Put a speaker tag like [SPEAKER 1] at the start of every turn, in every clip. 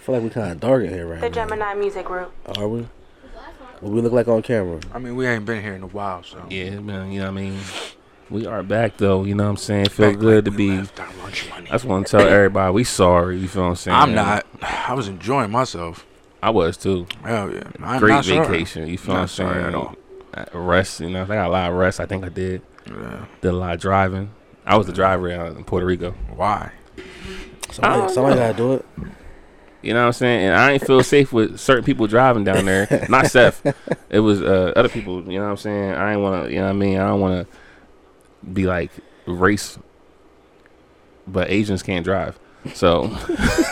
[SPEAKER 1] feel like we kind of dark in here right
[SPEAKER 2] The
[SPEAKER 1] now.
[SPEAKER 2] Gemini Music Group.
[SPEAKER 1] Are we? What we look like on camera?
[SPEAKER 3] I mean, we ain't been here in a while, so.
[SPEAKER 4] Yeah, man. You know what I mean. We are back though. You know what I'm saying. Feel
[SPEAKER 3] Back
[SPEAKER 4] good to
[SPEAKER 3] when we
[SPEAKER 4] be.
[SPEAKER 3] left our lunch money.
[SPEAKER 4] I just want to tell everybody we sorry. You feel what I'm saying?
[SPEAKER 3] I'm not. I was enjoying myself.
[SPEAKER 4] I was too.
[SPEAKER 3] Hell yeah. I'm
[SPEAKER 4] Great
[SPEAKER 3] not sorry.
[SPEAKER 4] vacation. You feel
[SPEAKER 3] Not
[SPEAKER 4] what I'm saying?
[SPEAKER 3] sorry at all.
[SPEAKER 4] Uh, Rest. You know, I got a lot of rest. I think I did.
[SPEAKER 3] Yeah.
[SPEAKER 4] Did a lot of driving. I was the driver out in Puerto Rico.
[SPEAKER 3] Why? Oh.
[SPEAKER 4] don't
[SPEAKER 1] Somebody, somebody gotta do it.
[SPEAKER 4] You know what I'm saying? And I ain't feel safe with certain people driving down there. Not Seth. It was uh, other people. You know what I'm saying? I ain't want to. You know what I mean? I don't want to be like race. But Asians can't drive. So,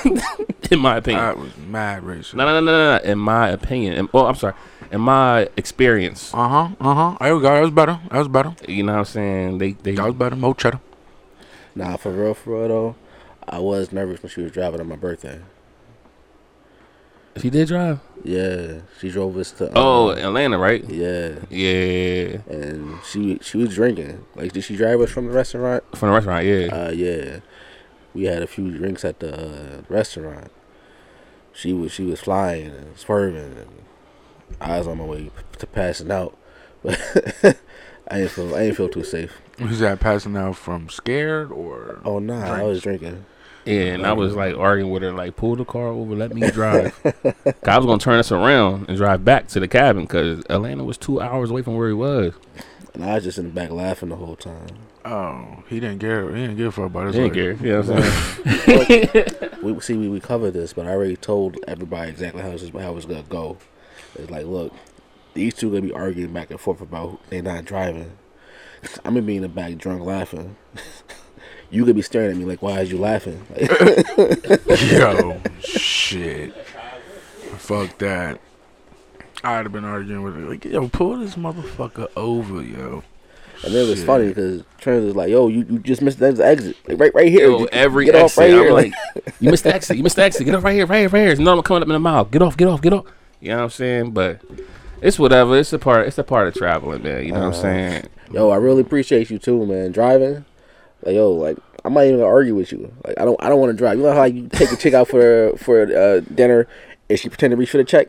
[SPEAKER 4] in my opinion,
[SPEAKER 3] That was mad racist.
[SPEAKER 4] no, no, no, no, no, no. In my opinion, in, oh, I'm sorry. In my experience,
[SPEAKER 3] Uh huh. Uh huh. There we go. That was better. That was better.
[SPEAKER 4] you know what I'm saying? They, they.
[SPEAKER 3] That was better. Mo cheddar.
[SPEAKER 1] Nah, for real, for real though, I was nervous when she was driving on my birthday.
[SPEAKER 4] She did drive.
[SPEAKER 1] Yeah, she drove us to. um,
[SPEAKER 4] Oh, Atlanta, right?
[SPEAKER 1] yeah,
[SPEAKER 4] Yeah,
[SPEAKER 1] and she she was drinking. Like, did she drive us from the restaurant?
[SPEAKER 4] from the restaurant. Yeah.
[SPEAKER 1] Uh, yeah, we had a few drinks at the uh, restaurant. She was she was flying and swerving, and I was on my way p- to passing out, but I didn't feel I didn't feel too safe.
[SPEAKER 3] Was that passing out from scared or?
[SPEAKER 1] Oh nah, I was drinking.
[SPEAKER 4] Yeah, and I was like arguing with her, like, pull the car over, let me drive. 'Cause I was gonna turn us around and drive back to the cabin because Atlanta was two hours away from where he was.
[SPEAKER 1] And I was just in the back laughing the whole time.
[SPEAKER 3] Oh, he didn't care. He didn't give a fuck about us.
[SPEAKER 4] Didn't
[SPEAKER 3] like-
[SPEAKER 4] care. You know what I'm saying?
[SPEAKER 1] We see we, we covered this, but I already told everybody exactly how this is how it's gonna go. It's like, look, these two gonna be arguing back and forth about who- they not driving. I'm gonna be in the back drunk laughing. you gonna be staring at me like, why is you laughing? Like,
[SPEAKER 3] Yo, shit. Fuck that. I'd have been arguing with her like, yo, pull this motherfucker over, yo.
[SPEAKER 1] and it was
[SPEAKER 3] Shit.
[SPEAKER 1] funny because Trent was like, yo, you, you just missed the exit, like right right here.
[SPEAKER 4] Yo,
[SPEAKER 1] Just
[SPEAKER 4] every
[SPEAKER 1] get off
[SPEAKER 4] exit,
[SPEAKER 1] right
[SPEAKER 4] I'm
[SPEAKER 1] here.
[SPEAKER 4] like, you missed the exit. You missed the exit. Get off right here, right here, right here. It's normal coming up in a mile. Get off, get off, get off. You know what I'm saying? But it's whatever. It's a part. It's a part of traveling, man. You know
[SPEAKER 1] Uh,
[SPEAKER 4] what I'm saying?
[SPEAKER 1] yo, I really appreciate you too, man. Driving, like yo, like I might even argue with you. Like I don't, I don't want to drive. You know how you take a chick out for for uh, dinner, and she pretend to reach for the check.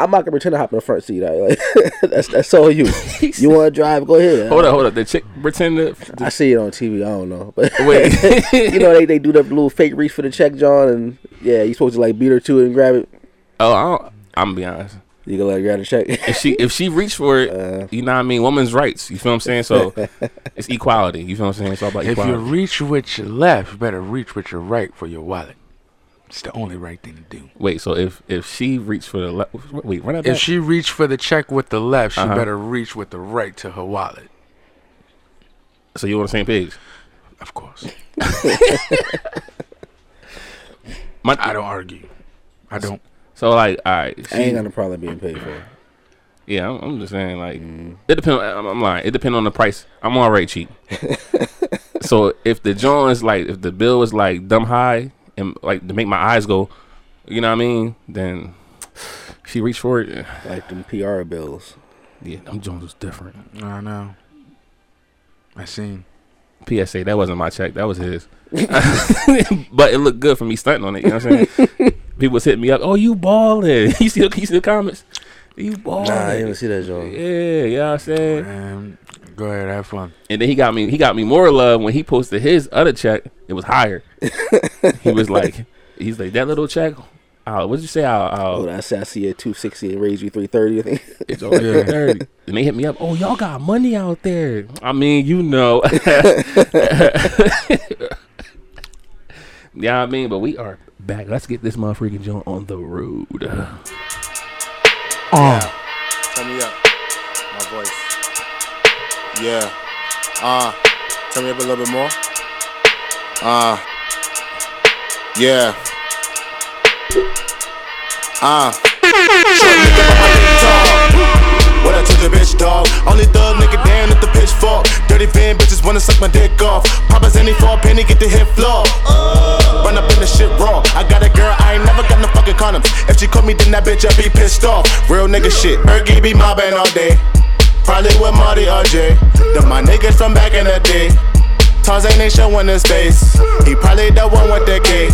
[SPEAKER 1] I'm not gonna pretend to hop in the front seat. alright? Like that's that's all you. You want to drive? Go ahead.
[SPEAKER 4] Hold up, hold up. The chick pretend to.
[SPEAKER 1] I see it on TV. I don't know, but
[SPEAKER 4] Wait.
[SPEAKER 1] you know they, they do that little fake reach for the check, John, and yeah, you supposed to like beat her to it and grab it.
[SPEAKER 4] Oh, I don't, I'm gonna be honest.
[SPEAKER 1] You gonna let her grab the check? Uh.
[SPEAKER 4] if she if she reached for it, you know what I mean. Women's rights. You feel what I'm saying? So it's equality. You feel what I'm saying? It's all about
[SPEAKER 3] If you
[SPEAKER 4] equality.
[SPEAKER 3] reach with your left, you better reach with your right for your wallet. It's the only right thing to do.
[SPEAKER 4] Wait. So if if she reached for the left, wait, run that back.
[SPEAKER 3] If she reached for the check with the left, she
[SPEAKER 4] Uh-huh.
[SPEAKER 3] better reach with the right to her wallet.
[SPEAKER 4] so you on the same page?
[SPEAKER 3] Of course.
[SPEAKER 4] My,
[SPEAKER 3] I don't argue. I don't.
[SPEAKER 4] so like, all right.
[SPEAKER 1] I ain't
[SPEAKER 4] She,
[SPEAKER 1] got no problem being paid for. it.
[SPEAKER 4] yeah, I'm, I'm just saying like it depends. I'm, I'm lying. It depends on the price. I'm already cheap. so if the joint is like if the bill is like dumb high and like to make my eyes go, you know what I mean? Then she reached for it.
[SPEAKER 1] Like them PR bills.
[SPEAKER 4] Yeah, them Jones is different.
[SPEAKER 3] I know. I seen.
[SPEAKER 4] PSA, that wasn't my check. That was his. but it looked good for me stunting on it. You know what I'm saying? People was hitting me up. Oh, you balling? you see? The, you see the comments? You balling?
[SPEAKER 1] Nah, I didn't even see that, John.
[SPEAKER 4] yeah, you know what I'm saying.
[SPEAKER 3] Um, go ahead, have fun.
[SPEAKER 4] And then he got me. He got me more love when he posted his other check. It was higher. he was like, he's like that little check. Uh, what'd you say? I'll,
[SPEAKER 1] Oh,
[SPEAKER 4] I'll,
[SPEAKER 1] that's I see at two sixty and raise you three thirty. I think.
[SPEAKER 4] it's over
[SPEAKER 3] Yeah.
[SPEAKER 4] 30. And they hit me up. Oh, y'all got money out there. I mean, you know. yeah, I mean, but we are back. Let's get this motherfucking joint on the road.
[SPEAKER 3] Oh,
[SPEAKER 5] Turn me up. My voice. Yeah. Uh, turn me up a little bit more. Uh, yeah. Uh. What I told your bitch, dog. Only thug nigga down at the pitchfork. Dirty van bitches wanna suck my dick off. Papa's any for a penny, get the hit floor. Run up in the shit raw. I got a girl, I ain't never got no fucking condoms. If she call me, then that bitch, I be pissed off. Real nigga shit. Bergie be mobbing all day. Probably with Marty or Jay. Then my niggas from back in the day.
[SPEAKER 6] Tarzan ain't showing his face. He probably the one with the gate.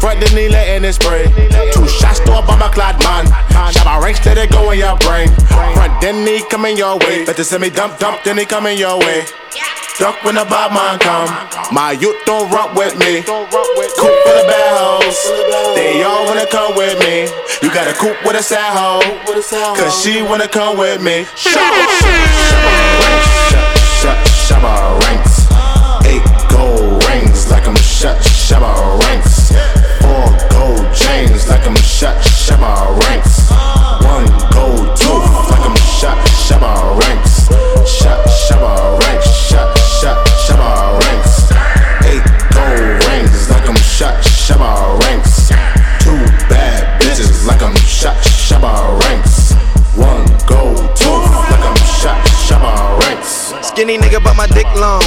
[SPEAKER 6] Front the knee letting it spray. Two shots to a bomber clad man. Shot my ranks, let it go in your brain. Front then he coming your way. Better send me dump dump, then he coming your way. Duck when the bad man come. My youth don't run with me. Coop for the bad hoes. They all wanna come with me. You got a coop with a sad hoe. Cause she wanna come with me. Shut, shabba ranks. Eight gold rings like I'm shut, shabba ranks. Four gold chains like I'm shut, shabba ranks. One gold tooth like I'm shut, shabba ranks. Shut, shabba ranks. Shut, shut, shabba ranks. Eight gold rings like I'm shut, shabba ranks. Two bad bitches like I'm shut, shabba ranks. One gold tooth like I'm shut, shabba ranks.
[SPEAKER 2] Skinny nigga, but my dick long.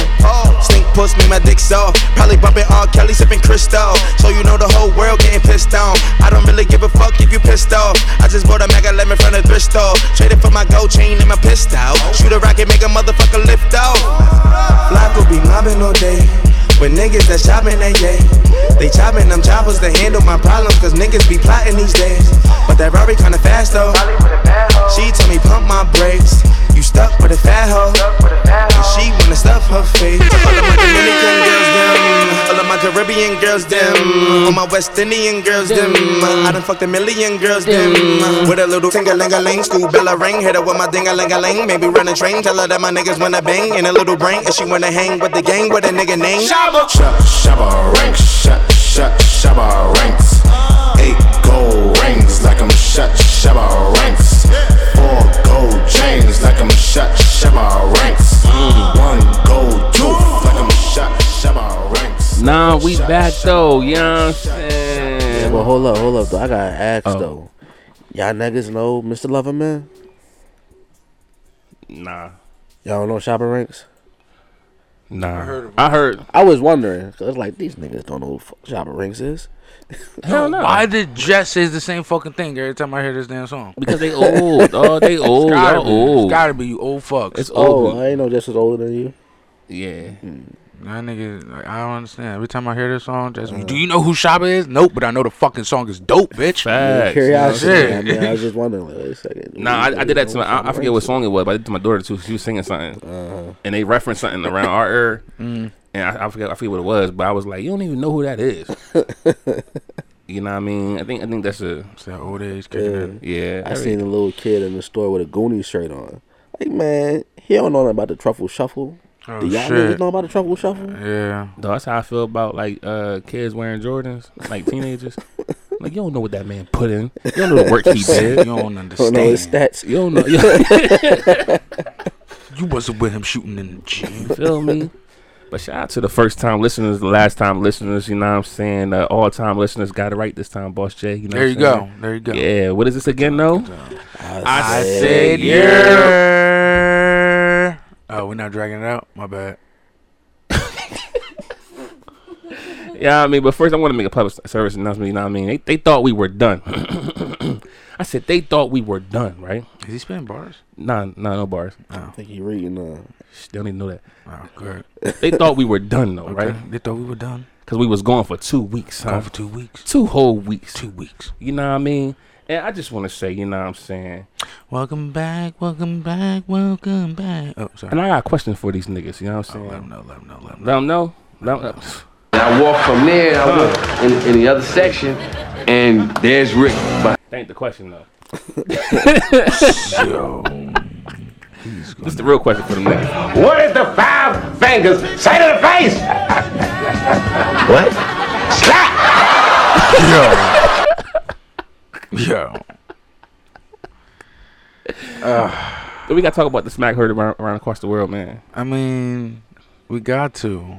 [SPEAKER 2] Stink puss me, my dick soft. Probably bumping all Kelly, sipping Cristal. So you know the whole world getting pissed on. I don't really give a fuck if you pissed off. I just bought a mega lemon from the thrift store. Traded for my gold chain and my pistol. Shoot a rocket, make a motherfucker lift off. Block will be mobbing all day. With niggas that shopping at yay. They chopping them choppers to handle my problems, cause niggas be plotting these days. But that Rari kinda fast though. She told me pump my brakes. You stuck with a fat hoe. And she wanna stuff her face. All of my Dominican girls, them. All of my Caribbean girls, them. All my West Indian girls, them. I done fucked a million girls, them. With a little tinga linga ling, school bella ring. Hit her with my dinga linga ling. Maybe run a train. Tell her that my niggas wanna bang. And a little brain. And she wanna hang with the gang with a nigga name.
[SPEAKER 6] Shut, shabba ranks, shut, shut, shabba ranks. Eight gold rings like I'm shut, shabba ranks. Four gold chains like I'm shut, shabba ranks. One gold tooth like I'm shut, shabba ranks.
[SPEAKER 4] Nah, we back though. Oh, You know what I'm saying? Oh.
[SPEAKER 1] But hold up, hold up. Though. I gotta ask though. Y'all niggas know Mr. Loverman?
[SPEAKER 4] Nah,
[SPEAKER 1] Y'all don't know Shopping Ranks?
[SPEAKER 4] nah. I heard. I heard.
[SPEAKER 1] I was wondering, cause like these niggas don't know who fuck Shopping Ranks is.
[SPEAKER 4] Hell no.
[SPEAKER 3] Why did Jess say the same fucking thing every time I hear this damn song?
[SPEAKER 4] Because they old. Oh, they old.
[SPEAKER 3] gotta
[SPEAKER 4] Y'all
[SPEAKER 3] be,
[SPEAKER 4] old.
[SPEAKER 3] It's gotta be you old fucks.
[SPEAKER 4] It's old.
[SPEAKER 1] Oh, I ain't know Jess was older than you.
[SPEAKER 4] Yeah.
[SPEAKER 3] That nigga, like, I don't understand. Every time I hear this song, Jess, do you know who Shabba is? Nope, but I know the fucking song is dope, bitch.
[SPEAKER 4] Facts.
[SPEAKER 1] Curiosity.
[SPEAKER 3] shit.
[SPEAKER 1] man, man, I was just wondering. Like, wait a second.
[SPEAKER 4] Nah, I, I did that to my. I, I forget what song it was, but I did it to my daughter too. She was singing something,
[SPEAKER 3] Uh-huh.
[SPEAKER 4] and they referenced something around our era,
[SPEAKER 3] Mm.
[SPEAKER 4] and I, I forget. I forget what it was, but I was like, "You don't even know who that is." you know what I mean? I think. I think that's a.
[SPEAKER 3] It's that old age kicking in.
[SPEAKER 4] Yeah.
[SPEAKER 1] I seen a little kid in the store with a Goonie shirt on. Like, man, he don't know nothing about the truffle shuffle.
[SPEAKER 3] Oh,
[SPEAKER 1] Do y'all niggas
[SPEAKER 3] shit.
[SPEAKER 1] know about the truffle shuffle?
[SPEAKER 3] Yeah.
[SPEAKER 4] Dawg, that's how I feel about like uh kids wearing Jordans, like teenagers. like you don't know what that man put in. You don't know the work he
[SPEAKER 3] You
[SPEAKER 4] did.
[SPEAKER 3] don't
[SPEAKER 1] Don't know his
[SPEAKER 3] understand.
[SPEAKER 1] stats.
[SPEAKER 4] You don't know. You
[SPEAKER 3] You wasn't with him shooting in the gym.
[SPEAKER 4] feel me? But shout out to the first time listeners, the last time listeners. You know what I'm saying? Uh, all time listeners got it right this time, Boss J. You know
[SPEAKER 3] There you
[SPEAKER 4] what I'm saying?
[SPEAKER 3] go. There you go.
[SPEAKER 4] Yeah, what is this again though?
[SPEAKER 1] I
[SPEAKER 4] said
[SPEAKER 3] yeah. Oh, we're not dragging it out. My bad.
[SPEAKER 4] Yeah, I mean, but first I want to make a public service announcement. You know what I mean? They, they thought we were done. I said they thought we were done, right?
[SPEAKER 3] Is he spinning bars?
[SPEAKER 4] Nah, nah, no bars.
[SPEAKER 1] I think he reading. Uh,
[SPEAKER 4] Shh, They don't even know that.
[SPEAKER 3] Oh, good.
[SPEAKER 4] They thought we were done though, right?
[SPEAKER 3] Okay. They thought we were done.
[SPEAKER 4] Because we was gone for two weeks, huh?
[SPEAKER 3] Gone for two weeks.
[SPEAKER 4] two whole weeks.
[SPEAKER 3] Two weeks.
[SPEAKER 4] You know what I mean? And I just want to say, you know what I'm saying?
[SPEAKER 3] Welcome back. Welcome back. Welcome back. Oh, sorry.
[SPEAKER 4] And I got a question for these niggas, you know what I'm
[SPEAKER 3] Oh,
[SPEAKER 4] saying?
[SPEAKER 3] let him know. Let him know. Let him know.
[SPEAKER 4] Let them know. Let 'em know.
[SPEAKER 7] And I walk from there, and I walk in, in the other section, and there's Rick.
[SPEAKER 4] Thank the question, though.
[SPEAKER 3] Yo.
[SPEAKER 4] This the real question for them niggas.
[SPEAKER 7] What is the five fingers? Say to the face! what? Slap!
[SPEAKER 3] Yo. Yo.
[SPEAKER 4] But we got to talk about the smack heard around, around across the world, man.
[SPEAKER 3] I mean, we got to,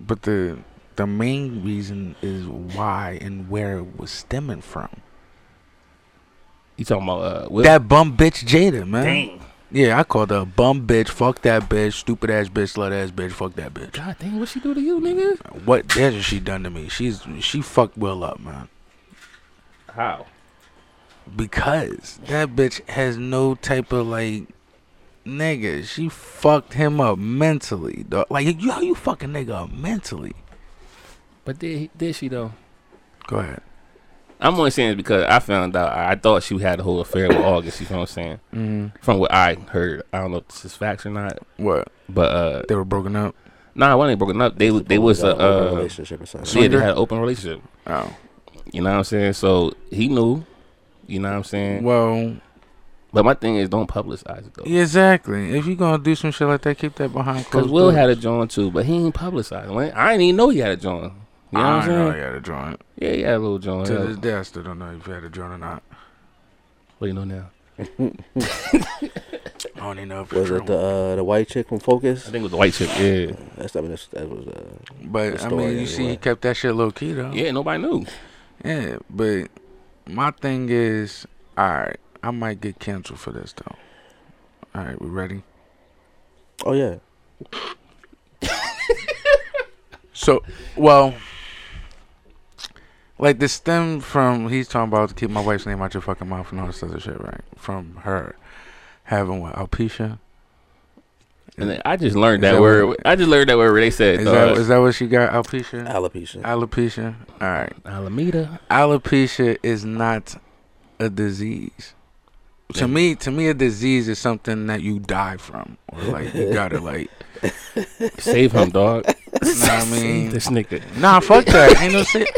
[SPEAKER 3] but the the main reason is why and where it was stemming from.
[SPEAKER 4] You talking about, uh, Will?
[SPEAKER 3] That bum bitch Jada, man. Yeah, I called her a bum bitch. Fuck that bitch. Stupid ass bitch. Slut ass bitch. Fuck that bitch.
[SPEAKER 4] God dang, what she do to you, niggas?
[SPEAKER 3] What has she done to me? She's she fucked Will up, man.
[SPEAKER 4] How?
[SPEAKER 3] Because that bitch has no type of like nigga, she fucked him up mentally, dog. Like, yo, you fucking nigga up mentally.
[SPEAKER 4] But did he- did she though?
[SPEAKER 3] Go ahead.
[SPEAKER 4] I'm only saying this because I found out. I thought she had a whole affair with August. You know what I'm saying?
[SPEAKER 3] Mm-hmm.
[SPEAKER 4] From what I heard, I don't know if this is facts or not.
[SPEAKER 3] What?
[SPEAKER 4] But uh,
[SPEAKER 3] They were broken up.
[SPEAKER 4] nah, when they broken up, they was- they was a
[SPEAKER 1] Like, open
[SPEAKER 4] uh,
[SPEAKER 1] relationship or something.
[SPEAKER 4] yeah, they had an open relationship.
[SPEAKER 3] Oh.
[SPEAKER 4] You know what I'm saying? So he knew. You know what I'm saying?
[SPEAKER 3] Well,
[SPEAKER 4] But my thing is, don't publicize it though.
[SPEAKER 3] exactly. If you gonna do some shit like that, keep that behind
[SPEAKER 4] Cause
[SPEAKER 3] closed
[SPEAKER 4] Will
[SPEAKER 3] doors.
[SPEAKER 4] had a joint too, but he ain't publicized. When- I didn't even know he had a joint. You know what I'm
[SPEAKER 3] I don't know
[SPEAKER 4] saying?
[SPEAKER 3] he had a joint.
[SPEAKER 4] Yeah, he had a little joint.
[SPEAKER 3] To
[SPEAKER 4] Yeah.
[SPEAKER 3] this day, I still don't know if he had a joint or not.
[SPEAKER 4] What do you know now?
[SPEAKER 3] I don't even know if
[SPEAKER 1] Was
[SPEAKER 3] it's
[SPEAKER 1] it
[SPEAKER 3] true.
[SPEAKER 1] the uh, the white chick from Focus?
[SPEAKER 4] I think it was the white chick. Yeah,
[SPEAKER 1] That's I mean that's, that was uh,
[SPEAKER 3] But
[SPEAKER 1] the
[SPEAKER 3] I
[SPEAKER 1] story
[SPEAKER 3] mean, you see, he
[SPEAKER 1] anyway.
[SPEAKER 3] kept that shit low key though.
[SPEAKER 4] yeah. Nobody knew.
[SPEAKER 3] Yeah, but my thing is, all right, I might get canceled for this though. All right, we ready?
[SPEAKER 1] oh yeah.
[SPEAKER 3] So, well, like this stem from he's talking about to keep my wife's name out your fucking mouth and all this other shit, right? From her having what alopecia.
[SPEAKER 4] And then I just learned
[SPEAKER 3] Is
[SPEAKER 4] that,
[SPEAKER 3] that
[SPEAKER 4] word.
[SPEAKER 3] what-
[SPEAKER 4] I just learned that word. where They said
[SPEAKER 3] Is
[SPEAKER 4] uh,
[SPEAKER 3] that is that what she got? Alopecia.
[SPEAKER 1] Alopecia.
[SPEAKER 3] Alopecia. All right.
[SPEAKER 4] Alameda.
[SPEAKER 3] Alopecia is not a disease. To me, to me, a disease is something that you die from, or like you gotta like.
[SPEAKER 4] Save him, dog.
[SPEAKER 3] Know what I
[SPEAKER 4] Save
[SPEAKER 3] mean,
[SPEAKER 4] this nigga.
[SPEAKER 3] nah, fuck that. Ain't no shit.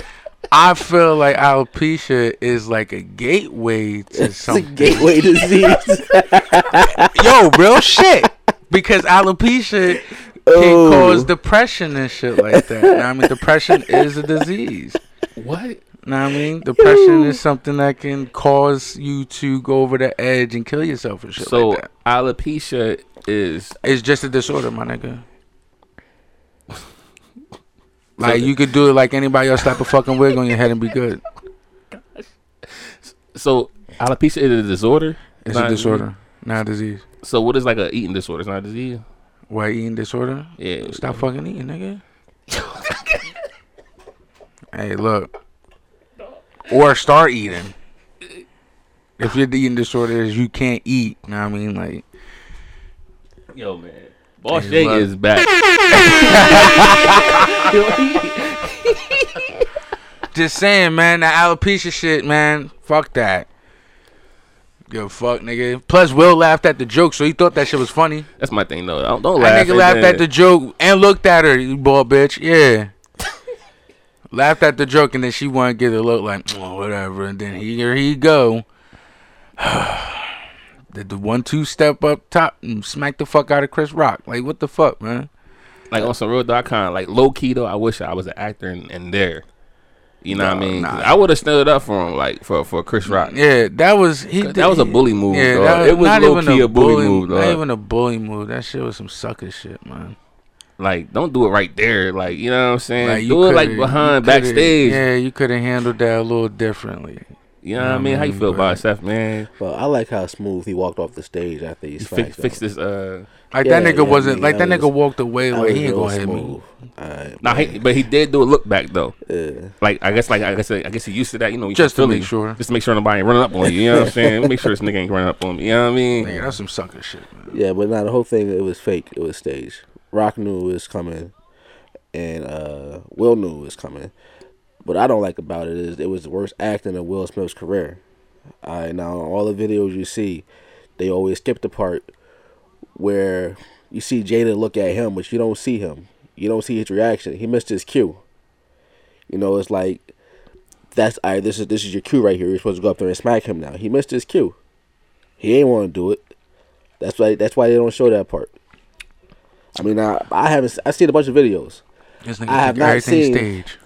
[SPEAKER 3] I feel like alopecia is like a gateway to
[SPEAKER 1] It's a
[SPEAKER 3] something.
[SPEAKER 1] gateway disease.
[SPEAKER 3] Yo, real shit. Because alopecia can
[SPEAKER 1] Oh.
[SPEAKER 3] cause depression and shit like that. Know what I mean, depression is a disease.
[SPEAKER 4] What?
[SPEAKER 3] Know what I mean, depression is something that can cause you to go over the edge and kill yourself and shit
[SPEAKER 4] So
[SPEAKER 3] like that.
[SPEAKER 4] alopecia is
[SPEAKER 3] It's just a disorder, my nigga. Like you could do it like anybody else, slap a fucking wig on your head and be good.
[SPEAKER 4] so alopecia is a disorder.
[SPEAKER 3] It's
[SPEAKER 4] not
[SPEAKER 3] a disorder, not a disease.
[SPEAKER 4] disease? So what is like a eating disorder? It's not a disease.
[SPEAKER 3] Why eating disorder?
[SPEAKER 4] Yeah.
[SPEAKER 3] Stop fucking eating, nigga. hey, look. Or start eating. If your eating disorder is you can't eat, know what I mean? Like
[SPEAKER 4] Yo, man. Boss
[SPEAKER 3] Hey,
[SPEAKER 4] Jay
[SPEAKER 3] look.
[SPEAKER 4] is back.
[SPEAKER 3] just saying, man, that alopecia shit, man. Fuck that. Yo, fuck, nigga. Plus, Will laughed at the joke, so he thought that shit was funny.
[SPEAKER 4] That's my thing, though. Don't, don't laugh.
[SPEAKER 3] That nigga laughed at the joke and looked at her, you bald bitch. Yeah. laughed at the joke and then she wanted to get a look like, oh, whatever. And then here he go. Did the one two step up top and smack the fuck out of Chris Rock. Like, what the fuck, man?
[SPEAKER 4] like on some real dot com. Like low key though, I wish I was an actor and, and there. You know what I mean? 'Cause
[SPEAKER 3] nah.
[SPEAKER 4] I would have stood up for him, like for for Chris Rock.
[SPEAKER 3] Yeah, that was he.
[SPEAKER 4] That was a bully move, dog. It was
[SPEAKER 3] not
[SPEAKER 4] low
[SPEAKER 3] even
[SPEAKER 4] key a bully move,
[SPEAKER 3] Not
[SPEAKER 4] dog.
[SPEAKER 3] even a bully move. That shit was some sucker shit, man.
[SPEAKER 4] Like don't do it right there. Like you know what I'm saying?
[SPEAKER 3] Like, you
[SPEAKER 4] do it like
[SPEAKER 3] coulda-
[SPEAKER 4] behind
[SPEAKER 3] you coulda-
[SPEAKER 4] backstage.
[SPEAKER 3] Yeah, you could have handled that a little differently.
[SPEAKER 4] You know what I mean? How you feel about it, Seth? Man,
[SPEAKER 1] But I like how smooth he walked off the stage after he
[SPEAKER 4] you fix,
[SPEAKER 1] smacked
[SPEAKER 4] fix
[SPEAKER 1] him.
[SPEAKER 4] this. Uh,
[SPEAKER 3] Like
[SPEAKER 1] Yeah,
[SPEAKER 3] that
[SPEAKER 1] yeah,
[SPEAKER 3] nigga wasn't
[SPEAKER 1] yeah,
[SPEAKER 3] like that
[SPEAKER 1] that
[SPEAKER 3] nigga
[SPEAKER 1] was-
[SPEAKER 3] walked away
[SPEAKER 1] That
[SPEAKER 3] like
[SPEAKER 1] was
[SPEAKER 3] he ain't
[SPEAKER 1] real
[SPEAKER 3] gonna hit me.
[SPEAKER 1] smooth. Alright,
[SPEAKER 4] nah, he,
[SPEAKER 1] man.
[SPEAKER 4] but he did do a look back though.
[SPEAKER 1] Yeah.
[SPEAKER 4] Like I guess, like I guess, I guess he used to that. You know, you
[SPEAKER 3] Just
[SPEAKER 4] can
[SPEAKER 3] to
[SPEAKER 4] feel
[SPEAKER 3] make
[SPEAKER 4] it.
[SPEAKER 3] sure.
[SPEAKER 4] just to make sure nobody ain't running up on you. You know what I'm saying? Make sure this nigga ain't running up on me. You know what I mean?
[SPEAKER 3] Nigga, that's some sucker shit, man.
[SPEAKER 1] Yeah, but now the whole thing it was fake. It was staged. Rock knew it was coming, and uh, Will knew it was coming. What I don't like about it is it was the worst acting of Will Smith's career. All right, now all the videos you see, they always skip the part where you see Jada look at him, but you don't see him. You don't see his reaction. He missed his cue. You know, it's like that's I. this is this is your cue right here. You're supposed to go up there and smack him. Now he missed his cue. He ain't want to do it. That's why. That's why they don't show that part. I mean, I, I haven't. I seen a bunch of videos.
[SPEAKER 3] This nigga
[SPEAKER 1] I have
[SPEAKER 3] took
[SPEAKER 1] not
[SPEAKER 3] everything
[SPEAKER 1] seen-
[SPEAKER 3] stage.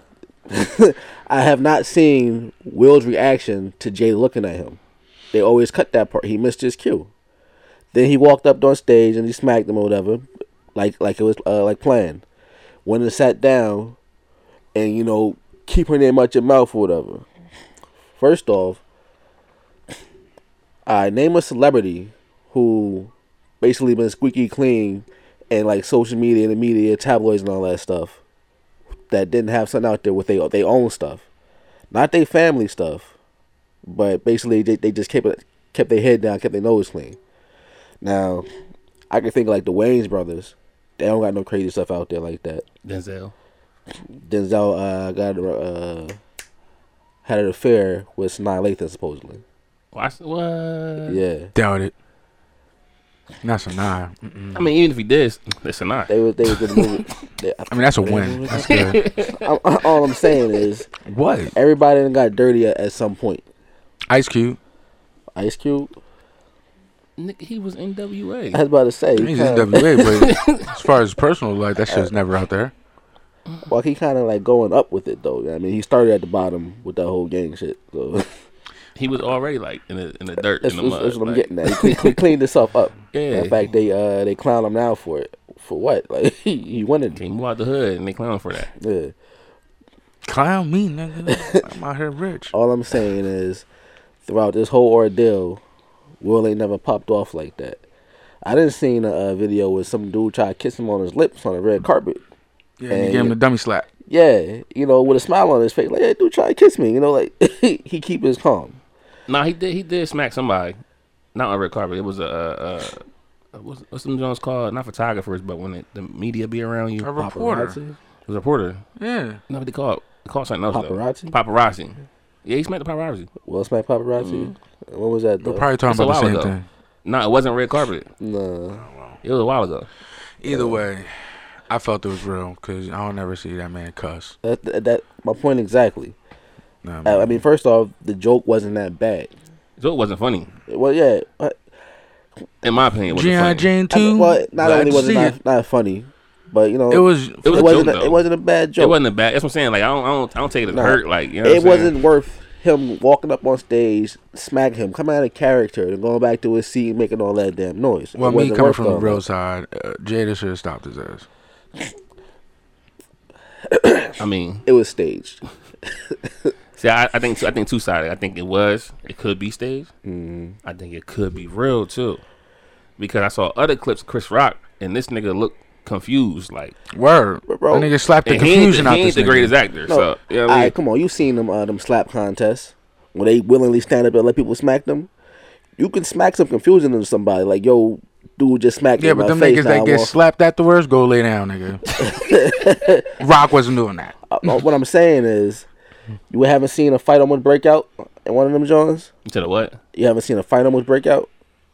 [SPEAKER 1] I have not seen Will's reaction to Jay looking at him. They always cut that part. He missed his cue. Then he walked up on stage and he smacked him or whatever, like like it was uh, like planned. When he sat down, and you know, keep her name out your mouth or whatever. First off, I name a celebrity who basically been squeaky clean and like social media and the media tabloids and all that stuff that didn't have something out there with they they own stuff, not they family stuff, but basically they, they just kept it kept their head down, kept their nose clean. Now, I can think of, like the Wayne's brothers. They don't got no crazy stuff out there like that.
[SPEAKER 4] Denzel.
[SPEAKER 1] Denzel uh, got uh, had an affair with Snai Lathan supposedly.
[SPEAKER 4] Watch what?
[SPEAKER 1] Yeah,
[SPEAKER 3] Doubt it. Not so nah.
[SPEAKER 4] I mean, even if he did, it's a not.
[SPEAKER 1] they was they was in the movie. They,
[SPEAKER 3] I mean, that's a win. That's good.
[SPEAKER 1] I, I, all I'm saying is
[SPEAKER 3] what?
[SPEAKER 1] everybody done got dirty at, at some point.
[SPEAKER 3] Ice Cube.
[SPEAKER 1] Ice Cube.
[SPEAKER 4] Nigga, he was
[SPEAKER 1] I
[SPEAKER 4] NWA.
[SPEAKER 1] was about to say,
[SPEAKER 3] He's in WA, but as far as personal life, that
[SPEAKER 4] Uh,
[SPEAKER 3] shit's never out there.
[SPEAKER 1] well, he kind of like going up with it though. I mean, he started at the bottom with that whole gang shit. So
[SPEAKER 4] He was already like in the in the dirt
[SPEAKER 1] that's,
[SPEAKER 4] in the
[SPEAKER 1] that's-
[SPEAKER 4] mud.
[SPEAKER 1] that's what I'm
[SPEAKER 4] like,
[SPEAKER 1] getting at. He, cle- he cleaned himself up.
[SPEAKER 4] Yeah.
[SPEAKER 1] In fact, they uh they clown him now for it. For what? Like he, he wanted.
[SPEAKER 4] He moved out the hood and they clown for that.
[SPEAKER 1] Yeah.
[SPEAKER 3] Clown me, nigga. I'm out here rich.
[SPEAKER 1] All I'm saying is, throughout this whole ordeal, Will ain't never popped off like that. I didn't seen a, uh video with some dude try to kiss him on his lips on a red carpet.
[SPEAKER 3] Yeah, you gave him the dummy slap.
[SPEAKER 1] Yeah, you know, with a smile on his face, like, "Hey, dude, try to kiss me." You know, like he keep his calm.
[SPEAKER 4] Nah, he did. He did smack somebody. Not on red carpet. It was a. a, a what's, what's them Jones called? Not photographers, but when it, the media be around you,
[SPEAKER 3] A reporter.
[SPEAKER 4] it was a reporter.
[SPEAKER 3] Yeah.
[SPEAKER 4] No, what they call it? They call it something else.
[SPEAKER 1] Paparazzi?
[SPEAKER 4] Though. Paparazzi. Yeah, he smacked the paparazzi.
[SPEAKER 1] Will Smack paparazzi.
[SPEAKER 4] Mm.
[SPEAKER 1] What was that?
[SPEAKER 3] We're
[SPEAKER 1] though?
[SPEAKER 3] probably talking
[SPEAKER 4] It's a
[SPEAKER 3] about the
[SPEAKER 4] while
[SPEAKER 3] same
[SPEAKER 4] ago.
[SPEAKER 3] thing.
[SPEAKER 4] Nah, it wasn't red carpet.
[SPEAKER 1] Nah.
[SPEAKER 4] It was a while ago.
[SPEAKER 3] Either way, I felt it was real because I don't ever see that man cuss.
[SPEAKER 1] That, that, that my point exactly.
[SPEAKER 3] Nah,
[SPEAKER 1] I, I
[SPEAKER 3] man.
[SPEAKER 1] mean, first off, the joke wasn't that bad.
[SPEAKER 4] So it wasn't funny,
[SPEAKER 1] Well, yeah. I,
[SPEAKER 4] in my opinion. It wasn't
[SPEAKER 3] G.I.
[SPEAKER 4] funny.
[SPEAKER 3] Jane
[SPEAKER 1] I,
[SPEAKER 3] too.
[SPEAKER 1] well, not
[SPEAKER 3] Glad
[SPEAKER 1] only
[SPEAKER 3] to
[SPEAKER 1] was it
[SPEAKER 3] see
[SPEAKER 1] not, not funny, but you know,
[SPEAKER 3] It was.
[SPEAKER 4] It was a
[SPEAKER 1] not
[SPEAKER 4] joke, though.
[SPEAKER 1] it wasn't a bad joke.
[SPEAKER 4] It wasn't a bad. That's what I'm saying. Like I don't, I don't, I don't take it as
[SPEAKER 1] Nah.
[SPEAKER 4] hurt. Like you know
[SPEAKER 1] it
[SPEAKER 4] what I'm saying?
[SPEAKER 1] wasn't worth him walking up on stage, smacking him, coming out of character, and going back to his seat, and making all that damn noise.
[SPEAKER 3] Well,
[SPEAKER 1] It
[SPEAKER 3] me
[SPEAKER 1] wasn't
[SPEAKER 3] coming
[SPEAKER 1] worth
[SPEAKER 3] from the
[SPEAKER 1] all
[SPEAKER 3] real
[SPEAKER 1] that.
[SPEAKER 3] side, uh, Jada should have stopped his ass.
[SPEAKER 4] I mean,
[SPEAKER 1] it was staged.
[SPEAKER 4] see, I, I think I think two sided. I think it was. It could be staged.
[SPEAKER 1] Mm-hmm.
[SPEAKER 4] I think it could be real too, because I saw other clips. of Chris Rock and this nigga looked confused. Like
[SPEAKER 3] Word.
[SPEAKER 1] bro,
[SPEAKER 3] that nigga slapped the
[SPEAKER 4] and he ain't,
[SPEAKER 3] confusion
[SPEAKER 4] the-
[SPEAKER 3] out
[SPEAKER 4] he
[SPEAKER 3] this
[SPEAKER 4] ain't the
[SPEAKER 3] nigga.
[SPEAKER 4] greatest actor.
[SPEAKER 1] No,
[SPEAKER 4] So you know what I
[SPEAKER 1] aight,
[SPEAKER 4] mean?
[SPEAKER 1] come on, you seen them uh, them slap contests when they willingly stand up and let people smack them. You can smack some confusion into somebody, like yo, dude, just smacked me
[SPEAKER 3] Yeah,
[SPEAKER 1] in
[SPEAKER 3] but
[SPEAKER 1] my
[SPEAKER 3] them
[SPEAKER 1] face.
[SPEAKER 3] niggas
[SPEAKER 1] now I
[SPEAKER 3] that get
[SPEAKER 1] walk-
[SPEAKER 3] slapped afterwards, go lay down, nigga. Rock wasn't doing that.
[SPEAKER 1] Uh, what I'm saying is, you haven't seen a fight almost break out in one of them Johns.
[SPEAKER 4] You said what?
[SPEAKER 1] You haven't seen a fight almost break out,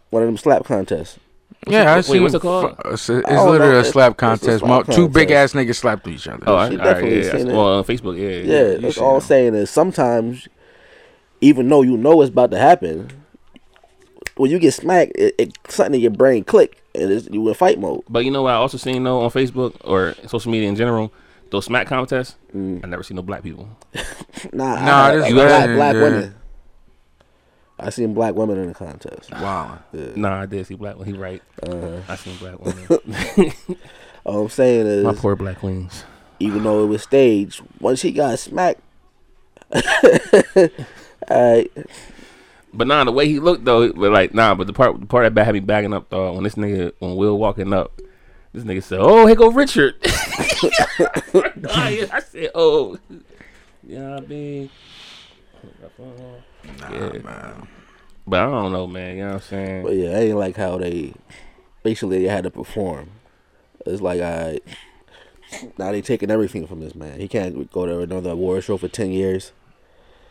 [SPEAKER 1] one of them slap contests.
[SPEAKER 3] yeah, I
[SPEAKER 4] wait,
[SPEAKER 3] see.
[SPEAKER 4] what's it called?
[SPEAKER 3] It's, it's
[SPEAKER 1] I don't
[SPEAKER 3] literally
[SPEAKER 1] know.
[SPEAKER 3] a slap
[SPEAKER 1] It's- it's a
[SPEAKER 3] contest.
[SPEAKER 1] slap
[SPEAKER 3] Mo- Two
[SPEAKER 1] contest.
[SPEAKER 3] big ass niggas slapped each other.
[SPEAKER 4] Oh, I, all right,
[SPEAKER 1] definitely
[SPEAKER 4] yeah.
[SPEAKER 1] seen it.
[SPEAKER 4] Well, on Facebook, yeah,
[SPEAKER 1] Yeah,
[SPEAKER 3] you
[SPEAKER 1] that's
[SPEAKER 3] see
[SPEAKER 1] all I'm
[SPEAKER 3] that.
[SPEAKER 1] saying is sometimes, even though you know it's about to happen, when you get smacked, it, it something in your brain click and it's, you in fight mode.
[SPEAKER 4] But you know what I also seen though on Facebook or social media in general, those smack contests. I never seen no black people.
[SPEAKER 1] Mm. Nah, I,
[SPEAKER 3] Nah,
[SPEAKER 1] I-
[SPEAKER 3] this
[SPEAKER 1] I-
[SPEAKER 3] is
[SPEAKER 1] black,
[SPEAKER 3] bad,
[SPEAKER 1] black
[SPEAKER 3] yeah.
[SPEAKER 1] women. I seen black women in the contest.
[SPEAKER 3] Wow.
[SPEAKER 4] Nah, I did see black one. He right.
[SPEAKER 1] Uh-huh.
[SPEAKER 4] I seen black women.
[SPEAKER 1] All I'm saying is,
[SPEAKER 4] My poor black queens.
[SPEAKER 1] even though it was staged, once he got smacked, all right,
[SPEAKER 4] But nah, the way he looked though, but like nah, but the part the part that bad had me backing up though. When this nigga, when Will walking up, this nigga said, "Oh, here go Richard." I said, "Oh, you know what I mean." Yeah. But I don't know, man. You know what I'm saying?
[SPEAKER 1] but yeah, I ain't like how they basically they had to perform. It's like I now they taking everything from this man. He can't go to another award show for ten years.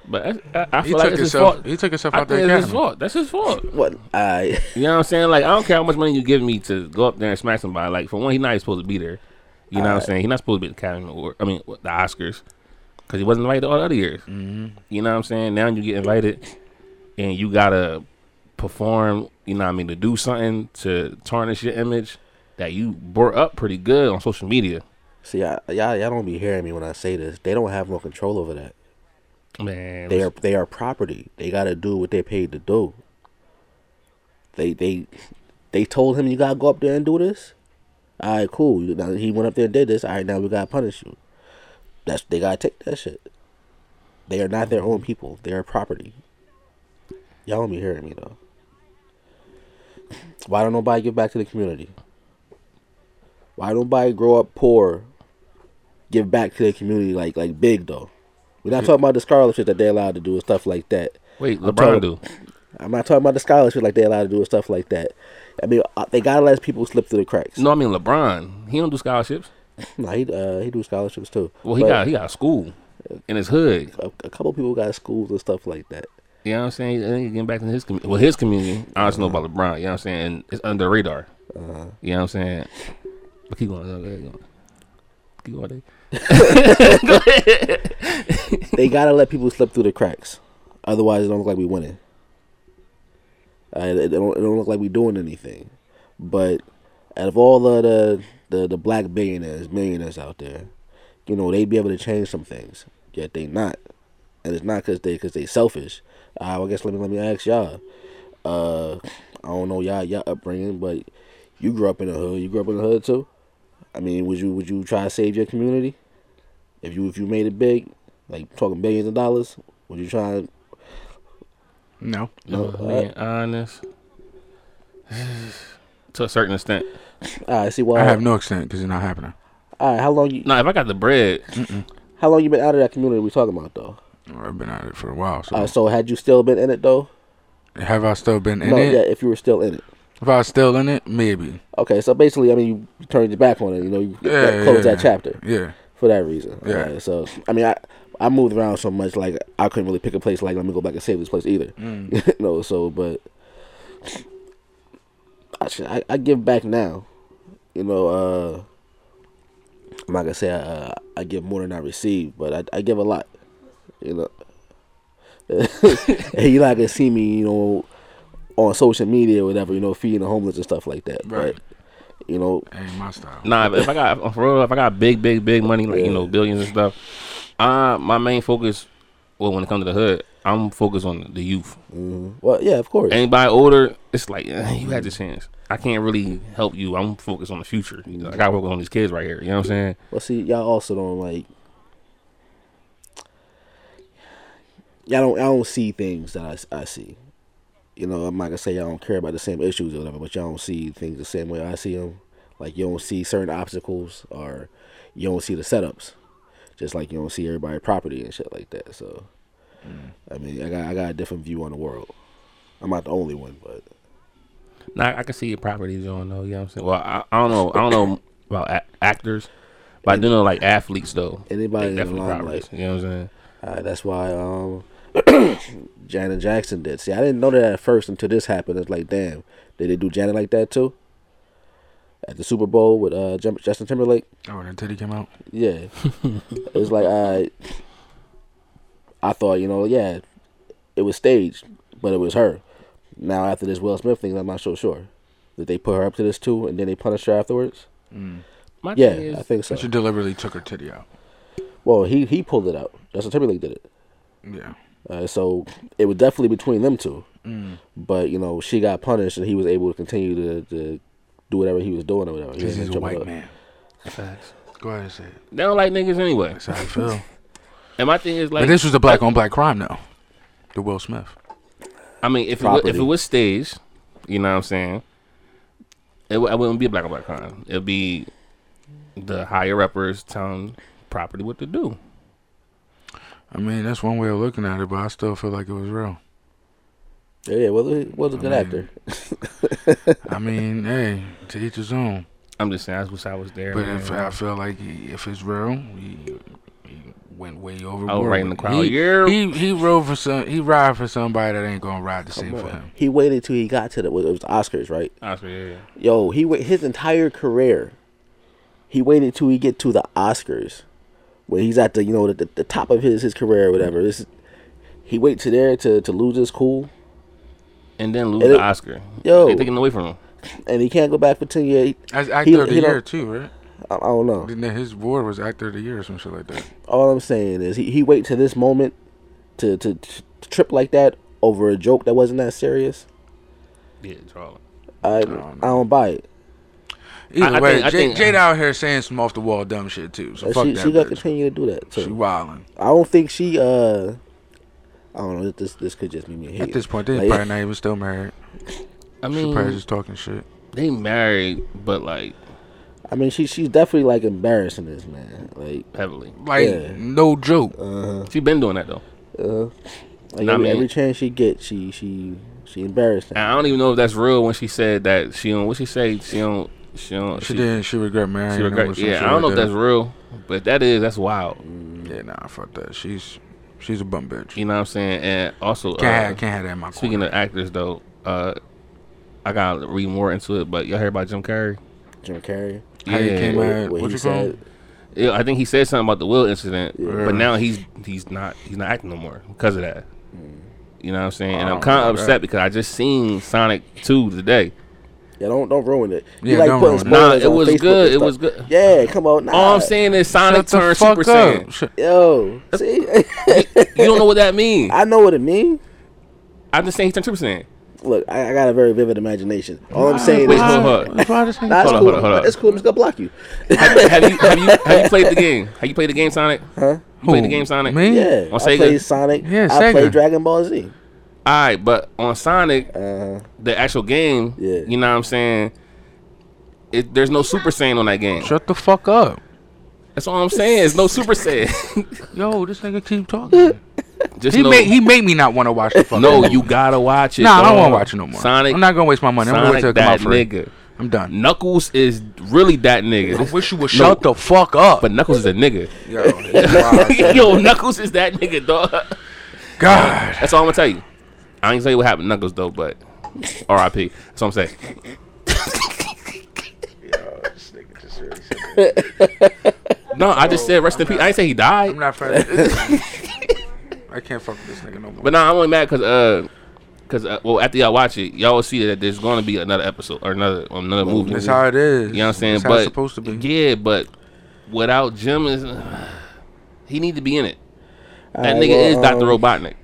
[SPEAKER 4] But I, I, I
[SPEAKER 3] He
[SPEAKER 4] feel like
[SPEAKER 3] took
[SPEAKER 4] it's his
[SPEAKER 3] himself.
[SPEAKER 4] fault.
[SPEAKER 3] He took himself
[SPEAKER 4] I
[SPEAKER 3] out
[SPEAKER 4] think
[SPEAKER 3] the
[SPEAKER 4] it's his
[SPEAKER 3] academy.
[SPEAKER 4] fault. That's his fault.
[SPEAKER 1] What I
[SPEAKER 4] You know what I'm saying? Like I don't care how much money you give me to go up there and smack somebody. Like for one, he's not even supposed to be there. You know what I'm saying? He's not supposed to be at the Academy Award. I mean, what, the Oscars, because he wasn't invited all the other years.
[SPEAKER 1] Mm-hmm.
[SPEAKER 4] You know what I'm saying? Now you get invited, and you gotta perform. You know what I mean? To do something to tarnish your image that you brought up pretty good on social media.
[SPEAKER 1] see, I, y'all y'all don't be hearing me when I say this. They don't have no control over that.
[SPEAKER 4] Man,
[SPEAKER 1] They are they are property. They got to do what they're paid to do. They they they told him you gotta go up there and do this. All right, cool. You- Now he went up there and did this. All right, now we gotta punish you. That's they gotta take that shit. They are not their own people. They are property. Y'all don't be hearing me though. Why don't nobody give back to the community? Why don't nobody grow up poor? Give back to the community like like big though. We're not talking about the scholarship that they're allowed to do and stuff like that.
[SPEAKER 4] wait,
[SPEAKER 1] I'm talking-
[SPEAKER 4] LeBron do?
[SPEAKER 1] I'm not talking about the scholarship like they allowed to do and stuff like that. I mean, uh, they gotta let people slip through the cracks.
[SPEAKER 4] No, I mean LeBron. He don't do scholarships.
[SPEAKER 1] No, he uh, he do scholarships Uh, too.
[SPEAKER 4] Well, he
[SPEAKER 1] But
[SPEAKER 4] got he got a school in his hood.
[SPEAKER 1] a, a couple people got schools and stuff like that.
[SPEAKER 4] You know what I'm saying? I think he's getting back to his community. Well, his community. I just know
[SPEAKER 1] Uh-huh.
[SPEAKER 4] about LeBron. You know what I'm saying? And it's under the radar. You know what I'm saying? But keep going. Go ahead, go ahead. Keep going. Dave.
[SPEAKER 1] they gotta let people slip through the cracks. Otherwise, it don't look like we winning. Uh, it, it don't, it don't look like we doing anything. But out of all of the, the the black billionaires, millionaires out there, you know they be able to change some things. Yet they not, and it's not because they because they selfish. Uh, I guess let me let me ask y'all. Uh, I don't know y'all y'all upbringing, but you grew up in the hood. You grew up in the hood too. I mean, would you would you try to save your community? If you if you made it big, like talking billions of dollars, would you try?
[SPEAKER 3] No.
[SPEAKER 4] No, being honest. to a certain extent.
[SPEAKER 1] All right, see, well,
[SPEAKER 3] I have no extent because it's not happening.
[SPEAKER 1] all right, how long you
[SPEAKER 4] No, if I got the bread,
[SPEAKER 1] how long you been out of that community we talking about though?
[SPEAKER 3] I've been at it for a while. So
[SPEAKER 1] All right, so had you still been in it though?
[SPEAKER 3] have I still been in
[SPEAKER 1] no,
[SPEAKER 3] it?
[SPEAKER 1] yeah, if you were still in it.
[SPEAKER 3] If I was still in it, maybe.
[SPEAKER 1] Okay, so basically, I mean, you turned your back on it. You know, you
[SPEAKER 3] Yeah,
[SPEAKER 1] like, closed
[SPEAKER 3] yeah.
[SPEAKER 1] that chapter
[SPEAKER 3] Yeah.
[SPEAKER 1] for that reason. All
[SPEAKER 3] Yeah.
[SPEAKER 1] right, so I mean, I I moved around so much, like I couldn't really pick a place. Like, let me go back and save this place either.
[SPEAKER 3] Mm.
[SPEAKER 1] no, so but I, should, I I give back now. You know, uh, I'm not gonna say I, uh, I give more than I receive, but I, I give a lot. You know, and you not gonna see me, you know, on social media or whatever, you know, feeding the homeless and stuff like that.
[SPEAKER 3] Right.
[SPEAKER 1] But you know,
[SPEAKER 3] Ain't my style.
[SPEAKER 4] nah. If, if I got for real, if I got big, big, big money, like you know, billions and stuff. Uh, my main focus, well, when it comes to the hood, I'm focused on the youth.
[SPEAKER 1] Mm-hmm. well, yeah, of course.
[SPEAKER 4] Anybody older, it's like eh, you had your chance. I can't really help you. I'm focused on the future. You know, I got to work on these kids right here. You know what I'm saying?
[SPEAKER 1] Well, see, y'all also don't like. Y'all don't. I don't see things that I, I see. You know, I'm not gonna say y'all don't care about the same issues or whatever, but y'all don't see things the same way I see them. Like you don't see certain obstacles, or you don't see the setups, just like you don't see everybody's property and shit like that. So, I mean, I got I got a different view on the world. I'm not the only one, but
[SPEAKER 4] Now I can see your properties on though. You know what I'm saying? Well, I, I don't know. I don't know about a- actors, but I do know like athletes though.
[SPEAKER 1] Anybody in the
[SPEAKER 4] definitely
[SPEAKER 1] limelight.
[SPEAKER 4] properties, You know what I'm saying?
[SPEAKER 1] Uh, that's why um, Janet Jackson did. See, I didn't know that at first until this happened. It's like, damn, did they do Janet like that too? At the Super Bowl with uh, Jum- Justin Timberlake.
[SPEAKER 3] Oh, when that titty came out?
[SPEAKER 1] Yeah, it was like I, I thought you know, yeah, it was staged, but it was her. Now after this Will Smith thing, I'm not so sure. Did they put her up to this too, and then they punished her afterwards?
[SPEAKER 4] My
[SPEAKER 1] Yeah,
[SPEAKER 4] thing is,
[SPEAKER 1] I think so.
[SPEAKER 3] Mm. She deliberately took her titty out.
[SPEAKER 1] Well, he he pulled it out. Justin Timberlake did it.
[SPEAKER 3] Yeah.
[SPEAKER 1] Uh, so it was definitely between them two.
[SPEAKER 3] Mm.
[SPEAKER 1] But you know, she got punished, and he was able to continue to, to do whatever he was doing or whatever. He
[SPEAKER 3] Because
[SPEAKER 1] didn't
[SPEAKER 3] he's a
[SPEAKER 1] jump
[SPEAKER 3] white
[SPEAKER 1] up.
[SPEAKER 3] man. Facts. Go ahead and say it.
[SPEAKER 4] they don't like niggas anyway.
[SPEAKER 3] That's how I feel.
[SPEAKER 4] And my thing is like,
[SPEAKER 3] but this was a black on black crime, though. The Will Smith.
[SPEAKER 4] I mean, if it, wa- if
[SPEAKER 1] Property.
[SPEAKER 4] it was staged, you know what I'm saying? It, w- it wouldn't be a black on black crime. It'd be the higher uppers telling property what to do.
[SPEAKER 3] I mean, that's one way of looking at it, but I still feel like it was real.
[SPEAKER 1] Yeah, yeah, well, he was a good actor.
[SPEAKER 3] I mean, hey, to each his own.
[SPEAKER 4] I'm just saying, I wish I was there.
[SPEAKER 3] But
[SPEAKER 4] man.
[SPEAKER 3] if I feel like he, if it's real, he, he went way overboard.
[SPEAKER 4] Oh, right in the
[SPEAKER 3] with it.
[SPEAKER 4] crowd.
[SPEAKER 3] He,
[SPEAKER 4] Yeah.
[SPEAKER 3] he he rode for some. He ride for somebody that ain't gonna ride the same for him.
[SPEAKER 1] He waited till he got to the, was- it was the Oscars, right?
[SPEAKER 4] Oscar, yeah, yeah.
[SPEAKER 1] Yo, he wait his entire career. He waited till he get to the Oscars, where he's at the you know the, the, the top of his his career or whatever. This, is- he waited to there to to lose his cool,
[SPEAKER 4] and then lose
[SPEAKER 1] And
[SPEAKER 4] the
[SPEAKER 1] it-
[SPEAKER 4] Oscar.
[SPEAKER 1] Yo.
[SPEAKER 4] they taking it away from him.
[SPEAKER 1] and he can't go back for ten years.
[SPEAKER 3] As
[SPEAKER 1] He-
[SPEAKER 3] actor of the
[SPEAKER 1] he don't-
[SPEAKER 3] year too, right?
[SPEAKER 1] I, I don't know.
[SPEAKER 3] Didn't that- his award was actor of the year or some shit like that?
[SPEAKER 1] All I'm saying is he, he wait to this moment to, to to trip like that over a joke that wasn't that serious.
[SPEAKER 4] Yeah, draw.
[SPEAKER 1] I I don't buy it.
[SPEAKER 3] Either
[SPEAKER 4] I
[SPEAKER 3] way,
[SPEAKER 4] think- I
[SPEAKER 3] Jade,
[SPEAKER 4] think- uh,
[SPEAKER 3] Jade out here saying some off the wall dumb shit too. So
[SPEAKER 1] And
[SPEAKER 3] fuck
[SPEAKER 1] she
[SPEAKER 3] that.
[SPEAKER 1] she gonna
[SPEAKER 3] bitch.
[SPEAKER 1] continue to do that.
[SPEAKER 3] She
[SPEAKER 1] Too.
[SPEAKER 3] wildin'.
[SPEAKER 1] I don't think she uh I don't know. This this could just be me.
[SPEAKER 3] At this point, they
[SPEAKER 1] Like-
[SPEAKER 3] probably not even still married.
[SPEAKER 4] I
[SPEAKER 3] She probably
[SPEAKER 4] mean,
[SPEAKER 3] just talking shit.
[SPEAKER 4] they married, but like
[SPEAKER 1] I mean, she she's definitely like embarrassing this man. Like
[SPEAKER 4] heavily.
[SPEAKER 3] Like
[SPEAKER 1] Yeah.
[SPEAKER 3] no joke.
[SPEAKER 4] She been doing that though.
[SPEAKER 1] Like
[SPEAKER 4] Nah,
[SPEAKER 1] Uh, every,
[SPEAKER 4] man.
[SPEAKER 1] every chance she gets, she she she embarrassed him.
[SPEAKER 4] And I don't even know if that's real when she said that she don't. What she say? She don't. She don't.
[SPEAKER 3] She did. She regret marrying.
[SPEAKER 4] She
[SPEAKER 3] him
[SPEAKER 4] regret,
[SPEAKER 3] or some shit
[SPEAKER 4] yeah, I don't know
[SPEAKER 3] like
[SPEAKER 4] if that's real, but if that is that's wild.
[SPEAKER 3] that. Yeah, nah, fuck that. She's she's a bum bitch.
[SPEAKER 4] You know what I'm saying? And also,
[SPEAKER 3] can't have,
[SPEAKER 4] uh,
[SPEAKER 3] can't have that in my
[SPEAKER 4] speaking
[SPEAKER 3] corner.
[SPEAKER 4] of actors though, uh, I gotta read more into it. But y'all heard about Jim Carrey?
[SPEAKER 1] Jim Carrey.
[SPEAKER 3] How he came
[SPEAKER 4] yeah.
[SPEAKER 3] out- Man, what you call him?
[SPEAKER 4] Yeah, I think he said something about the Will incident,
[SPEAKER 3] Yeah.
[SPEAKER 4] but now he's he's not he's not acting no more because of that. You know what I'm saying? And
[SPEAKER 3] I
[SPEAKER 4] I'm
[SPEAKER 3] don't
[SPEAKER 4] kind
[SPEAKER 3] know
[SPEAKER 4] of
[SPEAKER 3] that.
[SPEAKER 4] upset because I just seen Sonic 2 today.
[SPEAKER 1] Yeah, don't don't ruin it. You
[SPEAKER 3] Yeah,
[SPEAKER 1] like
[SPEAKER 3] don't
[SPEAKER 1] putting
[SPEAKER 3] ruin it.
[SPEAKER 4] Nah,
[SPEAKER 1] spoilers
[SPEAKER 4] it
[SPEAKER 1] on
[SPEAKER 4] was
[SPEAKER 1] Facebook and
[SPEAKER 4] good, it
[SPEAKER 1] stuff.
[SPEAKER 4] was good.
[SPEAKER 1] Yeah, come on. Nah.
[SPEAKER 4] All I'm saying is Sonic
[SPEAKER 3] Shut the
[SPEAKER 4] turned
[SPEAKER 3] fuck
[SPEAKER 4] Super
[SPEAKER 3] up.
[SPEAKER 4] Saiyan.
[SPEAKER 3] Shut-
[SPEAKER 1] Yo, see,
[SPEAKER 4] You don't know what that means.
[SPEAKER 1] I know what it means.
[SPEAKER 4] I'm just saying he turned Super Saiyan.
[SPEAKER 1] Look, I, I got a very vivid imagination. All I'm saying
[SPEAKER 4] Wait,
[SPEAKER 1] is,
[SPEAKER 4] hold on, hold on.
[SPEAKER 3] Why does he-
[SPEAKER 1] Nah, it's
[SPEAKER 4] hold on,
[SPEAKER 1] cool.
[SPEAKER 4] hold on, hold on.
[SPEAKER 1] It's cool. I'm just gonna block you.
[SPEAKER 4] have you have you have you played the game? Have you played the game Sonic? Huh? You played the
[SPEAKER 3] Who?
[SPEAKER 4] game Sonic?
[SPEAKER 3] Me?
[SPEAKER 1] Yeah,
[SPEAKER 4] On
[SPEAKER 1] I
[SPEAKER 4] Sega?
[SPEAKER 1] played Sonic.
[SPEAKER 3] Yeah,
[SPEAKER 1] I
[SPEAKER 3] Sega.
[SPEAKER 1] played Dragon Ball Z.
[SPEAKER 4] All right, but on Sonic,
[SPEAKER 1] Uh,
[SPEAKER 4] the actual game,
[SPEAKER 1] Yeah.
[SPEAKER 4] you know what I'm saying? It, there's no Super Saiyan on that game.
[SPEAKER 3] Shut the fuck up.
[SPEAKER 4] That's all I'm saying. It's no Super Saiyan.
[SPEAKER 3] Yo, this nigga keep talking.
[SPEAKER 4] Just
[SPEAKER 3] he
[SPEAKER 4] know,
[SPEAKER 3] made he made me not want to watch the fuck.
[SPEAKER 4] no, you gotta watch it.
[SPEAKER 3] Nah, I don't want
[SPEAKER 4] dog.
[SPEAKER 3] to watch it no more.
[SPEAKER 4] Sonic,
[SPEAKER 3] I'm not gonna waste my money. I'm gonna wait
[SPEAKER 4] Sonic
[SPEAKER 3] till it come out
[SPEAKER 4] that
[SPEAKER 3] free.
[SPEAKER 4] nigga.
[SPEAKER 3] I'm done.
[SPEAKER 4] Knuckles is really that
[SPEAKER 3] I
[SPEAKER 4] nigga,
[SPEAKER 3] wish you would shut the fuck up.
[SPEAKER 4] but Knuckles is a nigga.
[SPEAKER 3] Yo, this is wild.
[SPEAKER 4] Yo, Knuckles is that nigga, dog.
[SPEAKER 3] God.
[SPEAKER 4] That's all I'm gonna tell you. I ain't gonna tell you what happened to Knuckles though, but R.I.P. That's what I'm saying. No, I just said rest in peace. I ain't say he died,
[SPEAKER 3] I'm not friends. I can't fuck with this nigga no more.
[SPEAKER 4] but no, I'm only mad because uh, because uh, well, after y'all watch it, y'all will see that there's gonna be another episode or another um, another movie.
[SPEAKER 3] That's how it is.
[SPEAKER 4] You know what I'm saying?
[SPEAKER 3] That's
[SPEAKER 4] but
[SPEAKER 3] how it's supposed to be.
[SPEAKER 4] Yeah, but without Jim is he need to be in it. That
[SPEAKER 1] Alright,
[SPEAKER 4] nigga
[SPEAKER 1] well,
[SPEAKER 4] is Dr.
[SPEAKER 1] um,
[SPEAKER 4] Robotnik.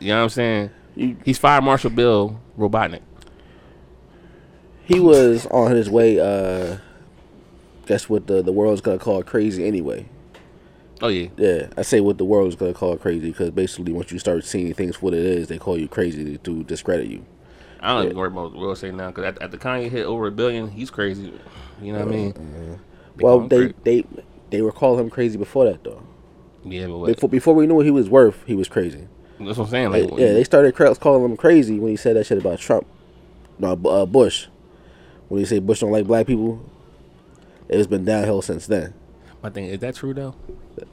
[SPEAKER 4] You know what I'm saying?
[SPEAKER 1] you-
[SPEAKER 4] He's Fire Marshal Bill Robotnik.
[SPEAKER 1] he was on his way. Uh, guess what the the world's gonna call crazy anyway.
[SPEAKER 4] Oh yeah.
[SPEAKER 1] Yeah, I say what the world's gonna call crazy because basically once you start seeing things for what it is, they call you crazy to, to discredit you.
[SPEAKER 4] I don't even worry about what the world say now because at, at the Kanye hit over a billion, he's crazy. You know what I mean?
[SPEAKER 3] Uh,
[SPEAKER 4] They call
[SPEAKER 1] well,
[SPEAKER 4] him
[SPEAKER 1] they,
[SPEAKER 4] cra-
[SPEAKER 1] they they were calling him crazy before that though.
[SPEAKER 4] yeah, but what,
[SPEAKER 1] Before before we knew what he was worth, he was crazy.
[SPEAKER 4] that's what I'm saying.
[SPEAKER 1] They-
[SPEAKER 4] Like,
[SPEAKER 1] yeah, they started cra- calling him crazy when he said that shit about Trump, no Bu- uh, Bush. When he say Bush don't like black people, it's been downhill since then.
[SPEAKER 3] uh.
[SPEAKER 4] my thing is that true though.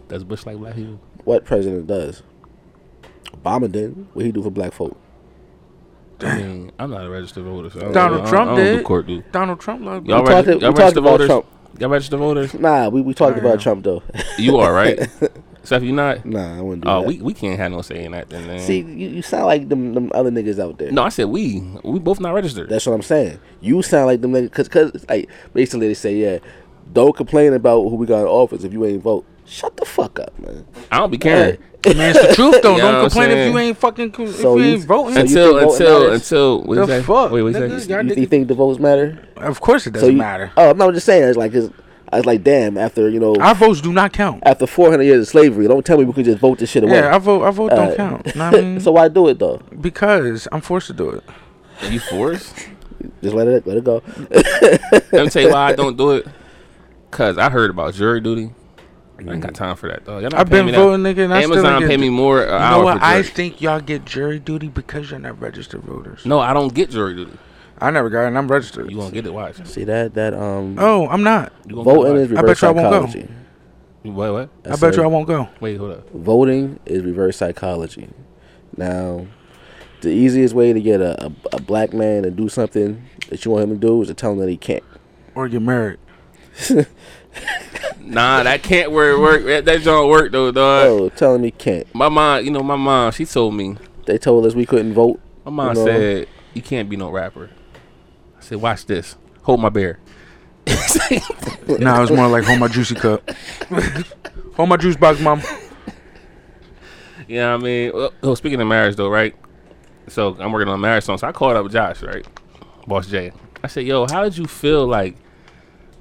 [SPEAKER 4] Does Bush like black people?
[SPEAKER 1] What president does? Obama did. What he do for black folk?
[SPEAKER 4] I mean, I'm not a registered voter. So I don't-
[SPEAKER 3] Donald
[SPEAKER 4] I don't-
[SPEAKER 3] Trump
[SPEAKER 4] I don't do
[SPEAKER 3] did.
[SPEAKER 4] court, dude.
[SPEAKER 3] Donald Trump like
[SPEAKER 4] Y'all,
[SPEAKER 1] We
[SPEAKER 4] regi-
[SPEAKER 1] talked-
[SPEAKER 4] y'all
[SPEAKER 1] we talked
[SPEAKER 4] registered
[SPEAKER 1] about
[SPEAKER 4] voters.
[SPEAKER 1] Trump.
[SPEAKER 4] Y'all registered voters.
[SPEAKER 1] Nah, we, we talked about Trump though.
[SPEAKER 4] You are right. Seth, you not.
[SPEAKER 1] nah, I wouldn't do
[SPEAKER 4] Oh,
[SPEAKER 1] that.
[SPEAKER 4] we, we can't have no say in that. Then, man.
[SPEAKER 1] See, you, you sound like them them other niggas out there.
[SPEAKER 4] Mm-hmm. no, I said we. We both not registered.
[SPEAKER 1] That's what I'm saying. You sound like them niggas, cause, cause like basically they say, yeah, don't complain about who we got in office if you ain't vote. Shut the fuck up, man.
[SPEAKER 4] I don't be caring
[SPEAKER 3] Man, it's the truth though. Don't
[SPEAKER 4] You know what I'm
[SPEAKER 3] complain if
[SPEAKER 4] saying?
[SPEAKER 3] you ain't fucking co-
[SPEAKER 1] So
[SPEAKER 3] if you
[SPEAKER 1] you-
[SPEAKER 3] ain't voting.
[SPEAKER 1] so you
[SPEAKER 4] until
[SPEAKER 1] think voting
[SPEAKER 4] until
[SPEAKER 1] matters?
[SPEAKER 4] until what
[SPEAKER 3] The
[SPEAKER 4] is that?
[SPEAKER 3] fuck,
[SPEAKER 4] Wait, wait,
[SPEAKER 3] nigga?
[SPEAKER 4] is that?
[SPEAKER 3] Y'all
[SPEAKER 1] You,
[SPEAKER 3] niggas-
[SPEAKER 1] you think the votes matter?
[SPEAKER 3] of course
[SPEAKER 1] So
[SPEAKER 3] it doesn't
[SPEAKER 1] you,
[SPEAKER 3] matter.
[SPEAKER 1] Oh, no, I'm just saying. It's like it's, it's like damn. After you know,
[SPEAKER 3] Our votes do not count.
[SPEAKER 1] after 400 years of slavery, don't tell me we could just vote this shit away.
[SPEAKER 3] Yeah, our vote our vote
[SPEAKER 1] Uh,
[SPEAKER 3] don't count. Know what I mean?
[SPEAKER 1] so why do it though?
[SPEAKER 3] because I'm forced to do it.
[SPEAKER 4] You forced?
[SPEAKER 1] Just let it let it go.
[SPEAKER 4] Let me tell you why I don't do it. Cause I heard about jury duty. I ain't got time for that though. Y'all not
[SPEAKER 3] I've been
[SPEAKER 4] paying me that.
[SPEAKER 3] voting, nigga, and I still
[SPEAKER 4] Amazon
[SPEAKER 3] ain't
[SPEAKER 4] pay
[SPEAKER 3] get-
[SPEAKER 4] me more an
[SPEAKER 3] you know
[SPEAKER 4] hour
[SPEAKER 3] what?
[SPEAKER 4] for jury.
[SPEAKER 3] I think y'all get jury duty because you're not registered voters.
[SPEAKER 4] no, I don't get jury duty.
[SPEAKER 3] I never got it. and I'm registered.
[SPEAKER 4] You gonna get it? Watch.
[SPEAKER 1] See that that um
[SPEAKER 3] Oh, I'm not.
[SPEAKER 4] You gonna
[SPEAKER 1] voting
[SPEAKER 4] get
[SPEAKER 1] is
[SPEAKER 4] it,
[SPEAKER 3] I bet
[SPEAKER 1] reverse
[SPEAKER 3] you I won't go.
[SPEAKER 1] psychology.
[SPEAKER 4] watch. Wait, what?
[SPEAKER 1] I
[SPEAKER 3] I, bet
[SPEAKER 1] said
[SPEAKER 3] you I won't go.
[SPEAKER 4] Wait, hold up.
[SPEAKER 1] Voting is reverse psychology. Now, the easiest way to get a, a, a black man to do something that you want him to do is to tell him that he can't.
[SPEAKER 3] Or get married.
[SPEAKER 4] Nah, that can't work. Work that, that don't work though, dog.
[SPEAKER 1] Oh, tell him he can't.
[SPEAKER 4] My mom, you know, my mom, she told me.
[SPEAKER 1] They told us we couldn't vote.
[SPEAKER 4] My mom
[SPEAKER 1] You know?
[SPEAKER 4] said, "You can't be no rapper." I said, "Watch this. Hold my beer."
[SPEAKER 3] nah, it was more like hold my juicy cup. hold my juice box, mom.
[SPEAKER 4] You know what I mean? Well, oh, speaking of marriage, though, right? So I'm working on a marriage song. So I called up Josh, right? Boss J. I said, yo, how did you feel like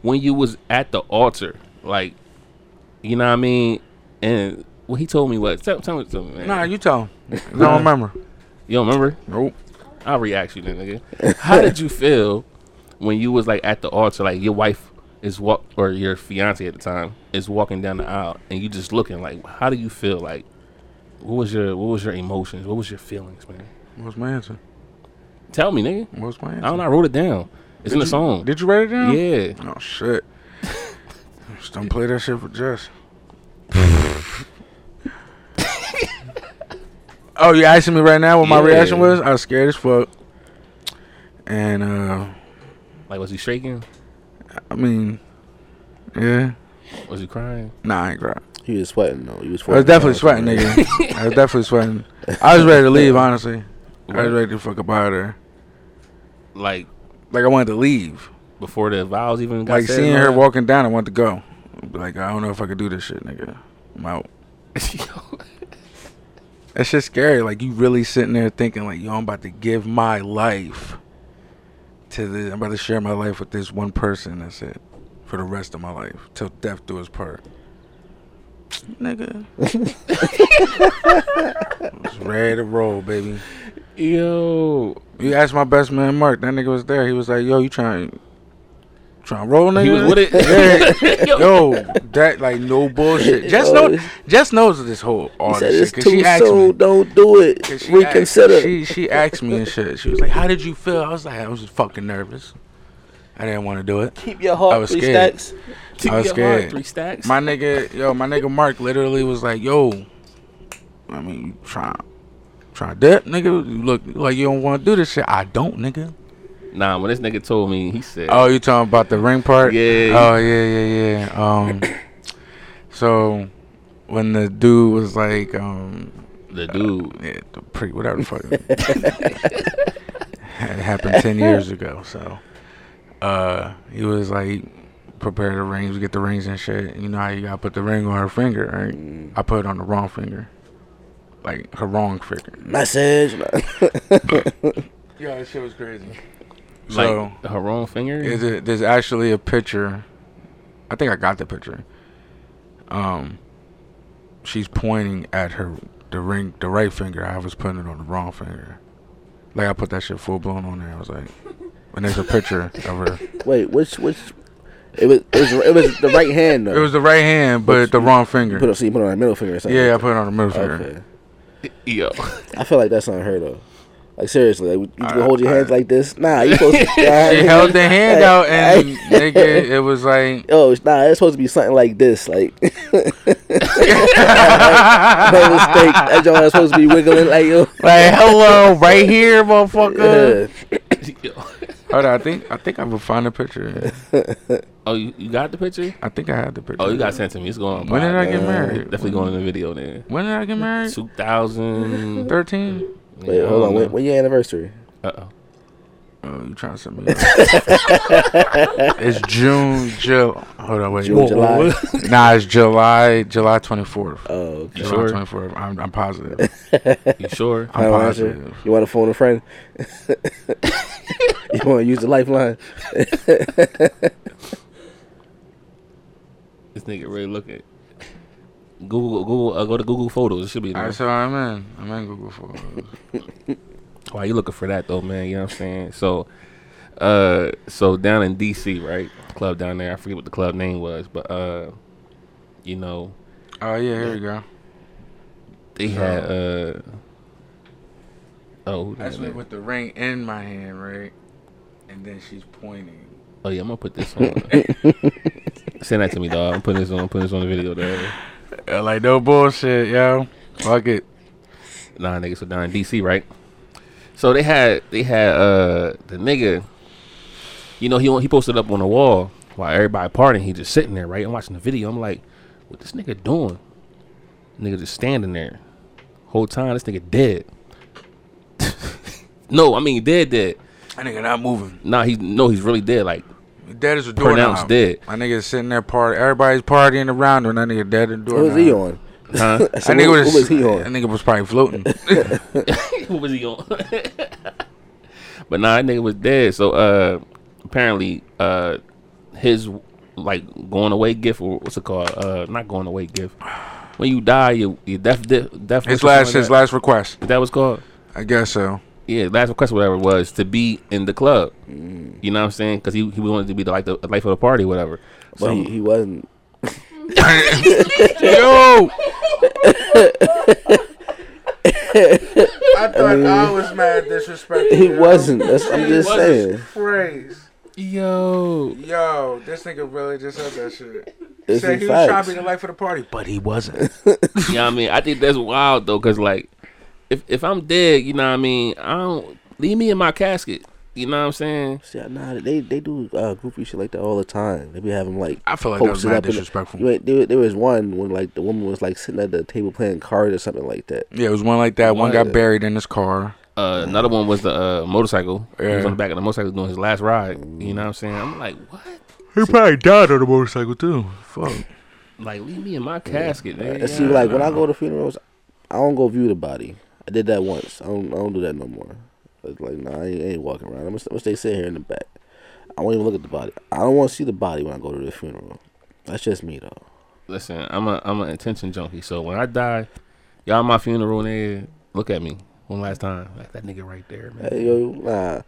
[SPEAKER 4] when you was at the altar? Like, you know what I mean? And well, he told me what? Tell, tell me something, man.
[SPEAKER 3] Nah, you tell him. I don't remember.
[SPEAKER 4] you don't remember?
[SPEAKER 3] Nope.
[SPEAKER 4] I'll react you then, nigga. How did you feel when you was like at the altar, like your wife is walk or your fiance at the time is walking down the aisle and you just looking like, how do you feel like What was your What was your emotions? What was your feelings, man?
[SPEAKER 3] What's my answer?
[SPEAKER 4] Tell me, nigga.
[SPEAKER 3] What's my answer?
[SPEAKER 4] I don't know. I wrote it down. It's in the song.
[SPEAKER 3] Did you write it down?
[SPEAKER 4] yeah.
[SPEAKER 3] Oh shit. Just don't play that shit for Jess. oh, you asking me right now what my
[SPEAKER 4] Yeah.
[SPEAKER 3] reaction was? I was scared as fuck. And uh
[SPEAKER 4] Like, was you shaking?
[SPEAKER 3] I mean yeah.
[SPEAKER 4] Was you crying?
[SPEAKER 3] Nah, I ain't crying.
[SPEAKER 1] He was sweating though. He was
[SPEAKER 3] I was
[SPEAKER 1] sweating.
[SPEAKER 3] definitely sweating, nigga. I was definitely sweating. I was ready to leave, honestly. I was
[SPEAKER 4] What?
[SPEAKER 3] ready to fuck up out of there.
[SPEAKER 4] Like
[SPEAKER 3] Like I wanted to leave.
[SPEAKER 4] before the vows even got
[SPEAKER 3] Like
[SPEAKER 4] said,
[SPEAKER 3] seeing her
[SPEAKER 4] man?
[SPEAKER 3] walking down, I wanted to go. Like I don't know if I could do this shit, nigga. I'm out. That's just scary. Like you really sitting there thinking, like, yo, I'm about to give my life to this. I'm about to share my life with this one person. That's it for the rest of my life till death do us part. Nigga, It's ready to roll, baby.
[SPEAKER 4] Yo,
[SPEAKER 3] You asked my best man Mark. That nigga was there. He was like, yo, you trying? Trying to roll, nigga.
[SPEAKER 4] he was with it.
[SPEAKER 3] Yeah. Yo, that like no bullshit. Just know, just knows this whole all
[SPEAKER 1] He said
[SPEAKER 3] this
[SPEAKER 1] it's
[SPEAKER 3] shit. 'cause she
[SPEAKER 1] too
[SPEAKER 3] asked
[SPEAKER 1] soon.
[SPEAKER 3] me.
[SPEAKER 1] Don't do it.
[SPEAKER 3] 'Cause she
[SPEAKER 1] Reconsider.
[SPEAKER 3] Asked, she she asked me and shit. She was like, "How did you feel?" I was like, "I was just fucking nervous. I didn't want to do it.
[SPEAKER 1] Keep your heart
[SPEAKER 3] I was three scared. I was
[SPEAKER 4] Your heart,
[SPEAKER 3] scared.
[SPEAKER 4] Three stacks.
[SPEAKER 3] My nigga, yo, my nigga Mark literally was like, "Yo, I mean, you trying, trying dip, nigga. You look like you don't want to do this shit. I don't, nigga.
[SPEAKER 4] nah, when this nigga told me, he said,
[SPEAKER 3] Oh, you talking about the ring part?
[SPEAKER 4] Yeah.
[SPEAKER 3] Oh yeah, yeah, yeah. Um, so when the dude was like, um, uh,
[SPEAKER 4] "The dude,
[SPEAKER 3] yeah, the pre whatever the fuck. it happened ten years ago, so uh he was like prepare the rings, get the rings and shit. You know how you gotta put the ring on her finger, right? I put it on the wrong finger. Like her wrong finger.
[SPEAKER 1] Message.
[SPEAKER 3] Yeah, that shit was crazy.
[SPEAKER 4] like
[SPEAKER 3] So
[SPEAKER 4] her wrong finger."
[SPEAKER 3] is it, there's actually a picture. I think I got the picture. Um, she's pointing at her the ring, the right finger. I was putting it on the wrong finger. Like I put that shit full blown on there. I was like, and there's a picture of her.
[SPEAKER 1] Wait, which which? It was it was, it was the right hand though.
[SPEAKER 3] It was the right hand, but the wrong
[SPEAKER 1] You put
[SPEAKER 3] finger.
[SPEAKER 1] it, so you put it on the middle finger or something.
[SPEAKER 3] Yeah, I put it on the middle
[SPEAKER 1] Okay.
[SPEAKER 3] finger.
[SPEAKER 4] Yo,
[SPEAKER 1] I feel like that's unheard of. Like seriously, like, you
[SPEAKER 3] I-
[SPEAKER 1] can hold your hands
[SPEAKER 3] I-
[SPEAKER 1] like this. Nah, you supposed to.
[SPEAKER 3] She
[SPEAKER 1] Nah,
[SPEAKER 3] held the hand out, and nigga, it was like,
[SPEAKER 1] oh, it's- nah, it's supposed to be something like this. Like, no mistake. That joint is supposed to be wiggling like yo.
[SPEAKER 3] like, hello, right here, motherfucker.
[SPEAKER 1] Yeah.
[SPEAKER 4] yo.
[SPEAKER 3] Hold on, I think I think I will find the picture.
[SPEAKER 4] Oh, you, you got the picture?
[SPEAKER 3] I think I had the picture.
[SPEAKER 4] Oh, you got sent to me. It's going. on
[SPEAKER 3] When did I
[SPEAKER 4] pod,
[SPEAKER 3] get
[SPEAKER 4] man.
[SPEAKER 3] married?
[SPEAKER 4] Definitely going in the video then.
[SPEAKER 3] When did I get married?
[SPEAKER 4] Two thousand.
[SPEAKER 3] 13?
[SPEAKER 1] Wait, hold on. When, when your anniversary?
[SPEAKER 4] Uh oh.
[SPEAKER 3] Oh, you trying to send me? up. it's June, July. Hold on, wait.
[SPEAKER 1] June, July.
[SPEAKER 3] Nah, it's July, July 24th.
[SPEAKER 1] Oh, okay.
[SPEAKER 3] July
[SPEAKER 4] sure?
[SPEAKER 3] 24th. I'm, I'm positive.
[SPEAKER 4] You sure?
[SPEAKER 3] I'm
[SPEAKER 1] Hello,
[SPEAKER 3] positive.
[SPEAKER 1] Roger. You want to phone a friend? you want to use the lifeline?
[SPEAKER 4] This nigga really looking. Google, Google, uh, go to Google Photos. It should be
[SPEAKER 3] All
[SPEAKER 4] there.
[SPEAKER 3] right, so I'm in. I'm in Google Photos.
[SPEAKER 4] Why you looking for that though, man? You know what I'm saying? So, uh, so down in DC, right? Club down there. I forget what the club name was, but uh, you know,
[SPEAKER 3] Oh yeah, here we go.
[SPEAKER 4] they had uh. Oh,
[SPEAKER 3] That's me
[SPEAKER 4] man.
[SPEAKER 3] with the ring in my hand, right? And then she's pointing.
[SPEAKER 4] oh yeah, I'm gonna put this on. Send that to me, dog. I'm putting this on. I'm putting this on the video, dog.
[SPEAKER 3] Uh, like no bullshit, yo. Fuck it.
[SPEAKER 4] Nah, nigga, so down in DC, right? So they had they had uh the nigga, you know, he on- he posted up on the wall while everybody partying. He just sitting there, right? I'm watching the video. I'm like, what this nigga doing? Nigga just standing there. Whole time this nigga dead. no, I mean dead dead.
[SPEAKER 3] That nigga not moving.
[SPEAKER 4] Nah, he no, he's really dead. Like
[SPEAKER 3] Dead as a doorknob.
[SPEAKER 4] Pronounced dead.
[SPEAKER 3] My nigga sitting there party. Everybody's partying around her. And that nigga dead in the door.
[SPEAKER 1] What was he on?
[SPEAKER 4] Huh?
[SPEAKER 1] I
[SPEAKER 3] That
[SPEAKER 1] said,
[SPEAKER 3] nigga
[SPEAKER 1] what,
[SPEAKER 3] was,
[SPEAKER 1] what was he
[SPEAKER 3] That
[SPEAKER 1] on?
[SPEAKER 3] nigga was probably floating.
[SPEAKER 4] what was he on? but nah, that nigga was dead. So uh, apparently uh, his like going away gift or what's it called? Uh, not going away gift. When you die, your your death di- death.
[SPEAKER 3] his
[SPEAKER 4] wish or something
[SPEAKER 3] last
[SPEAKER 4] like
[SPEAKER 3] his
[SPEAKER 4] that.
[SPEAKER 3] last request.
[SPEAKER 4] That was called.
[SPEAKER 3] I guess so.
[SPEAKER 4] Yeah, last request, whatever it was, to be in the club.
[SPEAKER 3] Mm.
[SPEAKER 4] You know what I'm saying? Because he, he wanted to be the, like the life of the party, whatever.
[SPEAKER 1] But he, he wasn't.
[SPEAKER 3] Yo, I thought I, was mad disrespectful.
[SPEAKER 1] He
[SPEAKER 3] yo.
[SPEAKER 1] wasn't. That's, I'm
[SPEAKER 3] He
[SPEAKER 1] just
[SPEAKER 3] wasn't.
[SPEAKER 1] saying.
[SPEAKER 3] Praise.
[SPEAKER 4] Yo.
[SPEAKER 3] Yo, this nigga really just said that shit.
[SPEAKER 1] It's
[SPEAKER 3] said
[SPEAKER 1] a
[SPEAKER 3] he was trying
[SPEAKER 1] fact.
[SPEAKER 3] to be the life of the party, but he wasn't.
[SPEAKER 4] You know what I mean? I think that's wild though, cause like, if if I'm dead, you know what I mean? I don't leave me in my casket. You know what I'm saying?
[SPEAKER 1] See, nah, they they do uh, goofy shit like that all the time. They be having like
[SPEAKER 3] I feel like that was
[SPEAKER 1] posted
[SPEAKER 3] mad
[SPEAKER 1] up in the-
[SPEAKER 3] disrespectful.
[SPEAKER 1] You ain't- there, there was one when like the woman was like sitting at the table playing cards or something like that.
[SPEAKER 3] Yeah, it was one like that. One got buried in his car.
[SPEAKER 4] Uh, another one was the uh, motorcycle. He was
[SPEAKER 3] Yeah.
[SPEAKER 4] on the back of the motorcycle doing his last ride. You know what I'm saying? I'm like, what?
[SPEAKER 3] He probably died on the motorcycle too. Fuck.
[SPEAKER 4] Like, leave me in my casket, man.
[SPEAKER 1] And Uh, see, like when I go to funerals, I don't go view the body. I did that once. I don't I don't do that no more. Like, like nah, I ain't, I ain't walking around. I'm gonna, I'm gonna stay sit here in the back. I won't even look at the body. I don't want to see the body when I go to the funeral. That's just me though.
[SPEAKER 4] Listen, I'm a I'm an attention junkie. So when I die, y'all at my funeral and look at me one last time. Like that nigga right there, man.
[SPEAKER 1] Hey, yo, nah.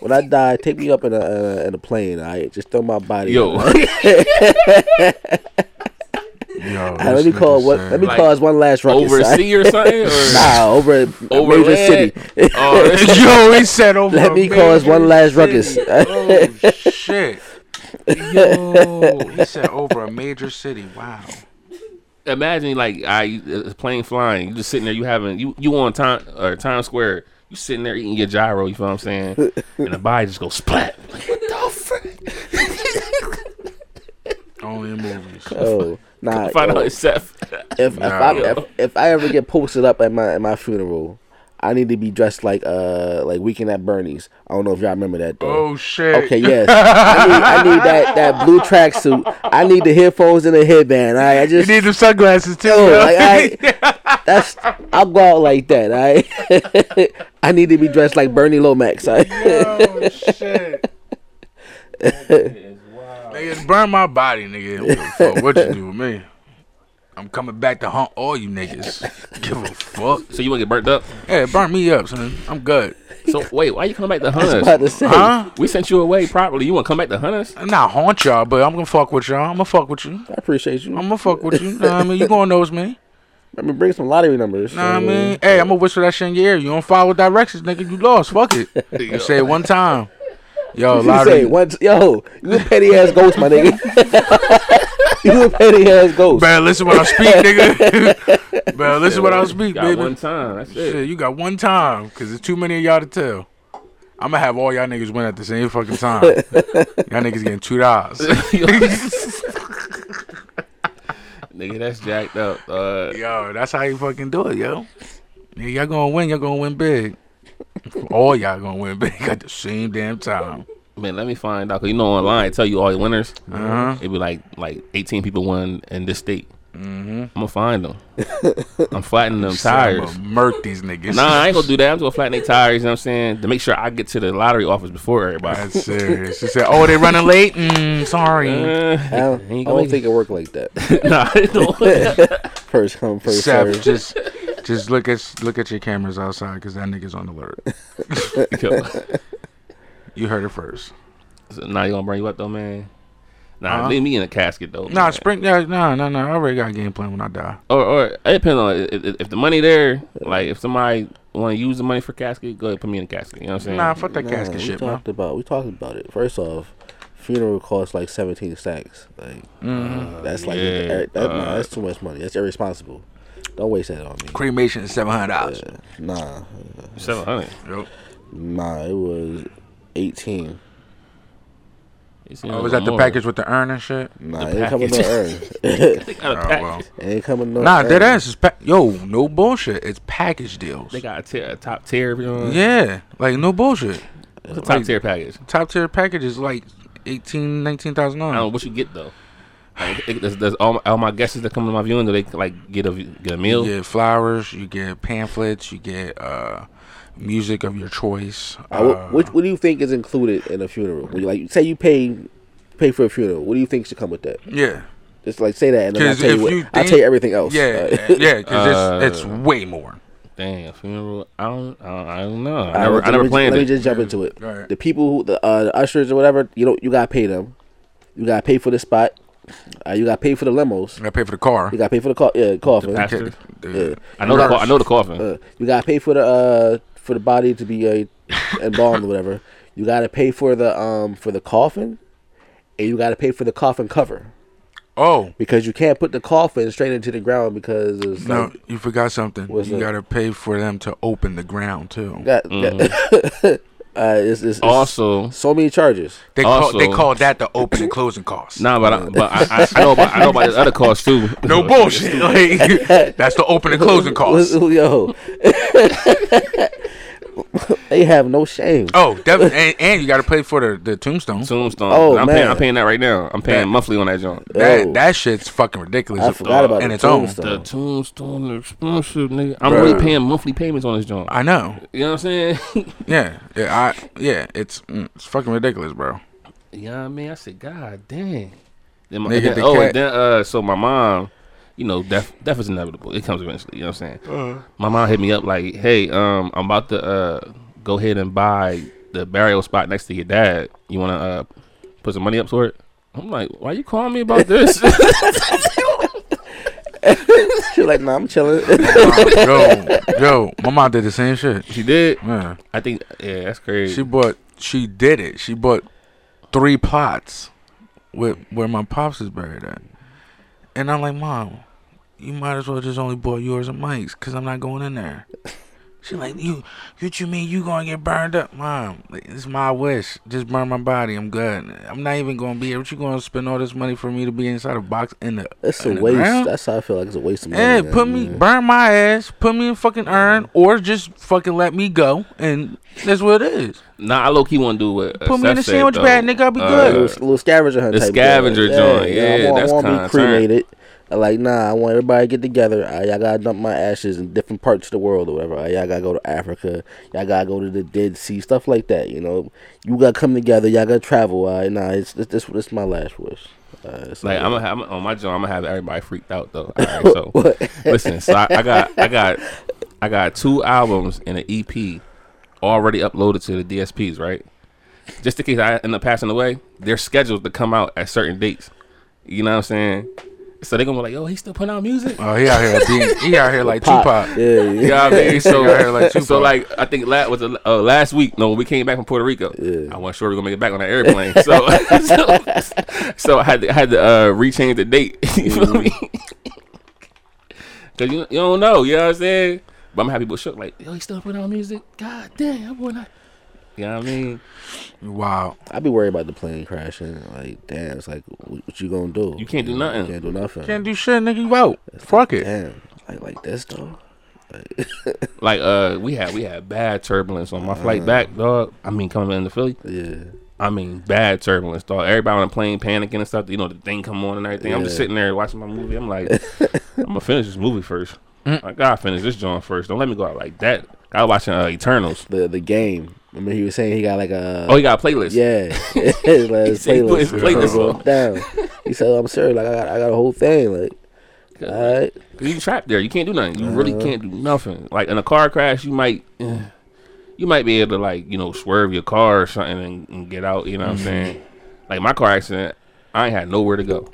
[SPEAKER 1] when I die, take me up in a uh, in a plane. I just throw my body.
[SPEAKER 4] Yo,
[SPEAKER 3] Yo,
[SPEAKER 1] All right, let me call what? Let me
[SPEAKER 4] Like,
[SPEAKER 1] cause one last ruckus.
[SPEAKER 4] oversea or something? Or
[SPEAKER 1] Nah, over
[SPEAKER 4] over
[SPEAKER 1] over major
[SPEAKER 4] land?
[SPEAKER 1] city.
[SPEAKER 4] Oh, that's-
[SPEAKER 3] Yo, he said over.
[SPEAKER 1] Let
[SPEAKER 3] a
[SPEAKER 1] me
[SPEAKER 3] man
[SPEAKER 1] cause one
[SPEAKER 3] in
[SPEAKER 1] last
[SPEAKER 3] the
[SPEAKER 1] ruckus.
[SPEAKER 3] city. Oh shit. Yo, he said over a major city. Wow.
[SPEAKER 4] imagine like I a plane flying. You just sitting there. You having you you on time or Times Square. You sitting there eating your gyro. You feel what I'm saying? and the body just goes splat. Like, what the frick?
[SPEAKER 3] Only in movies.
[SPEAKER 1] Oh, nah.
[SPEAKER 4] Find
[SPEAKER 1] yo,
[SPEAKER 4] out it's Seth.
[SPEAKER 1] if, if,
[SPEAKER 3] Nah.
[SPEAKER 1] I, if if I ever get posted up at my at my funeral, I need to be dressed like uh like Weekend at Bernie's. I don't know if y'all remember that though.
[SPEAKER 3] Oh shit.
[SPEAKER 1] Okay, yes. I need, I need that, that blue tracksuit. I need the headphones and the headband. All right, I
[SPEAKER 3] You
[SPEAKER 1] just
[SPEAKER 3] need the sunglasses too.
[SPEAKER 1] Yo,
[SPEAKER 3] yo.
[SPEAKER 1] like, I, that's I'll go out like that. I I need to be dressed like Bernie Lomax. I,
[SPEAKER 3] Oh shit. Niggas burn my body, nigga. What, the fuck, what you do with me? I'm coming back to haunt all you niggas. Give a fuck.
[SPEAKER 4] Oh, so you want to get burnt up?
[SPEAKER 3] Hey, burn me up, son. I'm good.
[SPEAKER 4] So wait, why you coming back to hunt
[SPEAKER 1] was about to
[SPEAKER 4] us?
[SPEAKER 1] say.
[SPEAKER 3] Huh?
[SPEAKER 4] We sent you away properly. You want to come back to hunt us?
[SPEAKER 3] I'm not haunt y'all, but I'm gonna fuck with y'all. I'm gonna fuck with you.
[SPEAKER 1] I appreciate you.
[SPEAKER 3] I'm gonna fuck with you. Know what I mean, you gonna know it's me.
[SPEAKER 1] I mean, bring some lottery numbers.
[SPEAKER 3] Know what I mean? Hey, I'm gonna whistle that shit in your ear. You don't follow directions, nigga. You lost. Fuck it. You say it one time. Yo,
[SPEAKER 1] You say
[SPEAKER 3] lottery.
[SPEAKER 1] once, yo, you a petty ass ghost, my nigga. you a petty ass ghost.
[SPEAKER 3] Better listen when I speak, nigga. Better listen when I speak,
[SPEAKER 4] Got
[SPEAKER 3] baby.
[SPEAKER 4] one time. That's it.
[SPEAKER 3] Shit, you got one time because there's too many of y'all to tell. I'm gonna have all y'all niggas win at the same fucking time. y'all niggas getting two dollars.
[SPEAKER 4] Nigga, that's jacked up. Uh,
[SPEAKER 3] yo, that's how you fucking do it, yo. Yeah, y'all gonna win. Y'all gonna win big. All y'all gonna win big at the same damn time.
[SPEAKER 4] man, let me find out. 'cause you know, online it tell you all the winners.
[SPEAKER 3] Uh-huh.
[SPEAKER 4] It'd be like like 18 people won in this state. I'm
[SPEAKER 3] Mm-hmm.
[SPEAKER 4] gonna find them. I'm flattening them tires.
[SPEAKER 3] I'm gonna murk these niggas.
[SPEAKER 4] Nah, I ain't gonna do that. I'm just gonna flatten their tires. You know what I'm saying? To make sure I get to the lottery office before everybody.
[SPEAKER 3] That's serious. She said, "Oh, they running late. Mm, sorry."
[SPEAKER 1] I
[SPEAKER 4] Uh,
[SPEAKER 1] don't, I don't think it work like that.
[SPEAKER 4] nah, I don't.
[SPEAKER 1] First come, first
[SPEAKER 3] Seth,
[SPEAKER 1] serve.
[SPEAKER 3] just, just look at look at your cameras outside because that nigga's on alert.
[SPEAKER 4] Yo.
[SPEAKER 3] You heard it first.
[SPEAKER 4] So, nah, you gonna bring you up though, man. Nah,
[SPEAKER 3] Uh-huh.
[SPEAKER 4] leave me in a casket though.
[SPEAKER 3] Nah,
[SPEAKER 4] man.
[SPEAKER 3] spring. Yeah, nah, nah, nah. I already got a game plan when I die.
[SPEAKER 4] or or it depends on if, if- if the money there. Like if somebody want to use the money for casket, go ahead put me in a casket. You know what I'm saying?
[SPEAKER 3] Nah, fuck that
[SPEAKER 1] Nah,
[SPEAKER 3] casket
[SPEAKER 1] we
[SPEAKER 3] shit, man.
[SPEAKER 1] talked about we talked about it. First off, funeral costs like seventeen stacks. Like
[SPEAKER 3] Mm-hmm.
[SPEAKER 1] uh, that's like
[SPEAKER 4] yeah,
[SPEAKER 1] that, nah, that's too much money. That's irresponsible. Don't waste that on me.
[SPEAKER 3] Cremation is seven hundred dollars.
[SPEAKER 1] Nah,
[SPEAKER 4] Seven hundred.
[SPEAKER 1] nah, it was eighteen.
[SPEAKER 3] Oh, was that the package with the urn and shit?
[SPEAKER 1] Nah, it ain't coming no urn. it
[SPEAKER 4] Got a
[SPEAKER 3] Oh,
[SPEAKER 4] package.
[SPEAKER 3] well.
[SPEAKER 1] ain't coming no.
[SPEAKER 3] Nah,
[SPEAKER 1] urn.
[SPEAKER 3] dead ass is pa- yo, no bullshit. It's package deals.
[SPEAKER 4] They got a, tier, a top tier. You know?
[SPEAKER 3] Yeah, like no bullshit.
[SPEAKER 4] What's a top tier package?
[SPEAKER 3] Top tier package is like eighteen, nineteen thousand
[SPEAKER 4] I don't know
[SPEAKER 3] dollars.
[SPEAKER 4] what you get though. Like, it- does, does all, my, all my guests that come to my viewing do they like get a get a meal?
[SPEAKER 3] You get flowers, you get pamphlets, you get uh music of your choice.
[SPEAKER 1] I would-
[SPEAKER 3] uh,
[SPEAKER 1] what, what do you think is included in a funeral? When you, like say you pay pay for a funeral, what do you think should come with that?
[SPEAKER 3] yeah,
[SPEAKER 1] Just like say that, and then I'll
[SPEAKER 3] because
[SPEAKER 1] tell
[SPEAKER 3] if
[SPEAKER 1] you, what,
[SPEAKER 3] you,
[SPEAKER 1] I'll
[SPEAKER 3] think-
[SPEAKER 1] tell you everything else.
[SPEAKER 3] Yeah,
[SPEAKER 1] Like,
[SPEAKER 3] yeah, because
[SPEAKER 4] Uh,
[SPEAKER 3] it's, it's way more.
[SPEAKER 4] Dang, a funeral. I don't. I don't, I don't know. I
[SPEAKER 1] All right,
[SPEAKER 4] never.
[SPEAKER 1] let
[SPEAKER 4] I never
[SPEAKER 1] me-
[SPEAKER 4] planned
[SPEAKER 1] Let
[SPEAKER 4] it.
[SPEAKER 1] me just jump into it.
[SPEAKER 3] All right.
[SPEAKER 1] The people, who, the, uh, the ushers or whatever, you know, you gotta pay them. You gotta pay for the spot. Uh, you got paid for the limos.
[SPEAKER 3] I pay for the car.
[SPEAKER 1] You got paid for the co- yeah, coffin.
[SPEAKER 4] pastor.
[SPEAKER 3] Shit,
[SPEAKER 1] Yeah.
[SPEAKER 3] dude.
[SPEAKER 4] I know the co- I know the coffin.
[SPEAKER 1] Uh, you got paid for the uh, for the body to be uh, embalmed or whatever. You got to pay for the um for the coffin, and you got to pay for the coffin cover
[SPEAKER 3] Oh
[SPEAKER 1] because you can't put the coffin straight into the ground because it's
[SPEAKER 3] no,
[SPEAKER 1] like,
[SPEAKER 3] you forgot something.
[SPEAKER 1] What's
[SPEAKER 3] you
[SPEAKER 1] that?
[SPEAKER 3] gotta pay for them to open the ground too.
[SPEAKER 1] got, uh, it's, it's, it's
[SPEAKER 4] Mm. also,
[SPEAKER 1] so many charges.
[SPEAKER 3] They call
[SPEAKER 4] Also-
[SPEAKER 3] they call that the open and closing costs.
[SPEAKER 4] nah, but
[SPEAKER 1] Oh,
[SPEAKER 4] I, but I, I, I know about I know about this other cost too.
[SPEAKER 3] No bullshit. Like, that's the open and closing costs.
[SPEAKER 1] Yo, they have no shame.
[SPEAKER 3] Oh, definitely. And, and you got to pay for the, the tombstone.
[SPEAKER 4] Tombstone.
[SPEAKER 1] Oh,
[SPEAKER 4] I'm
[SPEAKER 1] man.
[SPEAKER 4] paying. I'm paying that right now. I'm paying monthly on that joint.
[SPEAKER 3] that
[SPEAKER 1] Oh.
[SPEAKER 3] that shit's fucking ridiculous.
[SPEAKER 1] I forgot about
[SPEAKER 3] in
[SPEAKER 1] the
[SPEAKER 3] its own.
[SPEAKER 1] tombstone.
[SPEAKER 4] The tombstone is expensive, nigga. I'm
[SPEAKER 3] Bruh.
[SPEAKER 4] really paying monthly payments on this joint.
[SPEAKER 3] I know.
[SPEAKER 4] You know what I'm saying?
[SPEAKER 3] Yeah, yeah, I yeah. It's mm, it's fucking ridiculous, bro.
[SPEAKER 4] you know what I mean? I said, God damn. Then my,
[SPEAKER 3] Nigga,
[SPEAKER 4] then-
[SPEAKER 3] the
[SPEAKER 4] oh,
[SPEAKER 3] cat-
[SPEAKER 4] and then uh, so my mom, you know, death death is inevitable. It comes eventually. You know what I'm saying? My mom hit me up like, Hey, um, I'm about to uh go ahead and buy the burial spot next to your dad. You wanna uh put some money up for it? I'm like, why you calling me about this?
[SPEAKER 1] She like, nah, I'm chilling.
[SPEAKER 3] Oh, yo, yo, my mom did the same shit.
[SPEAKER 4] she did.
[SPEAKER 3] Yeah,
[SPEAKER 4] I think, yeah, that's crazy.
[SPEAKER 3] she bought. She did it. She bought three plots with where my pops is buried at, and I'm like, mom, you might as well just only bought yours and Mike's, cause I'm not going in there. She like you. What you mean you gonna get burned up, mom? like, It's my wish. Just burn my body. I'm good. I'm not even gonna be here. What you gonna spend all this money for me to be inside a box in the?
[SPEAKER 1] It's a
[SPEAKER 3] in the
[SPEAKER 1] waste.
[SPEAKER 3] ground?
[SPEAKER 1] That's how I feel like it's a waste of money.
[SPEAKER 3] Hey,
[SPEAKER 1] man.
[SPEAKER 3] put me,
[SPEAKER 1] Yeah.
[SPEAKER 3] burn my ass, put me in fucking urn, or just fucking let me go, and that's what it is.
[SPEAKER 4] Nah, I low key want to do what. uh,
[SPEAKER 3] Put me in
[SPEAKER 4] Seth
[SPEAKER 3] a
[SPEAKER 4] said,
[SPEAKER 3] sandwich
[SPEAKER 4] though.
[SPEAKER 3] bag, nigga, I'll be
[SPEAKER 1] A
[SPEAKER 3] good.
[SPEAKER 1] little, little scavenger hunt.
[SPEAKER 4] The
[SPEAKER 1] type
[SPEAKER 4] scavenger
[SPEAKER 1] deal.
[SPEAKER 4] joint, yeah,
[SPEAKER 1] I want,
[SPEAKER 4] that's
[SPEAKER 1] I want to
[SPEAKER 4] kinda
[SPEAKER 1] be cremated. I Like, nah, I want everybody to get together. I, y'all gotta dump my ashes in different parts of the world or whatever. I, y'all gotta go to Africa. Y'all gotta go to the Dead Sea, stuff like that. You know, you gotta come together. Y'all gotta travel. I nah, it's this this, this my last wish. Uh, it's
[SPEAKER 4] Like
[SPEAKER 1] like-
[SPEAKER 4] I'm gonna have on my joint. I'm gonna have everybody freaked out though. All right, so listen, so I, I got, I got, I got two albums and an EP already uploaded to the DSPs, right? Just in case I end up passing away, they're scheduled to come out at certain dates. You know what I'm saying? So they're gonna be like, "Yo, he still putting out music."
[SPEAKER 3] Oh, he out here, being, he out here like
[SPEAKER 1] Pop.
[SPEAKER 3] Tupac.
[SPEAKER 1] Yeah, yeah.
[SPEAKER 4] You know what I mean? So,
[SPEAKER 3] Yeah, I heard like Tupac.
[SPEAKER 4] so like I think la was the, uh, last week. No, when we came back from Puerto Rico, I wasn't sure we were gonna make it back on that airplane. So, so, so I had to, I had to uh, rechange the date. you feel me?
[SPEAKER 1] Mm-hmm.
[SPEAKER 4] Cause you, you don't know. You know what I'm saying? But I'm happy. People shook like, yo, he still putting on music. God damn, that boy not. You know what I mean?
[SPEAKER 3] Wow.
[SPEAKER 1] I'd be worried about the plane crashing. Like, damn, it's like, what, what you gonna do?
[SPEAKER 4] You can't do
[SPEAKER 1] know,
[SPEAKER 4] nothing.
[SPEAKER 1] You can't do nothing.
[SPEAKER 3] Can't do shit, nigga, you out. Fuck it.
[SPEAKER 1] Damn, like like this though.
[SPEAKER 4] Like, uh, we had we had bad turbulence on my flight back, dog. I mean, coming into Philly.
[SPEAKER 1] Uh-huh. Yeah.
[SPEAKER 4] I mean, bad turbulence, dog. Everybody on the plane panicking and stuff. You know, the thing come on and everything. I'm just
[SPEAKER 1] Yeah.
[SPEAKER 4] sitting there watching my movie. I'm like, I'm gonna finish this movie first.
[SPEAKER 3] Mm.
[SPEAKER 4] I gotta finish this joint first. Don't let me go out like that. I was watching uh, Eternals.
[SPEAKER 1] the the game. Remember he was saying he got like a
[SPEAKER 4] Oh, he got a playlist.
[SPEAKER 1] Uh, yeah, His last
[SPEAKER 4] said he put his
[SPEAKER 1] playlist
[SPEAKER 4] playlist
[SPEAKER 1] going
[SPEAKER 4] on.
[SPEAKER 1] down. He said, "I'm serious, like I got I got a whole thing, like all right,
[SPEAKER 4] 'Cause You trapped there. You can't do nothing. You really can't do nothing. Like in a car crash, you might, eh, you might be able to like you know swerve your car or something and, and get out. You know
[SPEAKER 1] Mm-hmm.
[SPEAKER 4] what I'm saying? Like my car accident, I ain't had nowhere to go.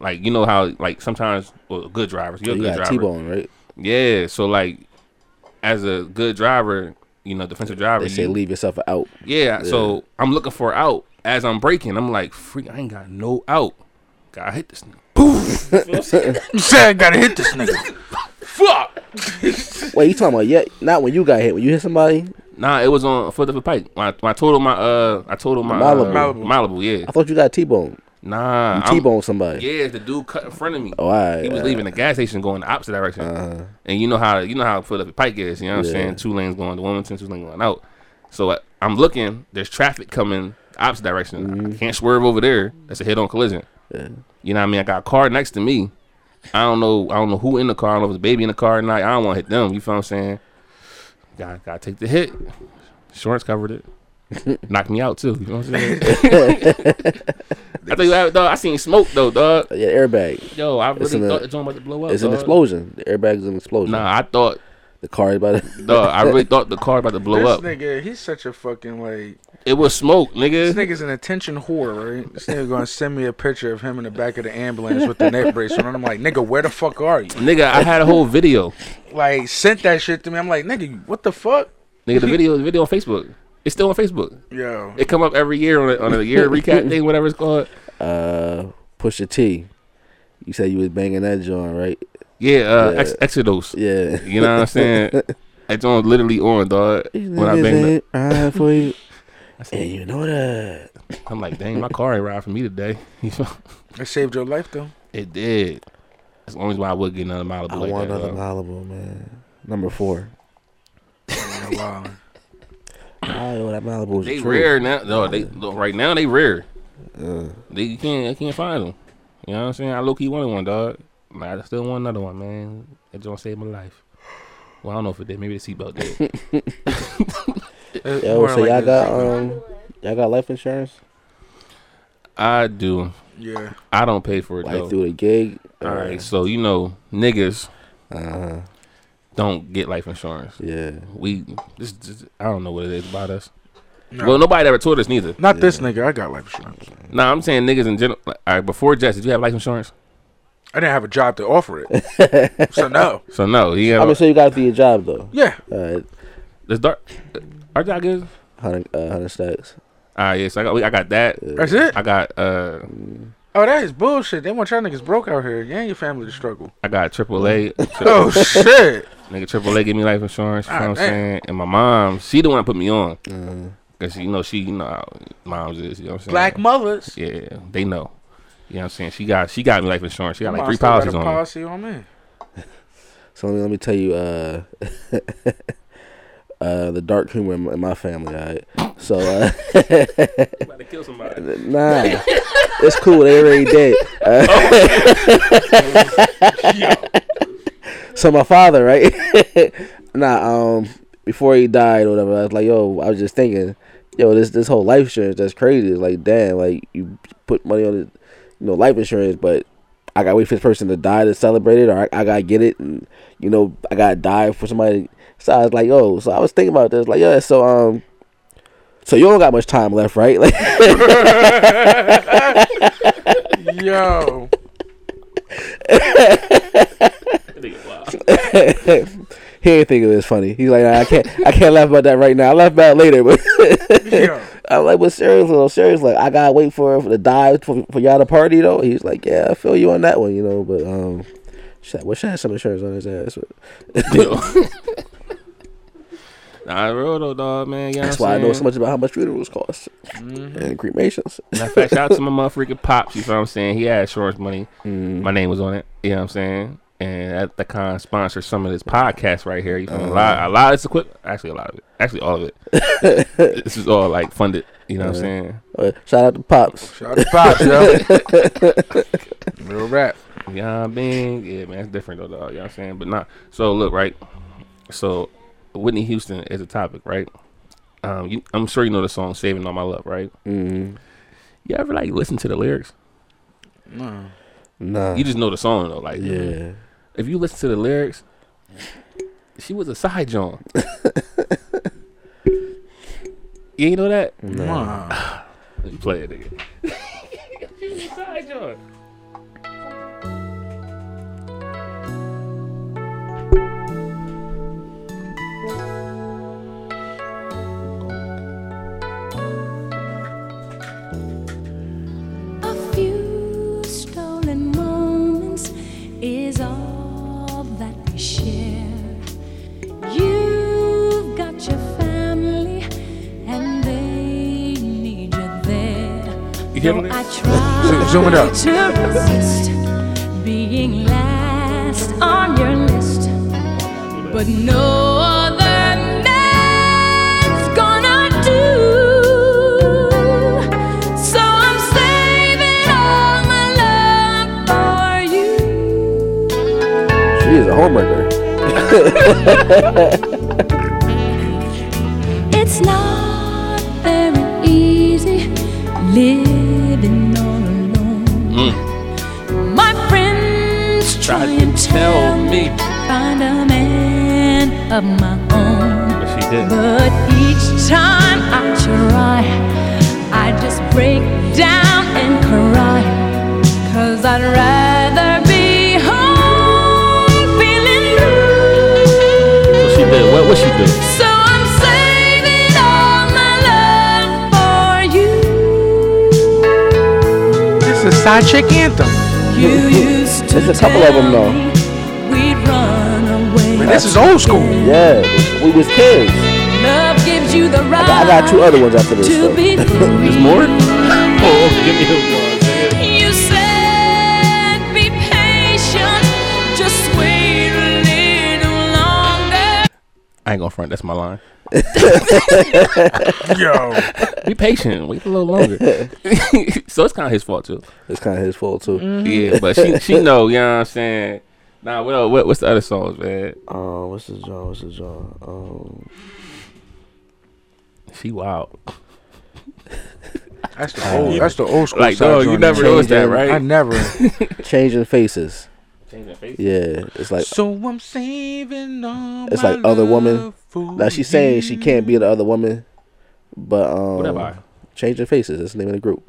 [SPEAKER 4] Like you know how like sometimes well, good drivers, you're a
[SPEAKER 1] you
[SPEAKER 4] good
[SPEAKER 1] got
[SPEAKER 4] driver.
[SPEAKER 1] T-bone, right?
[SPEAKER 4] Yeah, so like, as a good driver, you know, defensive driver,
[SPEAKER 1] They say
[SPEAKER 4] you-
[SPEAKER 1] leave yourself out.
[SPEAKER 4] yeah, So I'm looking for out as I'm breaking. I'm like, freak, I ain't got no out. Gotta hit this nigga.
[SPEAKER 3] You said I gotta hit this nigga.
[SPEAKER 4] Fuck.
[SPEAKER 1] Wait, you talking about yeah? Not when you got hit, when you hit somebody.
[SPEAKER 4] Nah, it was on foot of a pike. When I, when I totaled my uh, I totaled my
[SPEAKER 1] Malibu.
[SPEAKER 4] uh,
[SPEAKER 3] Malibu.
[SPEAKER 4] Malibu, yeah.
[SPEAKER 1] I thought you got T-bone.
[SPEAKER 4] Nah, I'm-
[SPEAKER 1] T-bone somebody.
[SPEAKER 4] Yeah, the dude cut in front of me.
[SPEAKER 1] Oh, all right,
[SPEAKER 4] he was
[SPEAKER 1] all
[SPEAKER 4] leaving the gas station going the opposite direction. And you know how you know how Philadelphia Pike is. You know what I'm
[SPEAKER 1] uh-huh. Yeah.
[SPEAKER 4] saying? Two lanes going to Wilmington, two lanes going out. So I, I'm looking. There's traffic coming opposite direction.
[SPEAKER 1] Mm-hmm.
[SPEAKER 4] I can't swerve over there. That's a hit on collision. You know what I mean? I got a car next to me. I don't know. I don't know who in the car. I don't know if it's a baby in the car or not. I don't want to hit them. You feel what I'm saying? Got got to take the hit. Insurance covered it. Knocked me out too. You know what I'm saying? I tell you what, dog. I seen smoke though, dog.
[SPEAKER 1] Uh, Yeah, airbag.
[SPEAKER 4] Yo, I really
[SPEAKER 1] an-
[SPEAKER 4] thought the joint about to blow up.
[SPEAKER 1] It's an
[SPEAKER 4] dog.
[SPEAKER 1] explosion. The airbag is an explosion.
[SPEAKER 4] Nah, I thought
[SPEAKER 1] The car is about to.
[SPEAKER 4] Duh, I really thought the car about to blow
[SPEAKER 3] this
[SPEAKER 4] up.
[SPEAKER 3] nigga, he's such a fucking like.
[SPEAKER 4] It was smoke,
[SPEAKER 3] This
[SPEAKER 4] nigga.
[SPEAKER 3] nigga's an attention whore, right? This nigga gonna send me a picture of him in the back of the ambulance with the neck brace on. And I'm like, nigga, where the fuck are you?
[SPEAKER 4] Nigga, I had a whole video.
[SPEAKER 3] Like, sent that shit to me. I'm like, nigga, what the fuck?
[SPEAKER 4] Nigga, the video, the video on Facebook. It's still on Facebook.
[SPEAKER 3] Yo,
[SPEAKER 4] It come up every year on a, on a year recap thing, whatever it's called.
[SPEAKER 1] Uh, push the T. You said you was banging that joint, right?
[SPEAKER 4] Yeah, uh, Ex- Exodus.
[SPEAKER 1] Yeah.
[SPEAKER 4] You know what I'm saying? It's on literally on, dog. When I
[SPEAKER 1] Niggas
[SPEAKER 4] banged
[SPEAKER 1] ain't
[SPEAKER 4] up,
[SPEAKER 1] riding for you. and you know that.
[SPEAKER 4] I'm like, dang, my car ain't ride for me today. You know?
[SPEAKER 3] it saved your life though.
[SPEAKER 4] it did. That's the only reason why I would get another Malibu
[SPEAKER 1] I
[SPEAKER 4] like
[SPEAKER 1] want
[SPEAKER 4] that.
[SPEAKER 1] another
[SPEAKER 4] dog.
[SPEAKER 1] Malibu, man. Number four.
[SPEAKER 3] Yeah, wow.
[SPEAKER 1] I know that Malibu was
[SPEAKER 4] They
[SPEAKER 1] a trip.
[SPEAKER 4] rare now. No, they no, right now they rare. They you can't I can't find them. You know what I'm saying? I low key wanted one, dog. Like, I still want another one, man. That don't save my life. Well, I don't know if it did. Maybe the seatbelt did.
[SPEAKER 3] It-
[SPEAKER 1] Yo,
[SPEAKER 3] more
[SPEAKER 1] so
[SPEAKER 3] like
[SPEAKER 1] y'all
[SPEAKER 3] this.
[SPEAKER 1] got um, y'all got life insurance?
[SPEAKER 4] I do.
[SPEAKER 3] yeah.
[SPEAKER 4] I don't pay for it
[SPEAKER 1] Like
[SPEAKER 4] though.
[SPEAKER 1] through the gig.
[SPEAKER 4] All
[SPEAKER 1] or-
[SPEAKER 4] right, so you know niggas
[SPEAKER 1] Uh-huh.
[SPEAKER 4] don't get life insurance.
[SPEAKER 1] Yeah.
[SPEAKER 4] We this, this I don't know what it is about us.
[SPEAKER 3] No.
[SPEAKER 4] Well, nobody ever told us neither.
[SPEAKER 3] Not this nigga. I got life insurance.
[SPEAKER 4] Nah, I'm saying niggas in general. Like, all right, before Jess, did you have life insurance?
[SPEAKER 3] I didn't have a job to offer it, so no.
[SPEAKER 4] So no, you
[SPEAKER 1] I mean,
[SPEAKER 4] got
[SPEAKER 1] so you got to do your job though.
[SPEAKER 3] Yeah,
[SPEAKER 1] Uh,
[SPEAKER 4] this dark. uh, Our job is.
[SPEAKER 1] hundred, uh, hundred stacks.
[SPEAKER 4] Ah yes, I got we, I got that.
[SPEAKER 3] that's it.
[SPEAKER 4] I got uh
[SPEAKER 3] Oh, that is bullshit. They want y'all niggas broke out here. You and your family to struggle.
[SPEAKER 4] I got AAA.
[SPEAKER 3] Oh shit.
[SPEAKER 4] Nigga AAA gave me life insurance. You know
[SPEAKER 3] Ah,
[SPEAKER 4] what I'm
[SPEAKER 3] damn.
[SPEAKER 4] saying? And my mom, she the one that put me on.
[SPEAKER 1] Mm-hmm.
[SPEAKER 4] Cause you know she, you know, how moms is. You know what I'm saying?
[SPEAKER 3] Black mothers.
[SPEAKER 4] Yeah, they know. You know what I'm saying? She got she got me life insurance. She got like
[SPEAKER 3] Mom
[SPEAKER 4] three
[SPEAKER 3] still
[SPEAKER 4] policies
[SPEAKER 3] got a
[SPEAKER 4] on.
[SPEAKER 3] policy on me.
[SPEAKER 1] So let me let me tell you uh uh the dark humor in my, in my family. All right. So uh,
[SPEAKER 4] me. About to kill somebody.
[SPEAKER 1] nah, it's cool. They already dead. Uh, so my father, right? nah. Um, before he died or whatever, I was like, yo, I was just thinking, yo, this this whole life insurance that's crazy. It's like, damn, like you put money on it, you know, life insurance, but I gotta wait for this person to die to celebrate it, or I, I gotta get it, and you know, I gotta die for somebody. So I was like, yo, so I was thinking about this, like, yeah, so um, so you don't got much time left, right? Like,
[SPEAKER 3] Yo.
[SPEAKER 1] he ain't think it was funny. He's like, nah, I can't, I can't laugh about that right now. I will laugh about it later, but
[SPEAKER 3] Yo.
[SPEAKER 1] I'm like, but seriously, though, seriously, like, I gotta wait for for the dive for, for y'all to party though. He's like, yeah, I feel you on that one, you know. But um, shit, I wish I had some insurance on his ass. But
[SPEAKER 4] Nah, real though, dog, man. You know
[SPEAKER 1] that's
[SPEAKER 4] what
[SPEAKER 1] why I
[SPEAKER 4] I'm
[SPEAKER 1] know
[SPEAKER 4] saying?
[SPEAKER 1] so much about how much funerals cost
[SPEAKER 4] Mm-hmm.
[SPEAKER 1] and cremations.
[SPEAKER 4] Matter of fact, shout out to my motherfucking pops. You know what I'm saying? He had insurance money. My name was on it. You know what I'm saying? And that, that kind of sponsored some of this podcast right here. You feel me? a lot, a lot of this equipment. Actually, a lot of it. Actually, all of it. this is all like funded. You know what I'm saying?
[SPEAKER 1] Uh, shout out to pops.
[SPEAKER 3] Shout out to Pops, yo. Real rap.
[SPEAKER 4] You know what I mean? Yeah, man, it's different though, dog. You know what I'm saying? But not. So look, right. So Whitney Houston is a topic, right? Um, you, I'm sure you know the song "Saving All My Love," right?
[SPEAKER 1] Mm,
[SPEAKER 4] You ever like listen to the lyrics?
[SPEAKER 3] No.
[SPEAKER 1] nah,
[SPEAKER 4] You just know the song though, like
[SPEAKER 1] yeah.
[SPEAKER 4] if you listen to the lyrics, she was a side John. you ain't know that?
[SPEAKER 3] Nah.
[SPEAKER 4] Let me play it, nigga. she was a side John.
[SPEAKER 8] A few stolen moments is all that we share. You've got your family, and they need you there.
[SPEAKER 4] You hear me?
[SPEAKER 8] I try
[SPEAKER 3] Zoom it up.
[SPEAKER 8] to resist being last on your list, but no other man's gonna do. So I'm saving all my love for you.
[SPEAKER 1] She is a homewrecker.
[SPEAKER 8] It's not very easy living all alone.
[SPEAKER 4] Mm.
[SPEAKER 8] My friends try
[SPEAKER 4] Try to
[SPEAKER 8] and tell
[SPEAKER 4] tell me.
[SPEAKER 8] me find a man of my own.
[SPEAKER 4] But she didn't.
[SPEAKER 8] But each time I try, I just break down and cry. Cause I'd rather be home feeling blue.
[SPEAKER 4] What she did? What what she do?
[SPEAKER 8] So I'm saving all my love for you.
[SPEAKER 3] It's a side chick anthem.
[SPEAKER 8] You used to
[SPEAKER 1] There's a couple of 'em,
[SPEAKER 8] tell
[SPEAKER 1] though.
[SPEAKER 8] me We'd run away.
[SPEAKER 3] Man, this is old school.
[SPEAKER 1] Yeah, we was kids.
[SPEAKER 8] Love gives you the right
[SPEAKER 1] I got two other ones after this.
[SPEAKER 8] to be
[SPEAKER 1] Though.
[SPEAKER 4] There's
[SPEAKER 8] free.
[SPEAKER 4] more? Oh, give me those ones.
[SPEAKER 8] You said be patient, just wait a little longer.
[SPEAKER 4] I ain't gonna front. That's my line.
[SPEAKER 3] Yo.
[SPEAKER 4] Be patient. Wait a little longer. so it's kind of his fault too.
[SPEAKER 1] it's kind of his fault too.
[SPEAKER 4] Yeah, but she she know. You know what I'm saying? Nah. What, el- what what's the other songs, man?
[SPEAKER 1] Uh, what's his John? What's his John? Um,
[SPEAKER 4] She wild.
[SPEAKER 3] That's the old. Oh, That's the old school.
[SPEAKER 4] Like
[SPEAKER 3] side
[SPEAKER 4] dog, you
[SPEAKER 3] joint.
[SPEAKER 4] never noticed that,
[SPEAKER 1] Changing.
[SPEAKER 3] I
[SPEAKER 4] right?
[SPEAKER 3] never.
[SPEAKER 1] changing faces.
[SPEAKER 4] Changing face.
[SPEAKER 1] Yeah, it's like
[SPEAKER 3] so I'm saving all
[SPEAKER 1] It's
[SPEAKER 3] my
[SPEAKER 1] like other woman.
[SPEAKER 3] love for
[SPEAKER 1] now she's saying she can't be the other woman, but um,
[SPEAKER 4] What have I?
[SPEAKER 1] changing faces. That's the name of the group.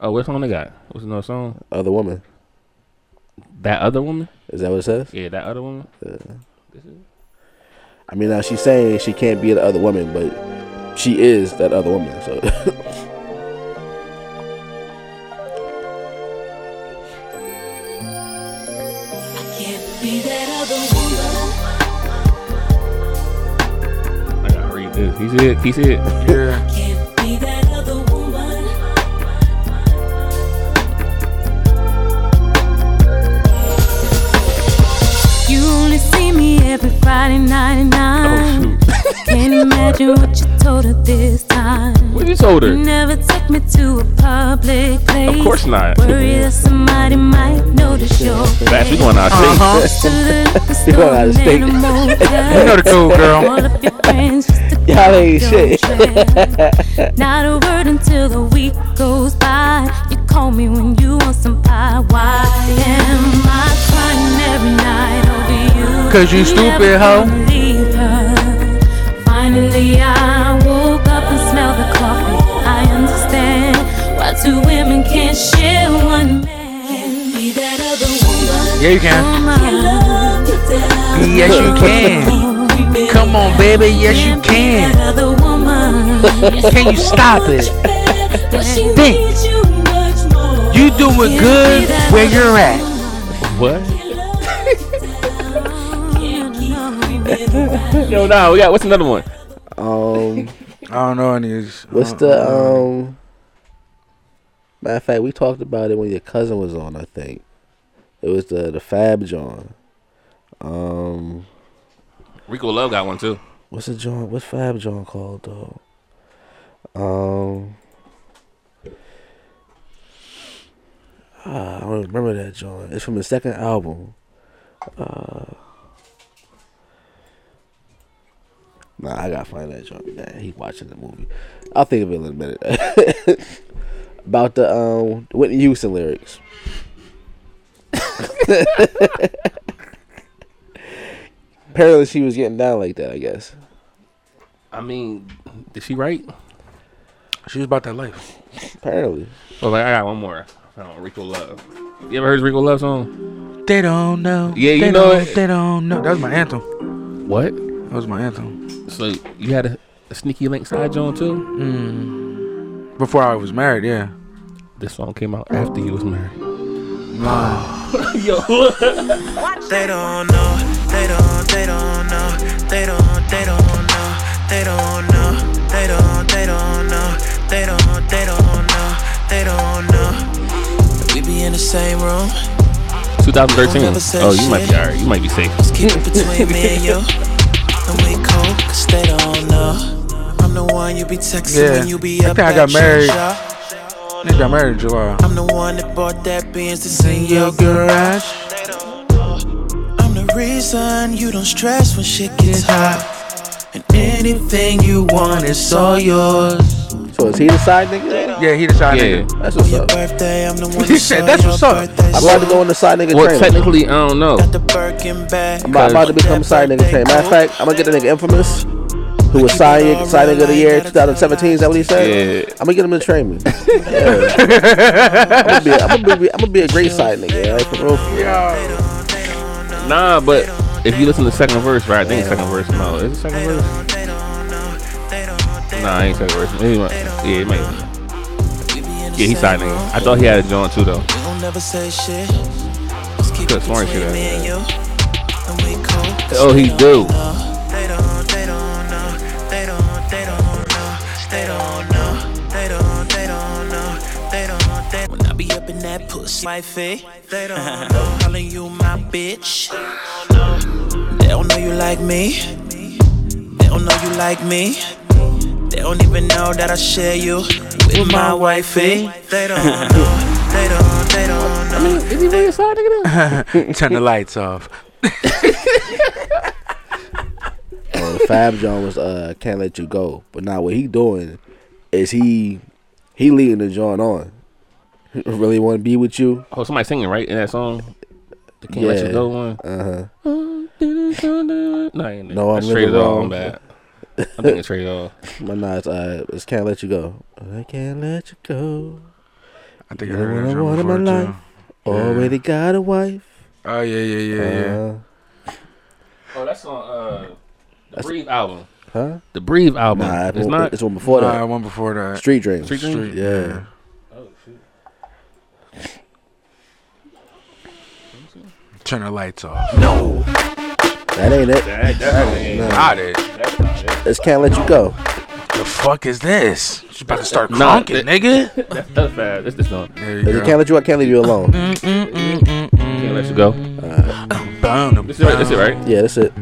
[SPEAKER 4] Oh, what song they got? What's another song?
[SPEAKER 1] Other woman.
[SPEAKER 4] That other woman?
[SPEAKER 1] Is that what it says?
[SPEAKER 4] Yeah, that other woman.
[SPEAKER 1] I mean, now she's saying she can't be the other woman, but she is that other woman. So
[SPEAKER 8] Can't be that other woman.
[SPEAKER 4] I gotta read this. He said. He said.
[SPEAKER 3] you. Yeah.
[SPEAKER 8] Can't be that other woman. You only see me every Friday night and
[SPEAKER 4] Oh
[SPEAKER 8] I
[SPEAKER 4] shoot.
[SPEAKER 8] can't imagine what you told her this time.
[SPEAKER 4] What you told
[SPEAKER 8] You
[SPEAKER 4] her?
[SPEAKER 8] never took me to a public place.
[SPEAKER 4] Of course not.
[SPEAKER 8] Worry that somebody might notice your
[SPEAKER 4] Fast, we
[SPEAKER 8] face.
[SPEAKER 4] going out of
[SPEAKER 8] To
[SPEAKER 4] state.
[SPEAKER 8] the liquor store
[SPEAKER 1] You going out
[SPEAKER 8] and
[SPEAKER 1] of state.
[SPEAKER 8] a motel.
[SPEAKER 3] You know the code, girl.
[SPEAKER 8] All of your friends just to
[SPEAKER 1] Y'all ain't
[SPEAKER 8] your
[SPEAKER 1] shit.
[SPEAKER 9] Uh-huh,
[SPEAKER 8] trail. Not a word until the week goes by. You call me when you want some pie. Why am I crying every night over you?
[SPEAKER 3] 'Cause you stupid, hoe.
[SPEAKER 8] never believe her. Finally, I woke up and smelled the coffee. I understand why two women can't share one man. Can't be that other woman.
[SPEAKER 3] Yeah, you can. Yes, you can. Come on, baby. Yes, you can. Can you stop it? Think. You doing good where you're at.
[SPEAKER 4] What? Yo, nah. We got. What's another one?
[SPEAKER 1] um,
[SPEAKER 3] I don't know any of these.
[SPEAKER 1] what's
[SPEAKER 3] I don't- I
[SPEAKER 1] the
[SPEAKER 3] don't know.
[SPEAKER 1] um? Matter of fact, we talked about it when your cousin was on. I think it was the the Fab John. Um,
[SPEAKER 4] Rico Love got one too.
[SPEAKER 1] what's the John? What's Fab John called though? Um, ah, I don't remember that John. It's from the second album. Uh, nah, I gotta find that John. Man, he watching the movie. I'll think of it in a minute. About the um Whitney Houston lyrics. Apparently, she was getting down like that. I guess.
[SPEAKER 4] I mean, did she write?
[SPEAKER 3] She was about that life.
[SPEAKER 1] Apparently.
[SPEAKER 4] Oh, like I got one more. Oh, Rico Love. You ever heard Rico Love song?
[SPEAKER 3] They don't know.
[SPEAKER 4] Yeah, you
[SPEAKER 3] They
[SPEAKER 4] know
[SPEAKER 3] don't-
[SPEAKER 4] it.
[SPEAKER 3] They don't know. That was my anthem.
[SPEAKER 4] What?
[SPEAKER 3] That was my anthem.
[SPEAKER 4] So you had a, a sneaky link side joint too?
[SPEAKER 3] Mm. Before I was married, yeah.
[SPEAKER 4] This song came out after you was married.
[SPEAKER 3] Nah.
[SPEAKER 10] They don't know, they don't, they don't know, they don't, they don't know, they don't know, they don't, they don't know, they don't, they don't know, they don't know. We be in the same room, Don't
[SPEAKER 4] 2013.
[SPEAKER 10] ever say
[SPEAKER 4] Oh, you might be
[SPEAKER 10] shit.
[SPEAKER 4] alright. You might be safe.
[SPEAKER 10] just keep it between me and you. And we cool, cause they don't know. I'm the one you be texting
[SPEAKER 3] Yeah.
[SPEAKER 10] when you be
[SPEAKER 3] I
[SPEAKER 10] up
[SPEAKER 3] think I
[SPEAKER 10] at
[SPEAKER 3] got
[SPEAKER 10] your
[SPEAKER 3] married.
[SPEAKER 10] job.
[SPEAKER 3] Nigga got married in July.
[SPEAKER 10] I'm the one that bought that Benz that's in your
[SPEAKER 3] garage.
[SPEAKER 10] I'm the reason you don't stress when shit gets hot. And anything you want is all yours.
[SPEAKER 1] So So is he the side nigga?
[SPEAKER 3] Yeah, he the shy
[SPEAKER 4] Yeah.
[SPEAKER 3] nigga.
[SPEAKER 1] That's what's up.
[SPEAKER 10] Birthday, I'm the one
[SPEAKER 3] He
[SPEAKER 10] that
[SPEAKER 3] said,
[SPEAKER 10] saw
[SPEAKER 3] "That's
[SPEAKER 10] your
[SPEAKER 3] what's up."
[SPEAKER 10] birthday
[SPEAKER 1] I'm
[SPEAKER 10] suit.
[SPEAKER 1] about to go on the side nigga
[SPEAKER 4] Well,
[SPEAKER 1] train.
[SPEAKER 4] technically, I don't know.
[SPEAKER 10] Got the Birkin bag.
[SPEAKER 1] I'm about, about to become side nigga train. Matter of fact, I'm gonna get the nigga infamous. Who was side nigga, side nigga of the year 2017? Is that what he said?
[SPEAKER 4] Yeah.
[SPEAKER 1] I'm gonna get him to train me. Yeah. I'm, gonna be, I'm, gonna be, I'm gonna be a great side nigga. Yeah, for real.
[SPEAKER 4] Nah, but if you listen to the second verse, right? I think it's second verse. No, is it second verse? Nah, it ain't second verse. Maybe it might- yeah, it might. be. Yeah, he's side nigga. I thought he had a joint too, though.
[SPEAKER 10] We don't never say shit. Just keep
[SPEAKER 4] Could've
[SPEAKER 10] it
[SPEAKER 4] sworn
[SPEAKER 10] between
[SPEAKER 4] he should've
[SPEAKER 10] me
[SPEAKER 4] had
[SPEAKER 10] and you. And we cool. 'cause
[SPEAKER 4] Oh, he do.
[SPEAKER 10] They don't, they don't know. They don't, they don't know. They don't know. They don't, they don't know. They don't, they When I be up in that pussy, wifey. They don't know. Calling you my bitch. They don't know you like me. They don't know you like me. They don't even know that I share you with my eh? wifey. They don't know. They don't, they don't know.
[SPEAKER 1] Is he really a side nigga? Though?
[SPEAKER 3] Turn the lights off.
[SPEAKER 1] uh, Fab John was uh can't let you go. But now what he doing is he he leading the John on. really want to be with you?
[SPEAKER 4] Oh, somebody singing right in that song. The Can't let you
[SPEAKER 1] Yeah.
[SPEAKER 4] go one.
[SPEAKER 1] Uh
[SPEAKER 4] No, I ain't
[SPEAKER 1] No, I'm
[SPEAKER 4] That's straight
[SPEAKER 1] living
[SPEAKER 4] at all.
[SPEAKER 1] wrong.
[SPEAKER 4] I'm bad. I'm thinking straight at all.
[SPEAKER 1] huh. But nah, it's, uh, it's can't let you go. I can't let you go.
[SPEAKER 3] I think I
[SPEAKER 1] You're
[SPEAKER 3] heard
[SPEAKER 1] the
[SPEAKER 3] that
[SPEAKER 1] one
[SPEAKER 3] joint
[SPEAKER 1] in my
[SPEAKER 3] before
[SPEAKER 1] life.
[SPEAKER 3] too.
[SPEAKER 1] Already got a wife.
[SPEAKER 3] Oh yeah, yeah, yeah, yeah.
[SPEAKER 1] Uh,
[SPEAKER 4] Oh, that's on uh, the Breathe album.
[SPEAKER 1] huh?
[SPEAKER 4] The Breathe album.
[SPEAKER 1] Nah,
[SPEAKER 4] it's not.
[SPEAKER 1] It's one before
[SPEAKER 3] Nah,
[SPEAKER 1] that.
[SPEAKER 3] one before that.
[SPEAKER 1] Street Dreams.
[SPEAKER 4] Street Dreams?
[SPEAKER 3] Street,
[SPEAKER 1] Yeah.
[SPEAKER 3] Turn the lights off.
[SPEAKER 1] That ain't it.
[SPEAKER 4] that, definitely ain't-
[SPEAKER 3] Got it.
[SPEAKER 1] It's can't let you go.
[SPEAKER 3] The fuck is this? She's about to start
[SPEAKER 4] Nah,
[SPEAKER 3] crunking, nigga.
[SPEAKER 4] That's that's bad. It's this song.
[SPEAKER 3] There
[SPEAKER 1] If
[SPEAKER 3] you
[SPEAKER 1] you
[SPEAKER 3] go.
[SPEAKER 1] can't let you, I can't leave you alone.
[SPEAKER 4] Can't let you go.
[SPEAKER 3] Boom.
[SPEAKER 4] This is right. This is right.
[SPEAKER 1] Yeah, that's it.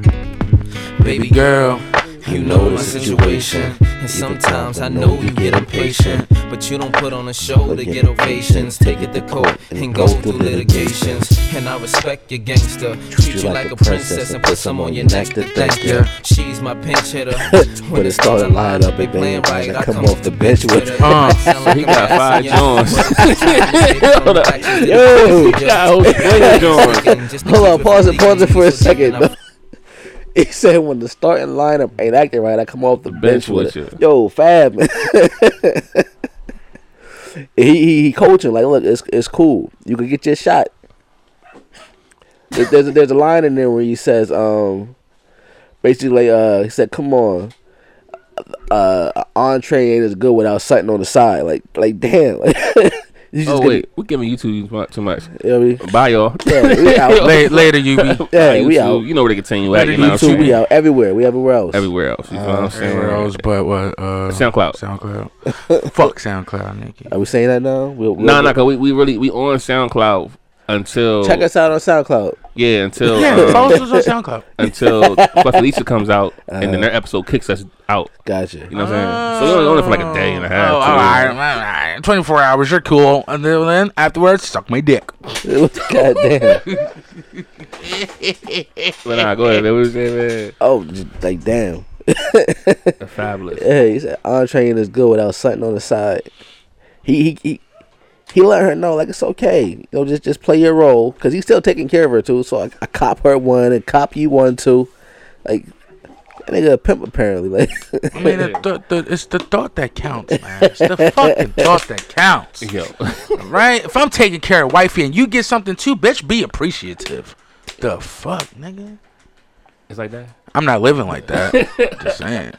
[SPEAKER 3] Baby girl.
[SPEAKER 11] You know the situation. And sometimes I know you get impatient. But you don't put on a show to get ovations. Take it to court and go through litigations. And I respect your gangster. Treat you like a princess and put some on your neck to thank ya. She's my pinch hitter.
[SPEAKER 1] But it started lying up and then I come off the bench with-
[SPEAKER 3] Uh,
[SPEAKER 4] He got five joints.
[SPEAKER 1] Yo.
[SPEAKER 4] Yo, what you doing?
[SPEAKER 1] Hold on, pause it, pause it for a second. He said when the starting lineup ain't acting right, I come off the bench,
[SPEAKER 4] Bench
[SPEAKER 1] with
[SPEAKER 4] with
[SPEAKER 1] it. Yo, Fab. he, he he coaching like, look, it's it's cool. You can get your shot. There- There's a, there's a line in there where he says, um, basically, uh, he said, "Come on, uh, a entree ain't as good without something on the side." Like like damn. Like, you just
[SPEAKER 4] Oh
[SPEAKER 1] get-
[SPEAKER 4] wait, we giving you too much. Too much.
[SPEAKER 1] you know what I mean?
[SPEAKER 4] Bye y'all.
[SPEAKER 1] Yeah, we out.
[SPEAKER 3] la- later, you be.
[SPEAKER 1] Yeah,
[SPEAKER 4] Bye,
[SPEAKER 1] we
[SPEAKER 4] YouTube.
[SPEAKER 1] out.
[SPEAKER 4] You know where they continue at. You know what I'm
[SPEAKER 1] YouTube, we
[SPEAKER 4] saying?
[SPEAKER 1] out everywhere. We everywhere else. Uh,
[SPEAKER 4] Everywhere else. You know what I'm saying?
[SPEAKER 3] Everywhere else but what? Uh,
[SPEAKER 4] SoundCloud.
[SPEAKER 3] SoundCloud. Fuck SoundCloud, nigga.
[SPEAKER 1] Are we saying that now? We'll, we'll,
[SPEAKER 4] Nah, nah, cause we, we really we on SoundCloud until
[SPEAKER 1] Check us out on SoundCloud.
[SPEAKER 4] yeah until
[SPEAKER 3] Yeah,
[SPEAKER 4] um,
[SPEAKER 3] follow us on SoundCloud.
[SPEAKER 4] until Buffalisa comes out and then their episode kicks us out.
[SPEAKER 1] Uh, Gotcha.
[SPEAKER 4] You know what I'm saying? So we only on it for like a day and a half.
[SPEAKER 3] Oh, all
[SPEAKER 4] two days.
[SPEAKER 3] right, all right. 24 hours, you're cool. And then, then afterwards, suck my dick.
[SPEAKER 1] God damn.
[SPEAKER 4] But nah, go ahead. Man. What was that, man?
[SPEAKER 1] Oh, j- like damn.
[SPEAKER 4] The fabulous.
[SPEAKER 1] Yeah, he said entree is good without something on the side. He he he. He let her know like it's okay, you know, just just play your role, cause he's still taking care of her too. So I, I cop her one and cop you one too, like that nigga a pimp apparently. Like
[SPEAKER 3] I mean, the, the, the, it's the thought that counts, man. It's the fucking thought that counts,
[SPEAKER 4] Yo,
[SPEAKER 3] right? If I'm taking care of wifey and you get something too, bitch, be appreciative. The fuck, Oh, nigga?
[SPEAKER 4] it's like that.
[SPEAKER 3] I'm not living like that. Just saying.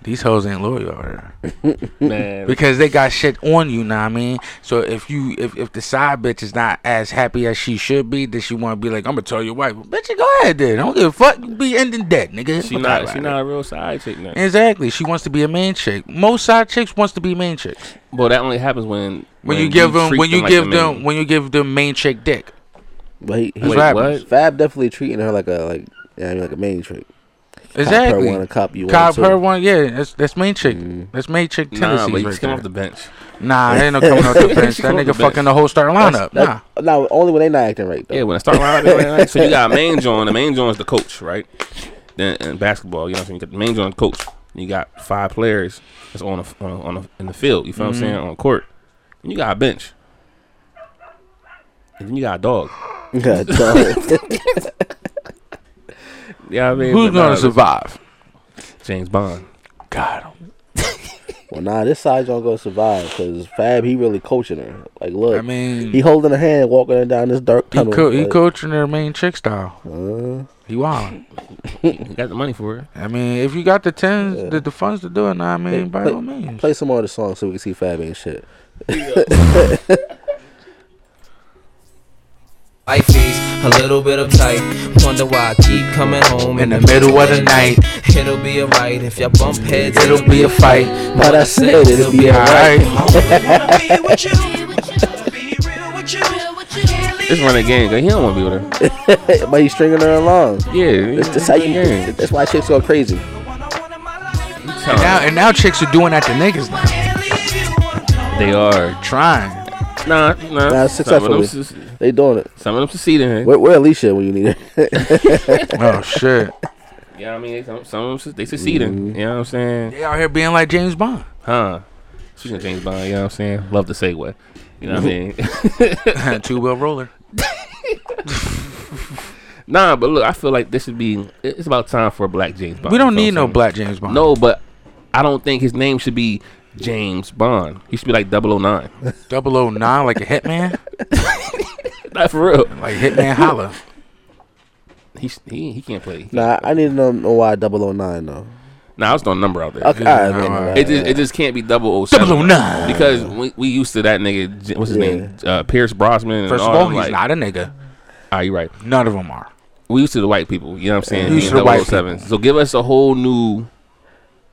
[SPEAKER 3] These hoes ain't loyal over here.
[SPEAKER 4] Man,
[SPEAKER 3] because they got shit on you. Know what I mean? So if you if, if the side bitch is not as happy as she should be, then she want to be like, I'm gonna tell your wife, bitch, you go ahead then. I don't give a fuck. You be ending dead, nigga.
[SPEAKER 4] she
[SPEAKER 3] Fuck
[SPEAKER 4] not
[SPEAKER 3] outta
[SPEAKER 4] she
[SPEAKER 3] here.
[SPEAKER 4] not a real side chick now.
[SPEAKER 3] Exactly. She wants to be a main chick. Most side chicks wants to be main chicks.
[SPEAKER 4] Well, that only happens when
[SPEAKER 3] When, you give them,
[SPEAKER 4] treat
[SPEAKER 3] when you
[SPEAKER 4] like
[SPEAKER 3] give
[SPEAKER 4] the
[SPEAKER 3] them,
[SPEAKER 4] man.
[SPEAKER 3] when you give them main chick dick.
[SPEAKER 1] but he, he
[SPEAKER 3] That's
[SPEAKER 4] Wait,
[SPEAKER 3] what happens.
[SPEAKER 4] what?
[SPEAKER 1] Fab definitely treating her like a like yeah, I mean, like a main trick. Cop her
[SPEAKER 3] Exactly.
[SPEAKER 1] one and cop you
[SPEAKER 3] Cop
[SPEAKER 1] one too. Mm-hmm.
[SPEAKER 3] her one, yeah. That's that's main chick. That's main chick
[SPEAKER 4] Nah,
[SPEAKER 3] tendencies
[SPEAKER 4] but you
[SPEAKER 3] right
[SPEAKER 4] just came
[SPEAKER 3] there.
[SPEAKER 4] off the bench.
[SPEAKER 3] Nah, ain't no coming off the bench. That
[SPEAKER 4] Come off
[SPEAKER 3] nigga
[SPEAKER 4] the bench.
[SPEAKER 3] fucking the whole starting lineup. Nah.
[SPEAKER 1] That- No, only when they not acting right though.
[SPEAKER 4] Yeah, when I start line up, everything like that. so you got a main joint. The main joint is the coach, right? Then in basketball, you know what I'm saying. You got the main joint, coach. and you got five players that's on a, on a, on a, in the field. You feel what I'm saying on the court. And you got a bench. And then you got a dog.
[SPEAKER 1] God, dog.
[SPEAKER 4] Yeah, I mean,
[SPEAKER 3] Who's
[SPEAKER 4] But nah,
[SPEAKER 3] gonna
[SPEAKER 4] it was
[SPEAKER 3] survive?
[SPEAKER 4] James Bond.
[SPEAKER 3] God,
[SPEAKER 1] well, nah, this side y'all gonna survive because Fab he really coaching her. Like, look,
[SPEAKER 3] I mean,
[SPEAKER 1] he holding her hand, walking her down this dark
[SPEAKER 3] he,
[SPEAKER 1] tunnel.
[SPEAKER 3] co- he
[SPEAKER 1] like,
[SPEAKER 3] coaching their main chick style.
[SPEAKER 1] uh,
[SPEAKER 3] He wild.
[SPEAKER 4] You got the money for it.
[SPEAKER 3] I mean, if you got the tens, the, the funds to do it, nah, I mean, by
[SPEAKER 1] play,
[SPEAKER 3] all means.
[SPEAKER 1] play some more of the songs so we can see Fab ain't shit.
[SPEAKER 11] Life is a little bit uptight. Wonder why I keep coming home
[SPEAKER 3] In the middle of the night.
[SPEAKER 11] It'll be alright if y'all bump heads.
[SPEAKER 3] It'll be a fight.
[SPEAKER 1] But I said it'll be alright.
[SPEAKER 10] Be with you. Be real with you.
[SPEAKER 4] It's running game. He don't want to be with her.
[SPEAKER 1] but he's stringing her along.
[SPEAKER 4] Yeah,
[SPEAKER 1] That's, that's how you.
[SPEAKER 4] Game.
[SPEAKER 1] That's why chicks go crazy.
[SPEAKER 3] And now, and now chicks are doing that to niggas now.
[SPEAKER 4] They are.
[SPEAKER 3] Trying.
[SPEAKER 4] Nah, nah.
[SPEAKER 1] Nah,
[SPEAKER 4] some of
[SPEAKER 1] successfully.
[SPEAKER 4] them, su-
[SPEAKER 1] They doing it.
[SPEAKER 4] some of them succeeding. Her.
[SPEAKER 1] Where, where Alicia when you need her?
[SPEAKER 3] Oh, shit.
[SPEAKER 4] You know what I mean? They, some, some of them su- they succeeding.
[SPEAKER 1] Mm-hmm.
[SPEAKER 4] You know what I'm saying?
[SPEAKER 3] They out here being like James Bond.
[SPEAKER 4] Huh? Speaking of James Bond, you know what I'm saying? Love the segue. You know what I mean?
[SPEAKER 3] Two wheel roller.
[SPEAKER 4] nah, but look, I feel like this should be. It's about time for a black James Bond.
[SPEAKER 3] We don't
[SPEAKER 4] You feel
[SPEAKER 3] need
[SPEAKER 4] what
[SPEAKER 3] no
[SPEAKER 4] I'm saying?
[SPEAKER 3] black James Bond.
[SPEAKER 4] No, but I don't think his name should be James Bond. He should be like
[SPEAKER 3] 009
[SPEAKER 4] 009.
[SPEAKER 3] like a hitman.
[SPEAKER 4] Not for real.
[SPEAKER 3] Like hitman holla.
[SPEAKER 4] He sh- he he can't play.
[SPEAKER 1] nah, I need to know, know why 009 though.
[SPEAKER 4] Nah, I was throwing a number out there.
[SPEAKER 1] Okay,
[SPEAKER 3] Yeah,
[SPEAKER 1] all right,
[SPEAKER 3] no,
[SPEAKER 1] man,
[SPEAKER 3] I-
[SPEAKER 1] all
[SPEAKER 4] It just,
[SPEAKER 1] right.
[SPEAKER 4] it just can't be 007.
[SPEAKER 3] 009.
[SPEAKER 4] Because we, we used to that nigga, J- what's his
[SPEAKER 1] oh Yeah.
[SPEAKER 4] name? Uh, Pierce Brosnan. And
[SPEAKER 3] First of
[SPEAKER 4] all
[SPEAKER 3] all,
[SPEAKER 4] them,
[SPEAKER 3] he's
[SPEAKER 4] like,
[SPEAKER 3] not a nigga.
[SPEAKER 4] Ah, you right.
[SPEAKER 3] None of them are.
[SPEAKER 4] We used to the white people. You know what I'm saying?
[SPEAKER 3] We used to
[SPEAKER 4] Being
[SPEAKER 3] the white
[SPEAKER 4] 007. So give us a whole new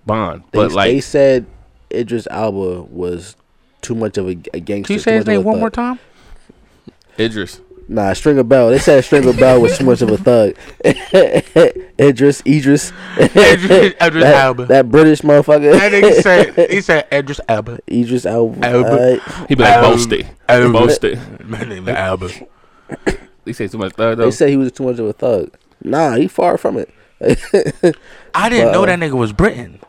[SPEAKER 4] Bond. but
[SPEAKER 1] they,
[SPEAKER 4] like,
[SPEAKER 1] they said, Idris Alba was too much of a, a gangster.
[SPEAKER 3] Can you
[SPEAKER 1] too
[SPEAKER 3] say his
[SPEAKER 1] much of a
[SPEAKER 3] name one
[SPEAKER 1] thug.
[SPEAKER 3] more time?
[SPEAKER 4] Idris.
[SPEAKER 1] Nah, Stringer Bell. They said Stringer Bell was too much of a thug. Idris, Idris,
[SPEAKER 3] Idris Elba.
[SPEAKER 1] that, that British
[SPEAKER 3] That nigga
[SPEAKER 1] motherfucker.
[SPEAKER 3] said he said Idris Elba.
[SPEAKER 1] Idris Alba.
[SPEAKER 3] Elba.
[SPEAKER 1] Uh,
[SPEAKER 4] He be like,
[SPEAKER 3] Um,
[SPEAKER 4] boasty.
[SPEAKER 3] um,
[SPEAKER 4] Boasty.
[SPEAKER 3] My name is Elba.
[SPEAKER 4] They say too much thug, though.
[SPEAKER 1] they said he was too much of a thug. Nah, he far from it.
[SPEAKER 3] I didn't know that nigga was Britain.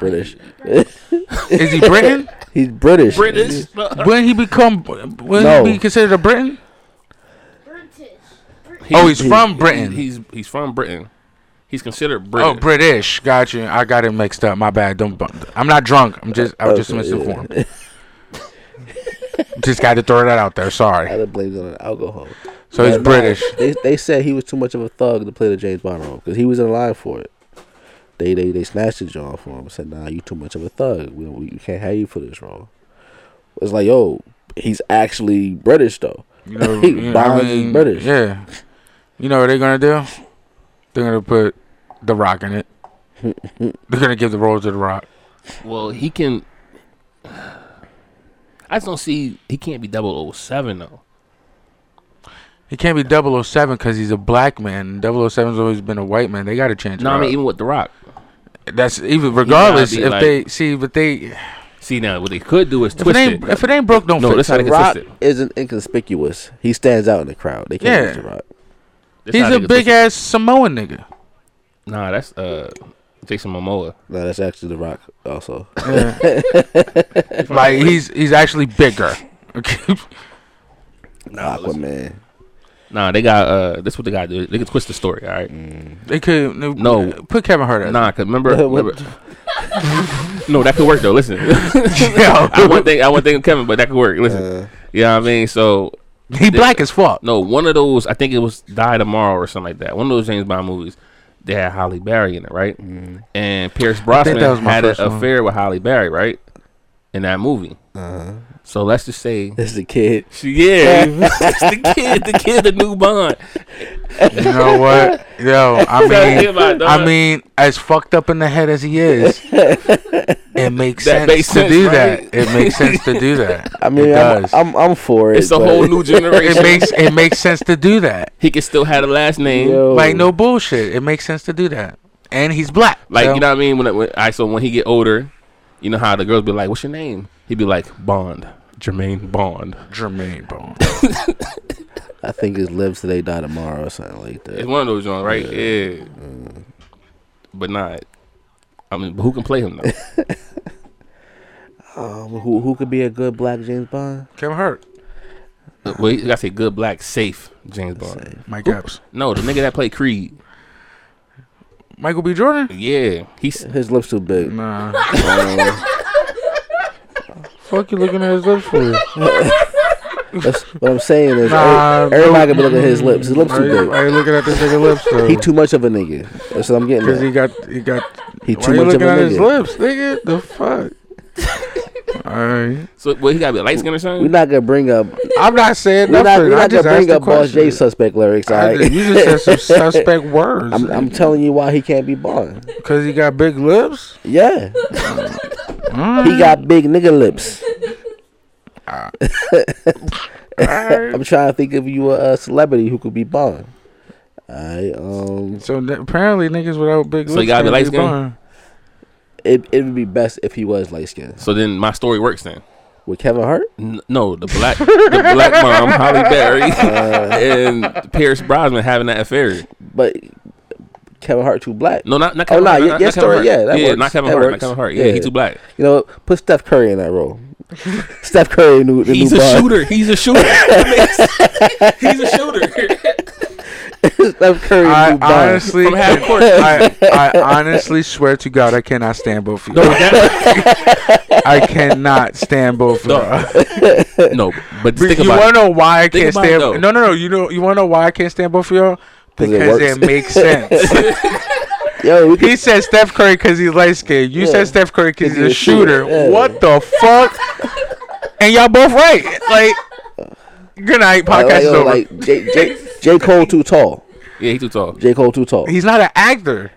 [SPEAKER 1] British.
[SPEAKER 3] Is he Britain?
[SPEAKER 1] He's British.
[SPEAKER 4] British.
[SPEAKER 3] when he become when
[SPEAKER 1] No.
[SPEAKER 3] he be considered a Britain?
[SPEAKER 4] He-
[SPEAKER 3] oh, he's
[SPEAKER 4] he-
[SPEAKER 3] from Britain.
[SPEAKER 4] He's he's from Britain. He's considered
[SPEAKER 3] Oh,
[SPEAKER 4] British.
[SPEAKER 3] British. Got you. I got it mixed up. My bad. Don't. bu- I'm not drunk. I'm just. I was just
[SPEAKER 1] Okay,
[SPEAKER 3] misinformed. just got to throw that out there.
[SPEAKER 1] I
[SPEAKER 3] Sorry.
[SPEAKER 1] done blamed it on alcohol.
[SPEAKER 3] So he's
[SPEAKER 1] But nah,
[SPEAKER 3] British.
[SPEAKER 1] They they said he was too much of a thug to play the James Bond role because he was in line for it. They they they snatched the job for him and said, "Nah, you too much of a thug. We, we we can't have you for this role." It's like, yo, he's actually British though.
[SPEAKER 3] You know. you know I
[SPEAKER 1] Bond is
[SPEAKER 3] mean,
[SPEAKER 1] British.
[SPEAKER 3] Yeah. You know what they're gonna do? They're gonna put the Rock in it. they're gonna give the role to the Rock.
[SPEAKER 4] Well, he can. I just don't see. He can't be 007, though.
[SPEAKER 3] He can't be 007 because he's a black man. 007's always been a white man. They gotta change.
[SPEAKER 4] No,
[SPEAKER 3] it
[SPEAKER 4] I mean,
[SPEAKER 3] up.
[SPEAKER 4] even with The Rock.
[SPEAKER 3] that's even regardless
[SPEAKER 4] be
[SPEAKER 3] if
[SPEAKER 4] like-
[SPEAKER 3] they see, but they
[SPEAKER 4] See, now, what they could do is
[SPEAKER 3] if it,
[SPEAKER 4] twist it.
[SPEAKER 3] ain't, if it ain't broke, don't
[SPEAKER 4] No,
[SPEAKER 3] fix
[SPEAKER 4] that's
[SPEAKER 3] it.
[SPEAKER 4] how they
[SPEAKER 1] The
[SPEAKER 4] get
[SPEAKER 1] Rock
[SPEAKER 4] twisted.
[SPEAKER 1] isn't inconspicuous. He stands out in the crowd. They can't
[SPEAKER 3] Yeah.
[SPEAKER 1] use The Rock.
[SPEAKER 4] That's
[SPEAKER 3] He's
[SPEAKER 4] how they
[SPEAKER 3] a
[SPEAKER 4] get
[SPEAKER 3] big
[SPEAKER 4] twisted.
[SPEAKER 3] ass Samoan nigga.
[SPEAKER 4] Nah, that's uh Jason Momoa.
[SPEAKER 1] No, that's actually The Rock also.
[SPEAKER 3] Like he's he's actually bigger. Okay.
[SPEAKER 1] Aquaman.
[SPEAKER 4] Nah, they got uh. This what they got to do. They can twist the story. All right.
[SPEAKER 1] Mm.
[SPEAKER 3] they could no,
[SPEAKER 4] No.
[SPEAKER 3] put Kevin Hart as
[SPEAKER 4] Nah, cause remember.
[SPEAKER 1] What-
[SPEAKER 4] remember no, that could work though. Listen, I
[SPEAKER 3] Yo,
[SPEAKER 4] want thing. I want thing of Kevin, but that could work. Listen. yeah, I mean, so
[SPEAKER 3] he black as fuck.
[SPEAKER 4] no, one of those. I think it was Die Tomorrow or something like that. One of those James Bond movies. They had Holly Berry in it, right?
[SPEAKER 1] Mm-hmm.
[SPEAKER 4] And Pierce Brosnan
[SPEAKER 3] that was my
[SPEAKER 4] had an
[SPEAKER 3] first one.
[SPEAKER 4] affair with Holly Berry, right? In that movie. So let's just say
[SPEAKER 1] This is Uh-huh. the kid.
[SPEAKER 4] She- Yeah, it's the kid, the kid, the new Bond.
[SPEAKER 3] You know what? Yo, I
[SPEAKER 4] Think about it,
[SPEAKER 3] mean, I
[SPEAKER 4] dog.
[SPEAKER 3] mean, as fucked up in the head as he is, it makes
[SPEAKER 4] That
[SPEAKER 3] sense
[SPEAKER 4] makes
[SPEAKER 3] to
[SPEAKER 4] sense,
[SPEAKER 3] do
[SPEAKER 4] right?
[SPEAKER 3] that. It makes sense to do that.
[SPEAKER 1] I mean,
[SPEAKER 3] it
[SPEAKER 1] I'm,
[SPEAKER 3] does.
[SPEAKER 1] I'm I'm for it.
[SPEAKER 4] It's a
[SPEAKER 1] but-
[SPEAKER 4] whole new
[SPEAKER 3] it
[SPEAKER 4] generation.
[SPEAKER 3] makes it makes sense to do that.
[SPEAKER 4] he can still have the last name.
[SPEAKER 1] Yo.
[SPEAKER 3] Like no bullshit. It makes sense to do that. And he's black.
[SPEAKER 4] Like
[SPEAKER 3] so-
[SPEAKER 4] you know what I mean? When, I- when I so when he get older, you know how the girls be like, "What's your name?" He'd be like, "Bond, Jermaine Bond."
[SPEAKER 3] Jermaine Bone.
[SPEAKER 1] I think his lives today die tomorrow or something like
[SPEAKER 4] It's
[SPEAKER 1] that.
[SPEAKER 4] one of those ones, right? Yeah. But not. I mean, but who can play him though?
[SPEAKER 1] Um, who who could be a good black James Bond?
[SPEAKER 3] Kevin Hart,
[SPEAKER 4] well, you gotta say good black safe James Bond.
[SPEAKER 3] Mike Epps,
[SPEAKER 4] No, the nigga that played Creed.
[SPEAKER 3] Michael B. Jordan.
[SPEAKER 4] Yeah, he's
[SPEAKER 1] His Oh. lips too big.
[SPEAKER 3] Nah. Fuck you looking at his lips for?
[SPEAKER 1] That's what I'm saying is
[SPEAKER 3] Nah,
[SPEAKER 1] every- everybody can be looking at his lips. His lips
[SPEAKER 3] Are
[SPEAKER 1] too
[SPEAKER 3] you,
[SPEAKER 1] big.
[SPEAKER 3] are you looking at this nigga lips though?
[SPEAKER 1] He too much of a nigga. That's what I'm getting.
[SPEAKER 3] Cause
[SPEAKER 1] At.
[SPEAKER 3] he got he got.
[SPEAKER 1] He
[SPEAKER 3] why
[SPEAKER 1] too
[SPEAKER 3] you
[SPEAKER 1] much of
[SPEAKER 3] looking
[SPEAKER 1] a
[SPEAKER 3] at his
[SPEAKER 1] nigga.
[SPEAKER 3] lips, nigga? The fuck. All right.
[SPEAKER 4] so. Well, he gotta be a light skin or
[SPEAKER 1] We're
[SPEAKER 4] something.
[SPEAKER 1] not gonna bring up.
[SPEAKER 3] I'm not saying
[SPEAKER 1] We're not,
[SPEAKER 3] nothing.
[SPEAKER 1] we're
[SPEAKER 3] I
[SPEAKER 1] not
[SPEAKER 3] just
[SPEAKER 1] gonna
[SPEAKER 3] asked
[SPEAKER 1] bring
[SPEAKER 3] the
[SPEAKER 1] up Boss J
[SPEAKER 3] question.
[SPEAKER 1] suspect lyrics. All
[SPEAKER 3] I
[SPEAKER 1] right.
[SPEAKER 3] just- you just said some suspect words.
[SPEAKER 1] I'm, I'm telling you why he can't be Bond.
[SPEAKER 3] Cause he got big lips.
[SPEAKER 1] Yeah.
[SPEAKER 3] Mm.
[SPEAKER 1] He got big nigga lips.
[SPEAKER 3] Alright.
[SPEAKER 1] I'm trying to think of you a, a celebrity who could be Bond. I um,
[SPEAKER 3] So th- apparently niggas without big
[SPEAKER 4] So
[SPEAKER 3] lips.
[SPEAKER 4] you gotta be
[SPEAKER 3] can't
[SPEAKER 4] light skinned?
[SPEAKER 3] blind.
[SPEAKER 1] it it would be best if he was light skinned
[SPEAKER 4] So then my story works then.
[SPEAKER 1] with Kevin Hart.
[SPEAKER 4] N- no, the black, the black mom, Holly Berry, and Pierce Brosnan having that affair.
[SPEAKER 1] Uh. but Kevin Hart too black.
[SPEAKER 4] No, Uh, not not
[SPEAKER 1] Oh,
[SPEAKER 4] Kevin
[SPEAKER 1] nah,
[SPEAKER 4] Hart.
[SPEAKER 1] y- your
[SPEAKER 4] not, not Kevin
[SPEAKER 1] story,
[SPEAKER 4] Hart.
[SPEAKER 1] yeah, that
[SPEAKER 4] yeah,
[SPEAKER 1] works.
[SPEAKER 4] not Kevin
[SPEAKER 1] That
[SPEAKER 4] Hart. Not
[SPEAKER 1] works.
[SPEAKER 4] Kevin Hart. Yeah,
[SPEAKER 1] Yeah.
[SPEAKER 4] he too black.
[SPEAKER 1] You know, put Steph Curry in that role. Steph Curry, new, the
[SPEAKER 4] He's
[SPEAKER 1] new
[SPEAKER 4] a
[SPEAKER 1] Bond.
[SPEAKER 4] shooter. He's a shooter. That makes- He's a shooter.
[SPEAKER 1] Steph Curry,
[SPEAKER 3] I
[SPEAKER 1] new Bond.
[SPEAKER 3] honestly,
[SPEAKER 4] From half court.
[SPEAKER 3] I, I honestly swear to God, I cannot stand both of you. I cannot stand both of you.
[SPEAKER 4] No, no. But
[SPEAKER 3] But
[SPEAKER 4] think
[SPEAKER 3] you
[SPEAKER 4] about
[SPEAKER 3] want
[SPEAKER 4] it.
[SPEAKER 3] to know why I can't
[SPEAKER 4] about it,
[SPEAKER 3] stand?
[SPEAKER 4] though.
[SPEAKER 3] No, no, no. You know, you want to know why I can't stand both of y'all?
[SPEAKER 1] 'Cause it
[SPEAKER 3] Because
[SPEAKER 1] works.
[SPEAKER 3] it, makes sense.
[SPEAKER 1] Yo, we
[SPEAKER 3] he
[SPEAKER 1] could,
[SPEAKER 3] said Steph Curry because he's light skinned. You
[SPEAKER 1] Yeah.
[SPEAKER 3] said Steph Curry because he's a shooter.
[SPEAKER 1] Yeah.
[SPEAKER 3] What the fuck? and y'all both right. Like, good night. Podcast
[SPEAKER 1] like, like,
[SPEAKER 3] is
[SPEAKER 1] yo,
[SPEAKER 3] over.
[SPEAKER 1] like J, J, J Cole too tall.
[SPEAKER 4] Yeah, he too tall.
[SPEAKER 1] J Cole too tall.
[SPEAKER 3] he's not an actor.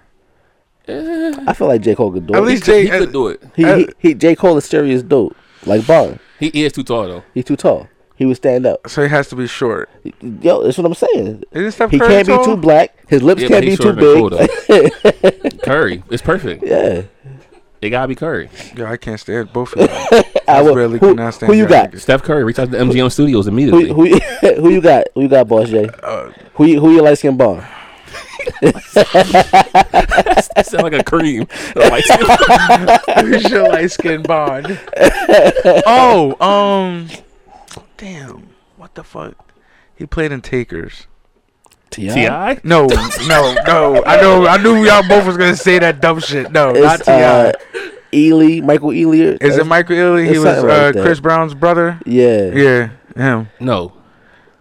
[SPEAKER 1] I feel like J Cole could do it.
[SPEAKER 3] At least uh,
[SPEAKER 4] He
[SPEAKER 3] Jay.
[SPEAKER 4] could do it.
[SPEAKER 1] uh, he, he, he J Cole is serious dope. Like Bond,
[SPEAKER 4] He is too tall though.
[SPEAKER 1] he too tall. He would stand up.
[SPEAKER 3] so he has to be short.
[SPEAKER 1] Yo, that's what I'm saying.
[SPEAKER 3] Isn't Steph
[SPEAKER 1] He
[SPEAKER 3] Curry
[SPEAKER 1] can't be
[SPEAKER 3] tall?
[SPEAKER 1] too black. His lips
[SPEAKER 4] Yeah, but
[SPEAKER 1] can't be
[SPEAKER 4] he's
[SPEAKER 1] too
[SPEAKER 4] shorter than Cole
[SPEAKER 1] big.
[SPEAKER 4] though. Curry, it's perfect.
[SPEAKER 1] yeah.
[SPEAKER 4] It gotta be Curry.
[SPEAKER 3] Yo, I can't stand both of you.
[SPEAKER 1] I will,
[SPEAKER 3] really
[SPEAKER 1] who,
[SPEAKER 3] cannot stand
[SPEAKER 1] who you
[SPEAKER 3] that
[SPEAKER 1] got?
[SPEAKER 3] nigga.
[SPEAKER 4] Steph Curry reach out to MGM Studios immediately.
[SPEAKER 1] Who, who, who you got? Who you got, Boss J?
[SPEAKER 3] Uh,
[SPEAKER 1] who you, who you light skin Bond?
[SPEAKER 4] That sound like a cream. Like, I
[SPEAKER 3] Who's your light skin bond? oh, um, damn, what the fuck? He played in Takers.
[SPEAKER 1] Ti.
[SPEAKER 3] No, no, no. I know. I knew y'all both was gonna say that dumb shit. No, not
[SPEAKER 1] It's
[SPEAKER 3] Ti.
[SPEAKER 1] uh, Ely, Michael Ely.
[SPEAKER 3] Is it Michael Ealy? He
[SPEAKER 1] it's
[SPEAKER 3] was
[SPEAKER 1] something like
[SPEAKER 3] uh,
[SPEAKER 1] that.
[SPEAKER 3] Chris Brown's brother.
[SPEAKER 1] Yeah.
[SPEAKER 3] Yeah, him.
[SPEAKER 4] no,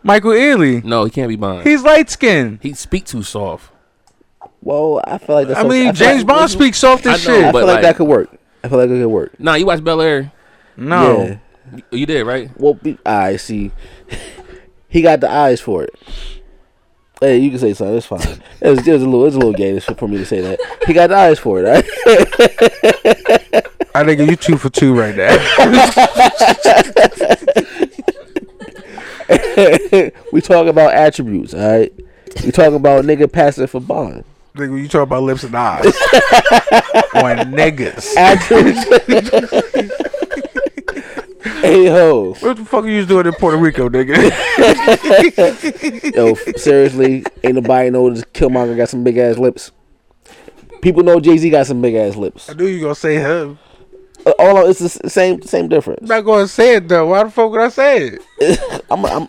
[SPEAKER 3] Michael Ealy.
[SPEAKER 4] no, he can't be Bond.
[SPEAKER 3] He's light skinned.
[SPEAKER 4] he speak too soft.
[SPEAKER 1] Well, I feel like that's.
[SPEAKER 3] I mean,
[SPEAKER 1] feel
[SPEAKER 3] James
[SPEAKER 1] like-
[SPEAKER 3] Bond speaks soft
[SPEAKER 4] I
[SPEAKER 3] as
[SPEAKER 4] know,
[SPEAKER 1] I
[SPEAKER 3] shit.
[SPEAKER 1] feel
[SPEAKER 4] but
[SPEAKER 1] like,
[SPEAKER 4] like-
[SPEAKER 1] that could work. I feel like it could work.
[SPEAKER 4] Nah, you watch Bel Air.
[SPEAKER 3] No,
[SPEAKER 1] Yeah.
[SPEAKER 4] You did right.
[SPEAKER 1] Well, be, I see. he got the eyes for it. Hey, you can say something. It's fine. It was, it was a little. It's a little gay for me to say that. He got the eyes for it. Right?
[SPEAKER 3] I think Ah, you two for two right now.
[SPEAKER 1] we talk about attributes. All right. We talk about nigga passing for Bond.
[SPEAKER 3] Nigga, you talk about lips and eyes. Or niggas.
[SPEAKER 1] Hey ho.
[SPEAKER 3] What the fuck are you doing in Puerto Rico, nigga?
[SPEAKER 1] Yo, f- seriously, ain't nobody know this Killmonger got some big ass lips. People know Jay Z got some big ass lips.
[SPEAKER 3] I knew you gonna say him.
[SPEAKER 1] Uh, All of- it's the s- same same difference.
[SPEAKER 3] I'm not gonna say it though. Why the fuck would I say it?
[SPEAKER 1] I'm, I'm,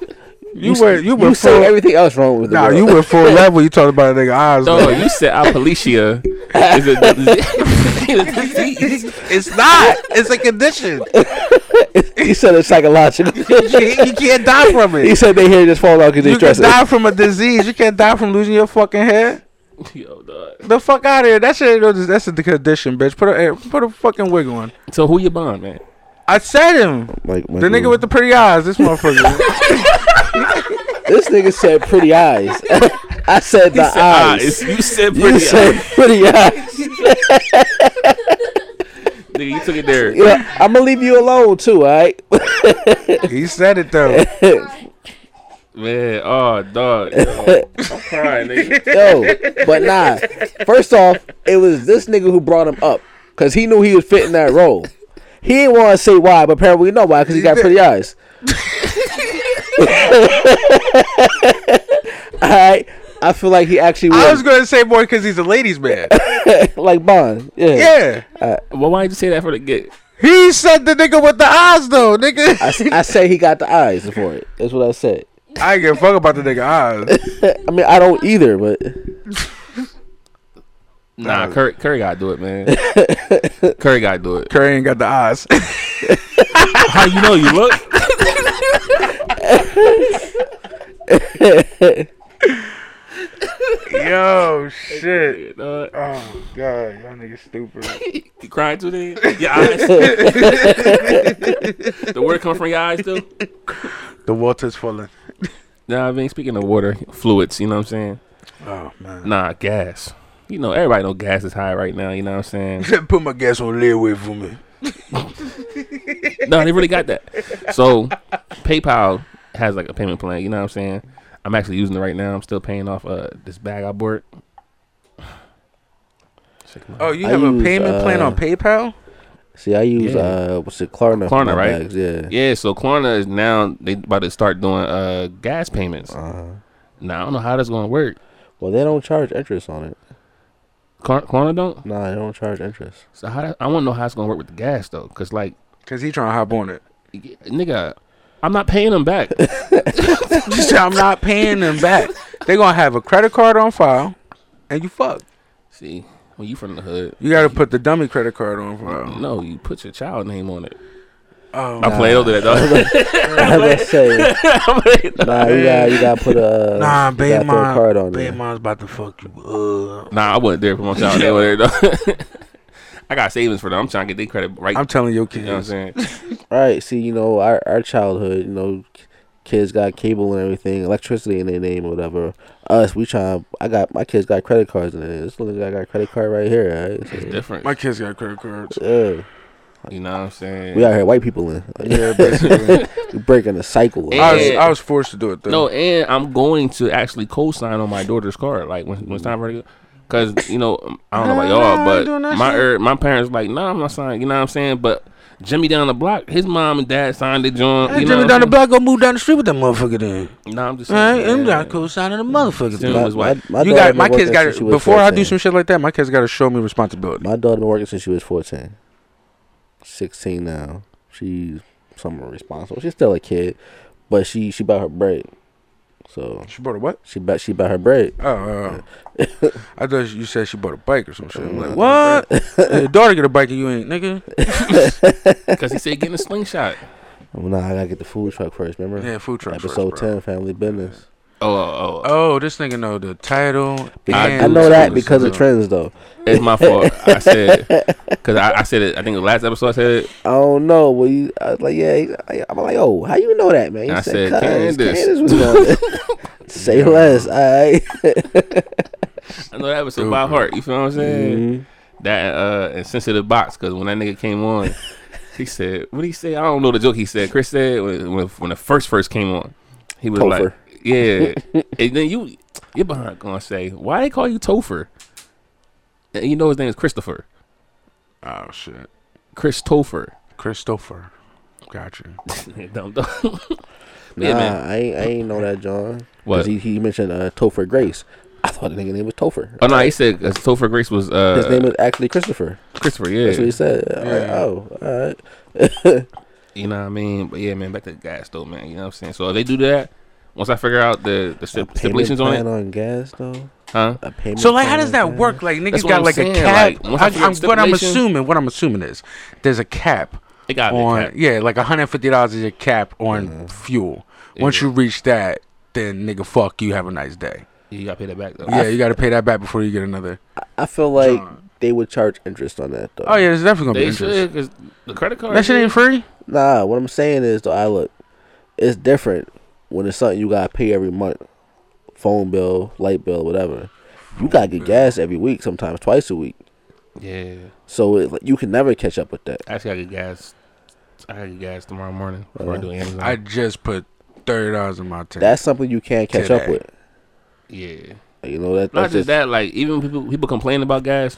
[SPEAKER 3] You, were you were
[SPEAKER 1] you say
[SPEAKER 3] full.
[SPEAKER 1] everything else wrong with the
[SPEAKER 3] Nah,
[SPEAKER 1] world.
[SPEAKER 3] you went full level. You talking about a nigga eyes.
[SPEAKER 4] No,
[SPEAKER 3] though.
[SPEAKER 4] you said Apalicia is a disease.
[SPEAKER 3] It's not. It's a condition.
[SPEAKER 1] he said it's psychological.
[SPEAKER 3] you can't die from
[SPEAKER 1] he
[SPEAKER 3] it.
[SPEAKER 1] said they hair just fall out because they
[SPEAKER 3] You can
[SPEAKER 1] stress
[SPEAKER 3] die
[SPEAKER 1] it.
[SPEAKER 3] from a disease. You can't die from losing your fucking hair.
[SPEAKER 4] Yo, dog.
[SPEAKER 3] The fuck out of here. That shit. ain't no dis- That's a condition, bitch. Put a eh, put a fucking wig on.
[SPEAKER 4] So who you Bond, man?
[SPEAKER 3] I said him.
[SPEAKER 1] Like
[SPEAKER 3] The nigga with the pretty eyes. This motherfucker.
[SPEAKER 1] this nigga said pretty eyes. I said the eyes.
[SPEAKER 4] eyes. You said
[SPEAKER 1] You
[SPEAKER 4] pretty
[SPEAKER 1] said
[SPEAKER 4] eyes.
[SPEAKER 1] pretty eyes.
[SPEAKER 4] Nigga, you took it there.
[SPEAKER 1] You know, I'm gonna leave you alone too. All right.
[SPEAKER 3] he said it though.
[SPEAKER 4] Man, oh, dog. Yo, I'm crying, nigga.
[SPEAKER 1] Yo, but nah. First off, it was this nigga who brought him up because he knew he was fitting that role. He didn't want to say why, but apparently we know why because he got pretty eyes. All right, I feel like he actually would.
[SPEAKER 3] I was gonna say boy because he's a ladies' man.
[SPEAKER 1] like Bond. Yeah. Uh,
[SPEAKER 3] yeah,
[SPEAKER 4] Well, why did you say that for the get?
[SPEAKER 3] he said the nigga with the eyes though,
[SPEAKER 1] I,
[SPEAKER 3] nigga.
[SPEAKER 1] s- I say he got the eyes for it. That's what I said.
[SPEAKER 3] I ain't give a fuck about the nigga eyes.
[SPEAKER 1] I mean, I don't either, but
[SPEAKER 4] Nah, Curry, Curry gotta do it, man. Curry gotta do it.
[SPEAKER 3] Curry ain't got the eyes.
[SPEAKER 4] How you know you look?
[SPEAKER 3] Yo, shit.
[SPEAKER 4] Uh,
[SPEAKER 3] Oh god, y'all niggas stupid.
[SPEAKER 4] you crying too, nigga? Your eyes. the word coming from your eyes, though.
[SPEAKER 3] The water's falling.
[SPEAKER 4] Nah, I mean, speaking of water, fluids. You know what I'm saying?
[SPEAKER 3] Oh man.
[SPEAKER 4] Nah, gas. You know, everybody know gas is high right now. You know what I'm saying?
[SPEAKER 3] Put my gas on lead away for me.
[SPEAKER 4] no, they really got that. So PayPal has like a payment plan. You know what I'm saying? I'm actually using it right now. I'm still paying off uh this bag I bought. Sick of my-
[SPEAKER 3] Oh, you
[SPEAKER 1] I
[SPEAKER 3] have a
[SPEAKER 1] use,
[SPEAKER 3] payment plan
[SPEAKER 1] uh,
[SPEAKER 3] on PayPal?
[SPEAKER 1] see, I use
[SPEAKER 4] Yeah.
[SPEAKER 1] uh, what's it, Klarna? for
[SPEAKER 4] Klarna,
[SPEAKER 1] my
[SPEAKER 4] right?
[SPEAKER 1] bags, Yeah.
[SPEAKER 4] Yeah, so Klarna is now they about to start doing uh gas payments.
[SPEAKER 1] Uh-huh.
[SPEAKER 4] Now I don't know how that's gonna work.
[SPEAKER 1] Well, they don't charge interest on it.
[SPEAKER 4] Klar- Klarna don't.
[SPEAKER 1] Nah, they don't charge interest.
[SPEAKER 4] So how that, I want to know how it's gonna work with the gas though, cause like
[SPEAKER 3] Cause he trying to hop on it.
[SPEAKER 4] nigga, I'm not paying them back.
[SPEAKER 3] You said I'm not paying them back. They gonna have a credit card on file, and you fuck.
[SPEAKER 4] See, when you from the hood,
[SPEAKER 3] You gotta put the dummy credit card on file.
[SPEAKER 4] no, you put your child name on it.
[SPEAKER 3] Oh,
[SPEAKER 4] I'm playing over that though.
[SPEAKER 1] I was gonna say,
[SPEAKER 4] I'm playing.
[SPEAKER 1] nah, you got you got to put a
[SPEAKER 3] nah,
[SPEAKER 1] you gotta
[SPEAKER 3] babe,
[SPEAKER 1] put a
[SPEAKER 3] mom,
[SPEAKER 1] card on
[SPEAKER 3] babe,
[SPEAKER 1] there.
[SPEAKER 3] mom's about to fuck you. Uh,
[SPEAKER 4] Nah, I wasn't there for my child name on there though. I got savings for them. I'm trying to get their credit right.
[SPEAKER 3] I'm telling your
[SPEAKER 4] you know what I'm
[SPEAKER 3] kids.
[SPEAKER 4] saying?
[SPEAKER 1] All right, see, you know, our our childhood, you know, k- kids got cable and everything, electricity in their name or whatever. Us, we try. I got my kids got credit cards in it. This little guy got a credit card right here. All right?
[SPEAKER 4] It's different.
[SPEAKER 3] My kids got credit cards.
[SPEAKER 1] So, yeah.
[SPEAKER 4] you know what I'm saying?
[SPEAKER 1] We out here, white people in.
[SPEAKER 3] Yeah, basically.
[SPEAKER 1] we breaking the cycle.
[SPEAKER 3] I was,
[SPEAKER 4] And- uh,
[SPEAKER 3] I was forced to do it though.
[SPEAKER 4] No, and I'm going to actually co-sign on my daughter's card. Like when when it's time for her to go. Cause you know um, I don't know about
[SPEAKER 3] Nah,
[SPEAKER 4] y'all,
[SPEAKER 3] I do
[SPEAKER 4] but
[SPEAKER 3] not
[SPEAKER 4] my
[SPEAKER 3] see-
[SPEAKER 4] er, my parents like, nah, I'm not signing. You know what I'm saying? But Jimmy down the block, his mom and dad signed it. John,
[SPEAKER 3] Hey, Jimmy down the block, go move down the street with that motherfucker then.
[SPEAKER 4] Nah, I'm just
[SPEAKER 3] Right?
[SPEAKER 4] saying.
[SPEAKER 3] I'm
[SPEAKER 4] yeah.
[SPEAKER 3] not co-signing the motherfucker.
[SPEAKER 4] Jimmy
[SPEAKER 3] then.
[SPEAKER 4] was white.
[SPEAKER 1] my
[SPEAKER 3] you
[SPEAKER 1] daughter
[SPEAKER 3] got
[SPEAKER 1] been
[SPEAKER 3] my
[SPEAKER 1] working
[SPEAKER 3] kids got
[SPEAKER 1] since
[SPEAKER 3] to
[SPEAKER 1] she was
[SPEAKER 3] before I do
[SPEAKER 1] 14.
[SPEAKER 3] some shit like that. My kids got to show me responsibility.
[SPEAKER 1] My daughter been working since she was fourteen. Sixteen now. She's somewhat responsible. She's still a kid, but she she bought her bread. So
[SPEAKER 3] She bought a what?
[SPEAKER 1] she bought she bought her bread.
[SPEAKER 3] Oh, oh, oh. I thought you said she bought a bike or some shit. I'm like, what? Your daughter get a bike and you ain't, nigga.
[SPEAKER 4] Cause he said getting a slingshot.
[SPEAKER 1] Well, nah, I gotta get the food truck first. Remember?
[SPEAKER 3] Yeah, food truck.
[SPEAKER 1] Episode
[SPEAKER 3] first, bro.
[SPEAKER 1] ten, family business.
[SPEAKER 4] Oh, oh, oh.
[SPEAKER 3] Oh, this nigga know the title.
[SPEAKER 1] Because,
[SPEAKER 3] and
[SPEAKER 1] I know that
[SPEAKER 4] Listen,
[SPEAKER 1] because of
[SPEAKER 4] listen.
[SPEAKER 1] trends, though.
[SPEAKER 4] it's my fault. I said because I, I said it. I think the last episode I said it.
[SPEAKER 1] I don't know. Well, you, I was like, yeah. he- I- I'm like, oh, how you know that, man? He
[SPEAKER 4] I said,
[SPEAKER 1] "'Cause
[SPEAKER 4] Candace."
[SPEAKER 1] Candace was on it. Say less, all right.
[SPEAKER 4] I know that was so by heart. You feel what I'm saying?
[SPEAKER 1] Mm-hmm.
[SPEAKER 4] That uh insensitive box. Because when that nigga came on, he said, "What did he say?" I don't know the joke he said. Chris said when when, when the first first came on, he was
[SPEAKER 1] Topher.
[SPEAKER 4] like, "Yeah," and then you you're behind gonna say, "Why they call you Topher?" And you know his name is Christopher,
[SPEAKER 3] Oh, shit.
[SPEAKER 4] Chris Topher.
[SPEAKER 3] Christopher. Gotcha.
[SPEAKER 4] Dumb, dumb.
[SPEAKER 1] Nah,
[SPEAKER 4] yeah, man.
[SPEAKER 1] I ain't, I ain't know that, John.
[SPEAKER 4] What?
[SPEAKER 1] Because he, he mentioned uh, Topher Grace. I thought the nigga name was Topher.
[SPEAKER 4] Oh no, he said uh, Topher Grace was uh
[SPEAKER 1] His name is actually Christopher.
[SPEAKER 4] Christopher. Yeah,
[SPEAKER 1] That's what he said. I'm like,
[SPEAKER 3] Yeah.
[SPEAKER 1] oh, all right.
[SPEAKER 4] You know what I mean? But yeah, man, back to the gas though, man. You know what I'm saying? So if they do that, once I figure out the the
[SPEAKER 1] A
[SPEAKER 4] stip-
[SPEAKER 1] payment
[SPEAKER 4] stipulations on
[SPEAKER 1] plan
[SPEAKER 4] it,
[SPEAKER 1] on gas though.
[SPEAKER 4] huh?
[SPEAKER 1] A payment
[SPEAKER 3] So like,
[SPEAKER 1] plan
[SPEAKER 3] how does
[SPEAKER 1] on
[SPEAKER 3] that
[SPEAKER 1] gas?
[SPEAKER 3] work? Like, niggas
[SPEAKER 4] That's what
[SPEAKER 3] got
[SPEAKER 4] I'm
[SPEAKER 3] like
[SPEAKER 4] saying,
[SPEAKER 3] a cap.
[SPEAKER 4] like, once
[SPEAKER 3] I,
[SPEAKER 4] I get
[SPEAKER 3] am what I'm
[SPEAKER 4] stipulation-
[SPEAKER 3] assuming. What I'm assuming is there's a cap
[SPEAKER 4] It got
[SPEAKER 3] on.
[SPEAKER 4] me.
[SPEAKER 3] Yeah, like 150 dollars is your cap on fuel. Once you reach that, then nigga, fuck you. Have a nice day.
[SPEAKER 4] You got to pay that back though.
[SPEAKER 3] Yeah, you got to pay that back before you get another.
[SPEAKER 1] I feel like
[SPEAKER 3] John.
[SPEAKER 1] they would charge interest on that though.
[SPEAKER 3] Oh yeah, there's definitely gonna be
[SPEAKER 4] they
[SPEAKER 3] interest.
[SPEAKER 4] should because the credit card.
[SPEAKER 3] That shit ain't free.
[SPEAKER 1] Nah, what I'm saying is though, I look, it's different when it's something you gotta pay every month, phone bill, light bill, whatever. You gotta get gas every week, sometimes twice a week.
[SPEAKER 4] Yeah,
[SPEAKER 1] So it, like, you can never catch up with that.
[SPEAKER 4] actually, I get gas. I gotta get gas tomorrow morning before I do Amazon.
[SPEAKER 3] Uh-huh. I just put thirty dollars in my tank.
[SPEAKER 1] That's something you can't catch up
[SPEAKER 3] Today.
[SPEAKER 1] with.
[SPEAKER 4] yeah,
[SPEAKER 1] You know that. That's
[SPEAKER 4] not
[SPEAKER 1] Mm-hmm.
[SPEAKER 4] just, that. Like even people people complain about gas.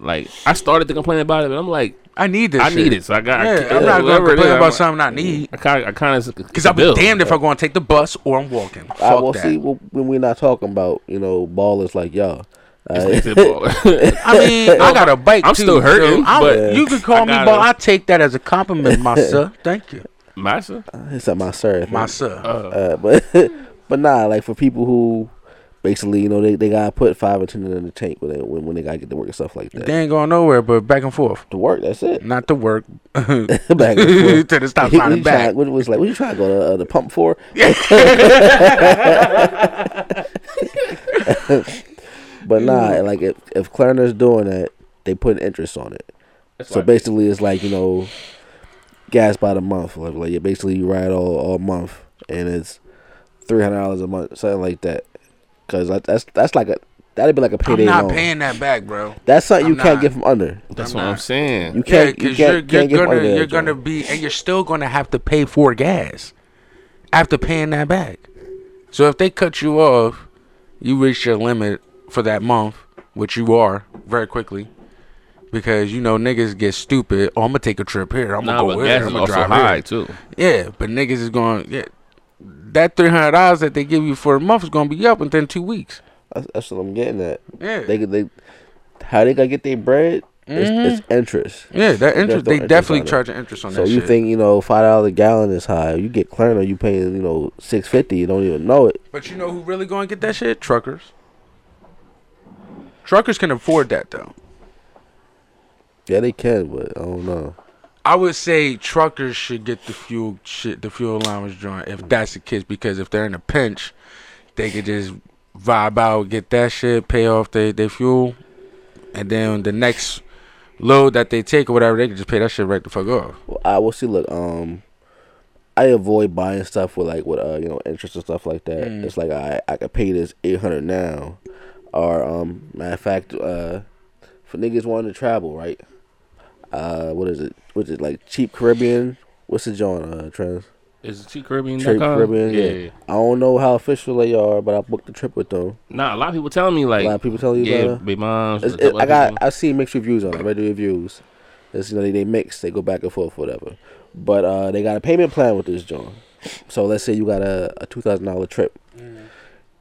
[SPEAKER 4] Like I started to complain about it, but I'm like,
[SPEAKER 3] I need this.
[SPEAKER 4] I
[SPEAKER 3] shit.
[SPEAKER 4] need it, so I got.
[SPEAKER 3] Yeah,
[SPEAKER 4] I,
[SPEAKER 3] I'm not gonna
[SPEAKER 4] whatever it
[SPEAKER 3] complain
[SPEAKER 4] is,
[SPEAKER 3] about
[SPEAKER 4] I'm like-
[SPEAKER 3] something I need
[SPEAKER 4] I kind, I kind of
[SPEAKER 3] because I'll be damned if I'm gonna take the bus or I'm walking. Fuck
[SPEAKER 1] I will
[SPEAKER 3] that.
[SPEAKER 1] see wh- when we're not talking about you know ballers like y'all. Alright?
[SPEAKER 3] I mean, I got a bike.
[SPEAKER 4] I'm
[SPEAKER 3] too,
[SPEAKER 4] still hurting,
[SPEAKER 3] so I'm-
[SPEAKER 4] but
[SPEAKER 3] you can call
[SPEAKER 4] I
[SPEAKER 3] me,
[SPEAKER 4] gotta-
[SPEAKER 3] but I take that as a compliment, my sir. Thank you,
[SPEAKER 4] Massa.
[SPEAKER 1] it's not my sir.
[SPEAKER 3] my sir.
[SPEAKER 1] Uh, but but nah, like for people who basically you know they, they gotta put five or ten in the tank when they when, when they gotta get to work and stuff like that.
[SPEAKER 3] they ain't going nowhere, but back and forth,
[SPEAKER 1] To work, that's it.
[SPEAKER 3] not to work. to
[SPEAKER 1] back and forth.
[SPEAKER 3] the stop
[SPEAKER 1] What
[SPEAKER 3] sign
[SPEAKER 1] you
[SPEAKER 3] and back.
[SPEAKER 1] trying- what was like? What you trying to go to uh, the pump for? but nah, like if if Clarinet's doing that, they put an interest on it. so
[SPEAKER 4] like-
[SPEAKER 1] basically, it's like you know, gas by the month. Like, like you basically you ride all all month, and it's three hundred dollars a month, something like that. Cause I, that's that's like a that'd be like a payday
[SPEAKER 3] I'm not
[SPEAKER 1] loan.
[SPEAKER 3] paying that back, bro.
[SPEAKER 1] that's something you
[SPEAKER 3] I'm
[SPEAKER 1] can't
[SPEAKER 3] not.
[SPEAKER 1] get from under.
[SPEAKER 4] That's
[SPEAKER 3] I'm
[SPEAKER 4] what I'm
[SPEAKER 3] not.
[SPEAKER 4] saying.
[SPEAKER 1] You
[SPEAKER 3] Yeah,
[SPEAKER 1] can't. you
[SPEAKER 3] because you're,
[SPEAKER 1] can't,
[SPEAKER 3] you're
[SPEAKER 1] can't get from
[SPEAKER 3] gonna
[SPEAKER 1] under that
[SPEAKER 3] you're
[SPEAKER 1] joint.
[SPEAKER 3] gonna be and you're still gonna have to pay for gas after paying that back. So if they cut you off, you reach your limit for that month, which you are very quickly. Because you know niggas get stupid. Oh, I'm gonna take a trip here. I'm
[SPEAKER 4] Nah,
[SPEAKER 3] gonna
[SPEAKER 4] but
[SPEAKER 3] go here.
[SPEAKER 4] gas
[SPEAKER 3] I'm
[SPEAKER 4] is
[SPEAKER 3] gonna
[SPEAKER 4] also
[SPEAKER 3] drive
[SPEAKER 4] high
[SPEAKER 3] here.
[SPEAKER 4] too.
[SPEAKER 3] Yeah, but niggas is going yeah. That three hundred dollars that they give you for a month is gonna be up within two weeks.
[SPEAKER 1] That's, that's what I'm getting at.
[SPEAKER 3] Yeah.
[SPEAKER 1] They could- they how they gonna get their bread? It's, it's interest.
[SPEAKER 3] Mm-hmm. Yeah, that
[SPEAKER 1] They
[SPEAKER 3] interest.
[SPEAKER 1] throw
[SPEAKER 3] They definitely
[SPEAKER 1] on it.
[SPEAKER 3] charge an interest on
[SPEAKER 1] So
[SPEAKER 3] that.
[SPEAKER 1] you
[SPEAKER 3] shit.
[SPEAKER 1] think you know five dollars a gallon is high? You get Klerner, you paying you know six fifty. You don't even know it.
[SPEAKER 3] But you know who really going to get that shit? Truckers. Truckers can afford that though.
[SPEAKER 1] Yeah, they can, but I don't know.
[SPEAKER 3] I would say truckers should get the fuel shit, the fuel allowance joint if that's the case. Because if they're in a pinch, they could just vibe out, get that shit, pay off their their fuel, and then the next load that they take or whatever, they could just pay that shit right the fuck off.
[SPEAKER 1] Well, I will see. Look, um, I avoid buying stuff with like with uh you know interest and stuff like that.
[SPEAKER 4] Mm.
[SPEAKER 1] It's like I I could pay this eight hundred now, or um matter of fact uh for niggas wanting to travel right, uh what is it? What's it like cheap Caribbean? What's the joint uh trans?
[SPEAKER 4] Is it cheap Caribbean?
[SPEAKER 1] Trip Caribbean. Yeah. I don't know how official they are, but I booked the trip with them.
[SPEAKER 4] Nah, a lot of people telling me like
[SPEAKER 1] lot of people telling you
[SPEAKER 4] yeah,
[SPEAKER 1] about it?
[SPEAKER 4] big moms.
[SPEAKER 1] It's-
[SPEAKER 4] a
[SPEAKER 1] it-
[SPEAKER 4] couple
[SPEAKER 1] I
[SPEAKER 4] other
[SPEAKER 1] got.
[SPEAKER 4] people.
[SPEAKER 1] I see mixed reviews on it. Ready reviews. It's you know they, they mix. They go back and forth, whatever. But uh, they got a payment plan with this joint. So let's say you got a, a two thousand dollar trip.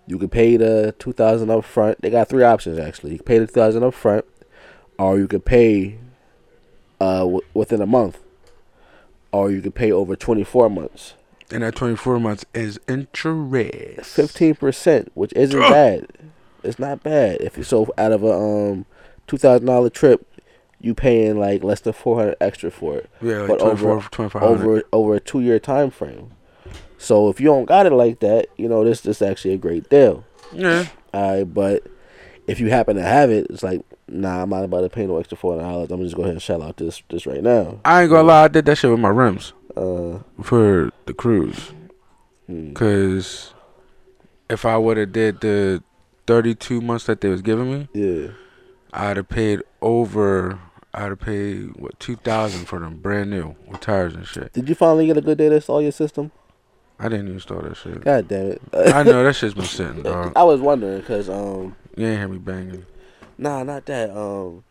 [SPEAKER 1] You could pay the two thousand up front. They got three options actually. You can pay the two thousand up front, or you could pay uh w- within a month, or you could pay over twenty four months.
[SPEAKER 3] And that twenty four months is interest.
[SPEAKER 1] fifteen percent, which isn't bad. It's not bad. If you so out of a um two thousand dollar trip, you paying like less than four hundred extra for it.
[SPEAKER 3] Yeah, like
[SPEAKER 1] but
[SPEAKER 3] 24
[SPEAKER 1] over
[SPEAKER 3] 2500.
[SPEAKER 1] over over a two year time frame. So if you don't got it like that, you know this this actually a great deal.
[SPEAKER 3] Yeah.
[SPEAKER 1] All right, but if you happen to have it, it's like nah, I'm not about to pay no extra four hundred dollars. I'm just go ahead and shell out this this right now.
[SPEAKER 3] I ain't gonna lie, I did that shit with my rims.
[SPEAKER 1] Uh, Hmm.
[SPEAKER 3] for the cruise because if I would have did the 32 months that they was giving me,
[SPEAKER 1] yeah,
[SPEAKER 3] I'd have paid over. I'd have paid what 2,000 for them brand new with tires and shit.
[SPEAKER 1] did you finally get a good day to install your system?
[SPEAKER 3] I didn't even start that shit.
[SPEAKER 1] God damn it!
[SPEAKER 3] I know that shit's been sitting, dog.
[SPEAKER 1] I was wondering because um.
[SPEAKER 3] You ain't hear me banging.
[SPEAKER 1] Nah, not that. Um,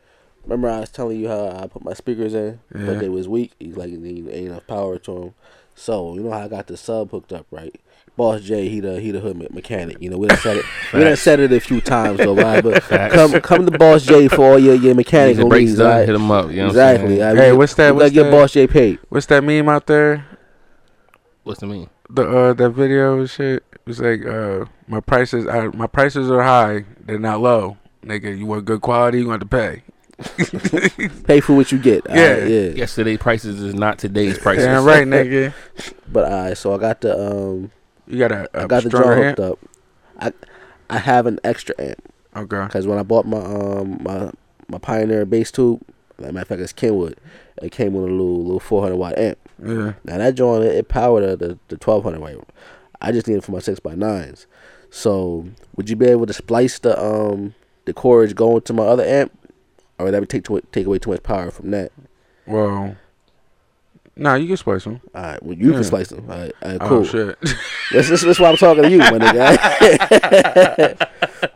[SPEAKER 1] remember I was telling you how I put my speakers in,
[SPEAKER 3] Yeah.
[SPEAKER 1] but they was weak. He's like, "There ain't enough power to them. So you know how I got the sub hooked up, right? Boss J, he the he the hood me- mechanic. You know we done said it, we done said it a few times, though, right? But come come to Boss J for all your your
[SPEAKER 4] If the
[SPEAKER 1] mechanical
[SPEAKER 4] breaks
[SPEAKER 1] needs,
[SPEAKER 4] done,
[SPEAKER 1] right?
[SPEAKER 4] hit them up. You know What I'm
[SPEAKER 1] Exactly.
[SPEAKER 4] saying?
[SPEAKER 1] All
[SPEAKER 3] Hey,
[SPEAKER 1] we-
[SPEAKER 3] what's that-
[SPEAKER 1] We
[SPEAKER 3] what's
[SPEAKER 1] gotta get
[SPEAKER 3] that?
[SPEAKER 1] Boss J paid.
[SPEAKER 3] What's that meme out there?
[SPEAKER 4] What's the mean?
[SPEAKER 3] The uh, that video and shit. It's like uh, my prices. I, my prices are high. They're not low, nigga. You want good quality, you want to pay.
[SPEAKER 1] Pay for what you get. all
[SPEAKER 3] Yeah.
[SPEAKER 1] right, yeah.
[SPEAKER 4] Yesterday prices is not today's prices.
[SPEAKER 3] Damn right, nigga.
[SPEAKER 1] But I so I got the um
[SPEAKER 3] You got a, a
[SPEAKER 1] I got the
[SPEAKER 3] stronger
[SPEAKER 1] jaw
[SPEAKER 3] hand.
[SPEAKER 1] hooked up. I I have an extra amp.
[SPEAKER 3] Okay.
[SPEAKER 1] Cause when I bought my um my my Pioneer bass tube, like matter of fact, it's Kenwood. It came with a little little 400 watt amp.
[SPEAKER 3] Yeah.
[SPEAKER 1] Now that joint it, it powered the, the the 1200 watt. I just need it for my six by nines. So would you be able to splice the um the cords going to my other amp, or would that would take too, take away too much power from that?
[SPEAKER 3] Well, nah, you can splice them.
[SPEAKER 1] All right, well you
[SPEAKER 3] Yeah.
[SPEAKER 1] can slice them. All right, all right
[SPEAKER 3] Oh
[SPEAKER 1] cool.
[SPEAKER 3] shit!
[SPEAKER 1] That's, that's, that's why I'm talking to you, my nigga.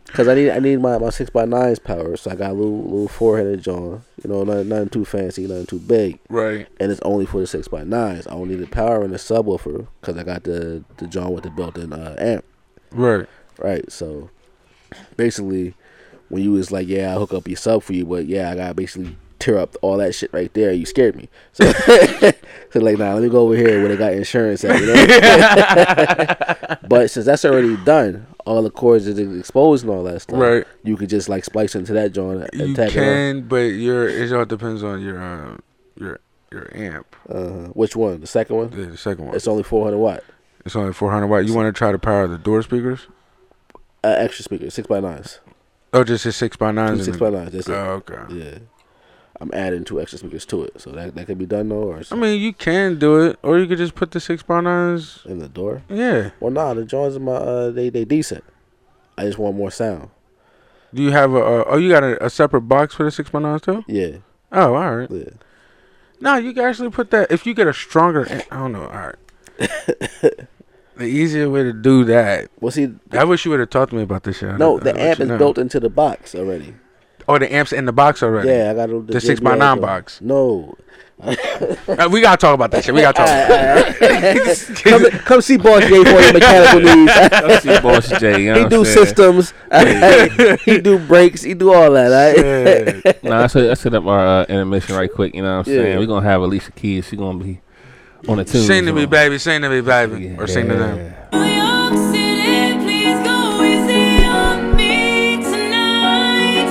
[SPEAKER 1] Cause I need I need my, my six by nines power, so I got a little little four headed John. You know, nothing, nothing too fancy, nothing too big,
[SPEAKER 3] Right.
[SPEAKER 1] and it's only for the six by nines. I only need the power and the subwoofer because I got the the John with the built in uh, amp.
[SPEAKER 3] Right.
[SPEAKER 1] Right. So basically, when you was like, "Yeah, I will hook up your sub for you," but yeah, I gotta basically tear up all that shit right there. You scared me. So, so like, nah, let me go over here where they got insurance at. You know? but since that's already done, all the cords is exposed and all that stuff.
[SPEAKER 3] Right.
[SPEAKER 1] You could just like splice into that joint and
[SPEAKER 3] You
[SPEAKER 1] tack it
[SPEAKER 3] can, but your it all depends on your uh, your your amp.
[SPEAKER 1] on. Uh, which one? The second one.
[SPEAKER 3] The, the second one.
[SPEAKER 1] It's only 400 watt.
[SPEAKER 3] It's only 400 watt. You want to try to power the door speakers?
[SPEAKER 1] Uh, extra speaker, six by nines.
[SPEAKER 3] Oh, just his six by nines.
[SPEAKER 1] Two six
[SPEAKER 3] and-
[SPEAKER 1] by nines. That's it.
[SPEAKER 3] Oh, okay.
[SPEAKER 1] Yeah. I'm adding two extra speakers to it, so that that could be done though. Or
[SPEAKER 3] I mean, you can do it, or you could just put the six by nines.
[SPEAKER 1] in the door.
[SPEAKER 3] Yeah.
[SPEAKER 1] Well, nah, the joints in my uh, they they decent. I just want more sound.
[SPEAKER 3] Do you have a? Uh, oh, you got a, a separate box for the six by nines too?
[SPEAKER 1] Yeah,
[SPEAKER 3] Oh, all right.
[SPEAKER 1] yeah.
[SPEAKER 3] No, you can actually put that if you get a stronger. am- I don't know. All right. the easier way to do that.
[SPEAKER 1] Well, see,
[SPEAKER 3] I wish you would have talked to me about this shit. I
[SPEAKER 1] no,
[SPEAKER 3] didn't- I
[SPEAKER 1] the
[SPEAKER 3] let
[SPEAKER 1] amp
[SPEAKER 3] you
[SPEAKER 1] is
[SPEAKER 3] know.
[SPEAKER 1] built into the box already.
[SPEAKER 3] Oh, the amp's in the box already.
[SPEAKER 1] Yeah, I got the,
[SPEAKER 3] The 6x9
[SPEAKER 1] JBL
[SPEAKER 3] box.
[SPEAKER 1] No,
[SPEAKER 3] Uh, we gotta talk about that shit. We gotta talk.
[SPEAKER 1] come come see Boss J for your mechanical needs.
[SPEAKER 4] That's your boss Jay. You know
[SPEAKER 1] he
[SPEAKER 4] what
[SPEAKER 1] do
[SPEAKER 4] I'm saying?
[SPEAKER 1] systems, he do brakes, he do all that. Right?
[SPEAKER 3] Shit.
[SPEAKER 4] Nah, let's hit, let's hit up our uh, intermission right quick. You know what I'm
[SPEAKER 1] Yeah.
[SPEAKER 4] saying? We're going to have Alicia Keys. She's going to be on the tune.
[SPEAKER 3] Sing to me, baby. Sing to me, baby. Or sing to them.
[SPEAKER 8] New York City, please go easy on me tonight.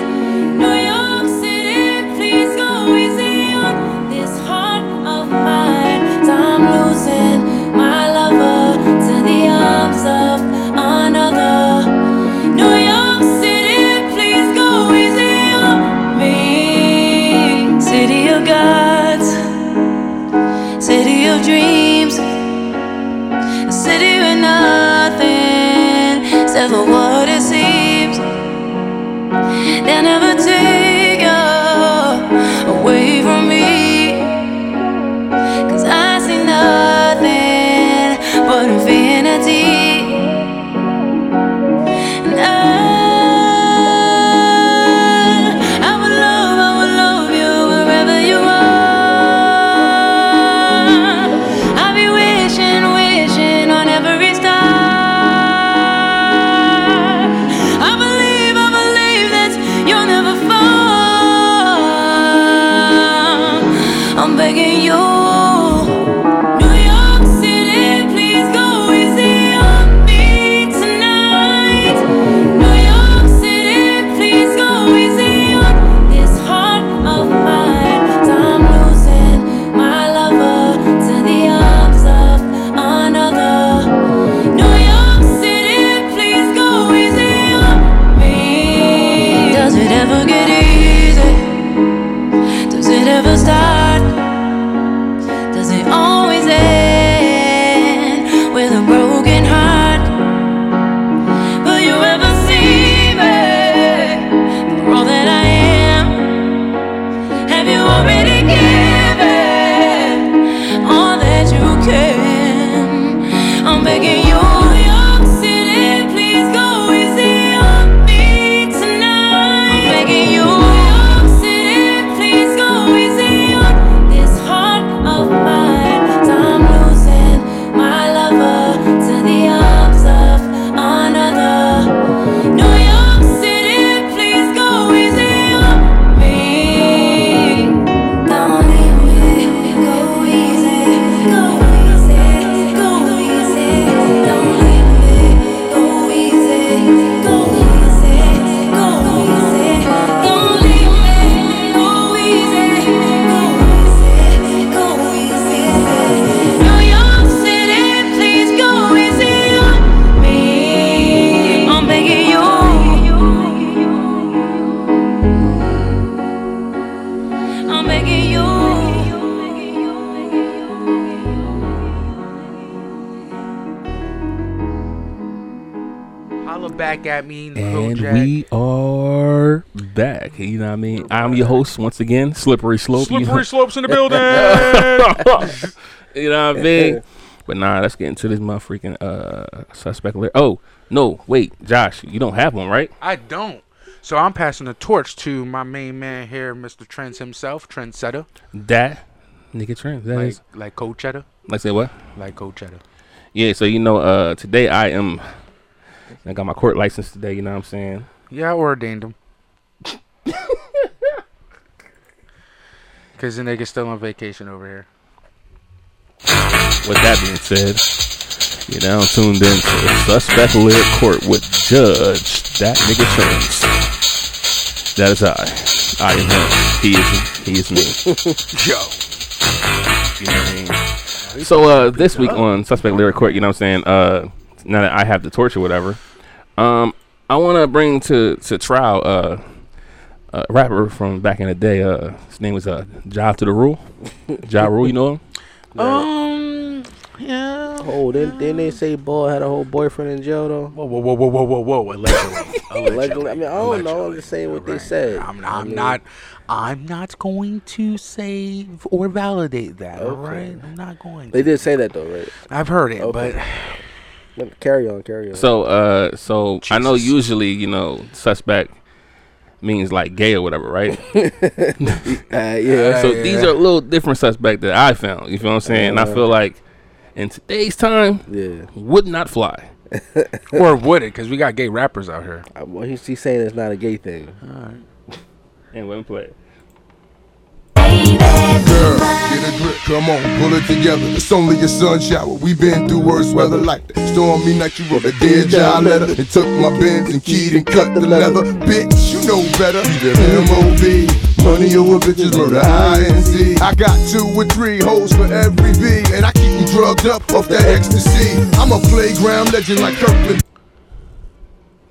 [SPEAKER 8] New York City, please go easy on this heart of mine. I'm losing my lover to the arms of another. New York City, please go easy on me. City of gods, city of dreams. A city with nothing except for what it seems. They'll never take you away from me. Cause I see nothing but infinity. And I, I will love, I will love you wherever you are. I'll be wishing, wishing on every star. I believe, I believe that you'll never fall. I'm begging you. New York City, please go easy on me tonight. New York City, please go easy on this heart of mine. I'm losing my lover to the arms of another. New York City, please go easy on me. Does it ever get easy? Does it ever start? Does it always end with a broken heart? Will you ever see me for all that I am? Have you already given all that you can? I'm begging you. New York City, please go easy on me tonight. I'm begging you. New York City, please go easy on this heart of mine. I'm losing my lover to the arms of another. New York City, please go easy on me. Don't leave me. Go easy. Go easy. Go easy. Don't leave me. Go easy. Go easy. Go easy. Don't leave me. Go easy. Go easy. Go easy. New York City, please go easy on me. I'm begging you. I'm begging you.
[SPEAKER 3] Holla back at me,
[SPEAKER 4] And we are back. You know what I mean? I'm your host once again, Slippery Slope. You know-
[SPEAKER 3] Slippery slopes in the building.
[SPEAKER 4] you know what I mean? But nah, let's get into this motherfucking uh suspect alert. Oh, No, wait, Josh, you don't have one, right?
[SPEAKER 3] I don't. So I'm passing the torch to my main man here, Mr. Trends himself, Trendsetter,
[SPEAKER 4] That nigga trend. That
[SPEAKER 3] like
[SPEAKER 4] is-
[SPEAKER 3] like Coachetta,
[SPEAKER 4] like say what?
[SPEAKER 3] like Coachetta.
[SPEAKER 4] Yeah, so you know, uh, today I am. I got my court license today. You know what I'm saying?
[SPEAKER 3] Yeah, I ordained him. Cause the nigga's still on vacation over here.
[SPEAKER 4] With that being said, you're now tuned in to Suspect Lit Court with Judge That Nigga Trends. That is I. I am him. He is. He is me.
[SPEAKER 3] Yo,
[SPEAKER 4] You know what I mean? So uh, this week on Suspect Lyric Court, you know what I'm saying? Uh, now that I have the torch or whatever, um, I want to bring to to trial uh, a rapper from back in the day. Uh, his name was uh, Ja to the Rule. Ja Rule, you know him?
[SPEAKER 3] um, yeah.
[SPEAKER 1] Oh, then then they say boy had a whole boyfriend in jail though.
[SPEAKER 3] Whoa, whoa, whoa, whoa, whoa, whoa, whoa! Allegedly,
[SPEAKER 1] Allegedly, I mean, I don't know. I'm just saying what they said.
[SPEAKER 3] I'm,
[SPEAKER 1] I
[SPEAKER 3] I'm
[SPEAKER 1] mean,
[SPEAKER 3] not. I'm not going to say or validate that. All right, I'm not going.
[SPEAKER 1] They
[SPEAKER 3] To.
[SPEAKER 1] did say that though, right?
[SPEAKER 3] I've heard it,
[SPEAKER 1] Okay.
[SPEAKER 3] but
[SPEAKER 1] Let- Carry on, carry on.
[SPEAKER 4] So uh, so I know usually you know suspect means like gay or whatever, right?
[SPEAKER 1] uh, yeah, Uh-huh.
[SPEAKER 4] so these are a little different suspect that I found. You feel what I'm saying? and I feel like in today's time
[SPEAKER 1] yeah.
[SPEAKER 4] would not fly.
[SPEAKER 3] or would it? Because we got gay rappers out here.
[SPEAKER 1] I, well, he's, he's saying it's not a gay thing.
[SPEAKER 4] And women play.
[SPEAKER 5] Get a grip, come on, pull it together. It's only a sun shower. We been through worse weather like that. Stormy night, you wrote a dead job letter. And took my bins and keyed and cut the leather. Bitch, you know better. Either MOB, money over bitches, murder INC. I got two or three hoes for every B. And I keep you drugged up off that ecstasy. I'm a playground legend like Kirkland.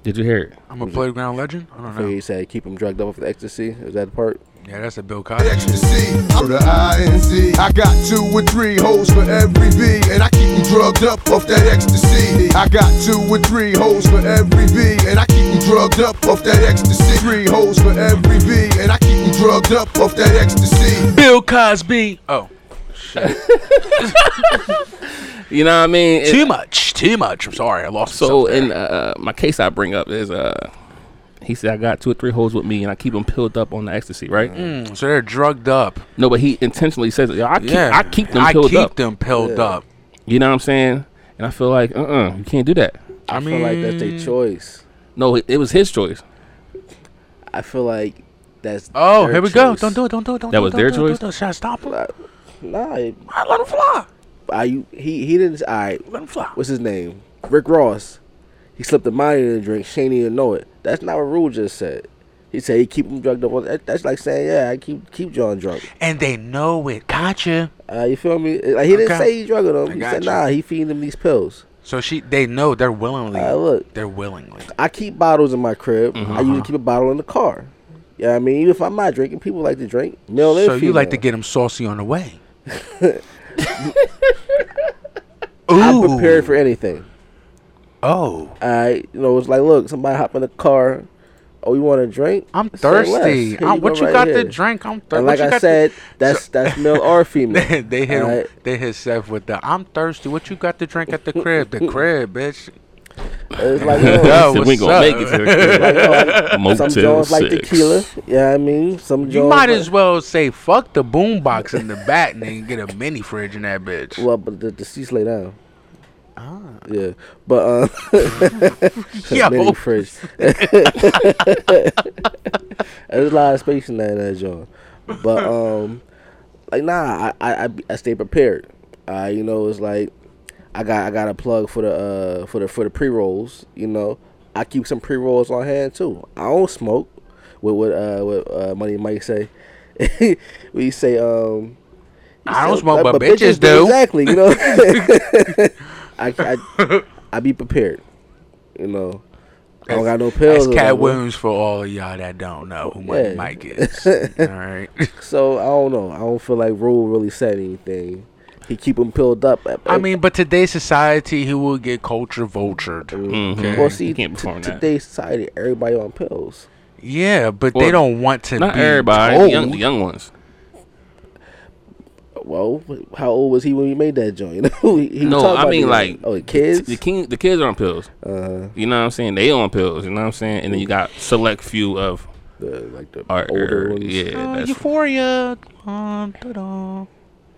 [SPEAKER 4] Did you hear it?
[SPEAKER 3] I'm a playground legend. I don't
[SPEAKER 1] So
[SPEAKER 3] know.
[SPEAKER 1] he said keep him drugged up with ecstasy. Is that the part?
[SPEAKER 3] Yeah, that's a Bill Cosby.
[SPEAKER 5] ecstasy. I'm the INC. I got two or three hoes for every V, and I keep you drugged up off that ecstasy. I got two or three hoes for every V, and I keep you drugged up off that ecstasy. Three hoes for every V, and I keep you drugged up off that ecstasy.
[SPEAKER 3] Bill Cosby. Oh,
[SPEAKER 4] You know what I mean? It-
[SPEAKER 3] too much, too much. I'm sorry, I lost.
[SPEAKER 4] so
[SPEAKER 3] myself there.
[SPEAKER 4] in uh, my case, I bring up is uh, he said I got two or three holes with me, and I keep them peeled up on the ecstasy, right?
[SPEAKER 3] Mm, so they're drugged up.
[SPEAKER 4] No, but he intentionally says it. I keep,
[SPEAKER 3] Yeah,
[SPEAKER 4] I keep them
[SPEAKER 3] I
[SPEAKER 4] peeled
[SPEAKER 3] keep
[SPEAKER 4] up.
[SPEAKER 3] them peeled up.
[SPEAKER 4] You know what I'm saying? And I feel like, uh, uh you can't do that.
[SPEAKER 1] I, feel like that's their choice.
[SPEAKER 4] No, it, it was his choice.
[SPEAKER 1] I feel like that's.
[SPEAKER 3] Oh,
[SPEAKER 1] their
[SPEAKER 3] here we go.
[SPEAKER 1] choice.
[SPEAKER 3] Don't do it. Don't do it. Don't
[SPEAKER 4] That
[SPEAKER 3] do it,
[SPEAKER 4] was
[SPEAKER 3] don't
[SPEAKER 4] their
[SPEAKER 3] do it, don't
[SPEAKER 4] choice?
[SPEAKER 3] do it. Should I stop him?
[SPEAKER 1] Nah, it-
[SPEAKER 3] I let him fly.
[SPEAKER 1] I you- he he didn't. All right,
[SPEAKER 3] Let him fly.
[SPEAKER 1] what's his name? Rick Ross. He slipped a mine in the drink. Shane didn't even know it. That's not what Rule just said. He said he keep him drugged up. on- That, that's like saying, yeah, I keep keep John drunk.
[SPEAKER 3] And they know it. Gotcha.
[SPEAKER 1] Uh, you feel me? Like he didn't
[SPEAKER 3] Okay.
[SPEAKER 1] say he drugged him.
[SPEAKER 3] I
[SPEAKER 1] He
[SPEAKER 3] got
[SPEAKER 1] said,
[SPEAKER 3] you.
[SPEAKER 1] nah, he feeding him these pills.
[SPEAKER 3] So she, they know they're willingly.
[SPEAKER 1] Uh, look.
[SPEAKER 3] they're willingly. Mm-hmm.
[SPEAKER 1] I keep bottles in my crib. I usually keep a bottle in the car. Yeah, I mean, even if I'm not drinking, people like to drink. Male and
[SPEAKER 3] so you like to
[SPEAKER 1] female.
[SPEAKER 3] get them saucy on the way.
[SPEAKER 1] I'm
[SPEAKER 3] Ooh.
[SPEAKER 1] prepared for anything.
[SPEAKER 3] Oh,
[SPEAKER 1] I you know it's like look, somebody hop in the car. Oh, you want a drink?
[SPEAKER 3] I'm
[SPEAKER 1] Say less.
[SPEAKER 3] thirsty.
[SPEAKER 1] Here
[SPEAKER 3] I-
[SPEAKER 1] you
[SPEAKER 3] what
[SPEAKER 1] go
[SPEAKER 3] you
[SPEAKER 1] right
[SPEAKER 3] got
[SPEAKER 1] here.
[SPEAKER 3] to drink? I'm thirsty.
[SPEAKER 1] And like I said, that's that's male or
[SPEAKER 3] They,
[SPEAKER 1] female.
[SPEAKER 3] they hit 'em-
[SPEAKER 1] Alright?
[SPEAKER 3] they hit Seth with the I'm thirsty. What you got to drink at the crib? The crib, bitch.
[SPEAKER 1] It's like yo,
[SPEAKER 3] Yeah.
[SPEAKER 4] He said, we
[SPEAKER 3] what's
[SPEAKER 4] ain't gonna
[SPEAKER 3] up?
[SPEAKER 4] make it to the
[SPEAKER 1] yo,
[SPEAKER 4] crib.
[SPEAKER 1] some
[SPEAKER 4] Motel
[SPEAKER 1] joints like
[SPEAKER 4] six.
[SPEAKER 1] tequila. Yeah, I mean some joints.
[SPEAKER 3] You might
[SPEAKER 1] like-
[SPEAKER 3] as well say fuck the boom box in the back and then get a mini fridge in that bitch. Ah.
[SPEAKER 1] Well, but the deceased lay down. Yeah, but uh,
[SPEAKER 3] Yo.
[SPEAKER 1] um, mini fridge. There's a lot of space in that, in that joint. But um, like nah, I I, I, be- I stay prepared. Uh, you know, it's like I got I got a plug for the uh for the for the pre rolls. You know, I keep some pre rolls on hand too. I don't smoke. With what uh what uh, Money Mike say, we say um. uh,
[SPEAKER 3] I don't
[SPEAKER 1] So,
[SPEAKER 3] smoke,
[SPEAKER 1] like,
[SPEAKER 3] but, bitches, do.
[SPEAKER 1] Exactly, you know. I, I I be prepared, you know. I don't got no pills.
[SPEAKER 3] That's
[SPEAKER 1] or
[SPEAKER 3] cat
[SPEAKER 1] whatever,
[SPEAKER 3] wounds for all of y'all that don't know who Money
[SPEAKER 1] Yeah.
[SPEAKER 3] Mike is. all right.
[SPEAKER 1] So I don't know. I don't feel like Rule really said anything. He keep him pilled up. at-
[SPEAKER 3] I mean, but today's society, he will get culture vultured.
[SPEAKER 4] Mhm.
[SPEAKER 1] well, see,
[SPEAKER 4] you can't
[SPEAKER 1] t-
[SPEAKER 4] perform that.
[SPEAKER 1] today's society, everybody on pills.
[SPEAKER 3] Yeah, but
[SPEAKER 4] Well,
[SPEAKER 3] they don't want to
[SPEAKER 4] Not
[SPEAKER 3] be
[SPEAKER 4] everybody, the
[SPEAKER 3] told.
[SPEAKER 4] young, the young ones.
[SPEAKER 1] well, how old was he when he made that joint? You know, he, he was
[SPEAKER 4] No,
[SPEAKER 1] talking
[SPEAKER 4] I
[SPEAKER 1] about
[SPEAKER 4] mean
[SPEAKER 1] these-
[SPEAKER 4] like
[SPEAKER 1] oh, the kids.
[SPEAKER 4] The king, the kids are on pills.
[SPEAKER 1] uh,
[SPEAKER 4] You know what I'm saying? They on pills. You know what I'm saying? And then you got select few of
[SPEAKER 1] the, like the
[SPEAKER 4] our
[SPEAKER 1] older ones.
[SPEAKER 4] Yeah,
[SPEAKER 10] Uh,
[SPEAKER 4] that's,
[SPEAKER 3] Euphoria. Um, ta-da.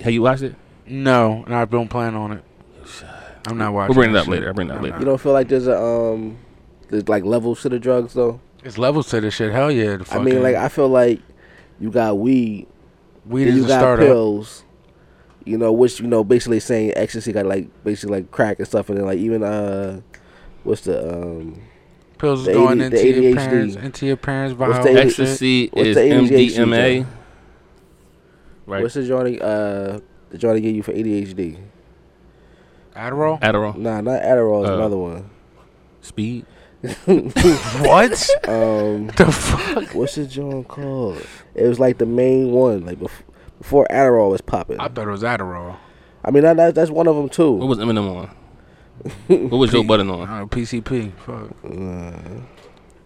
[SPEAKER 4] have you watched it?
[SPEAKER 3] No, and I don't plan on it. I'm not watching.
[SPEAKER 4] We'll bring it
[SPEAKER 3] that
[SPEAKER 4] up
[SPEAKER 3] shit.
[SPEAKER 4] later. I'll bring it up
[SPEAKER 3] I'm
[SPEAKER 4] later.
[SPEAKER 3] not.
[SPEAKER 1] You don't feel like there's a um, there's like levels to the drugs though.
[SPEAKER 3] It's levels to this shit. Hell yeah. The
[SPEAKER 1] I mean, like I feel like you got weed,
[SPEAKER 3] weed
[SPEAKER 1] then
[SPEAKER 3] is
[SPEAKER 1] you
[SPEAKER 3] a
[SPEAKER 1] got
[SPEAKER 3] startup.
[SPEAKER 1] pills. You know, which you know, basically saying ecstasy got like basically like crack and stuff, and then like even uh, what's the um,
[SPEAKER 3] Pills is
[SPEAKER 1] The
[SPEAKER 3] going
[SPEAKER 1] 80
[SPEAKER 3] into
[SPEAKER 1] the
[SPEAKER 3] your
[SPEAKER 1] ADHD.
[SPEAKER 3] parents, into your parents'
[SPEAKER 1] What's
[SPEAKER 3] vials.
[SPEAKER 1] the
[SPEAKER 3] and shit.
[SPEAKER 4] Ecstasy
[SPEAKER 1] What's
[SPEAKER 4] is
[SPEAKER 1] the ADHD
[SPEAKER 4] MDMA. Right.
[SPEAKER 1] what's the joint uh, the joint they give you for ADHD?
[SPEAKER 3] Adderall.
[SPEAKER 4] Adderall.
[SPEAKER 1] Nah, not Adderall. is
[SPEAKER 4] Uh,
[SPEAKER 1] another one.
[SPEAKER 4] Speed.
[SPEAKER 3] What
[SPEAKER 1] Um,
[SPEAKER 3] the fuck?
[SPEAKER 1] what's the joint called? It was like the main one, like bef- before Adderall was popping.
[SPEAKER 3] I bet it was Adderall.
[SPEAKER 1] I mean, that, that, that's one of them too.
[SPEAKER 4] What was Eminem on? what was Joe Budden on?
[SPEAKER 3] Uh, PCP. Fuck.
[SPEAKER 1] Mm.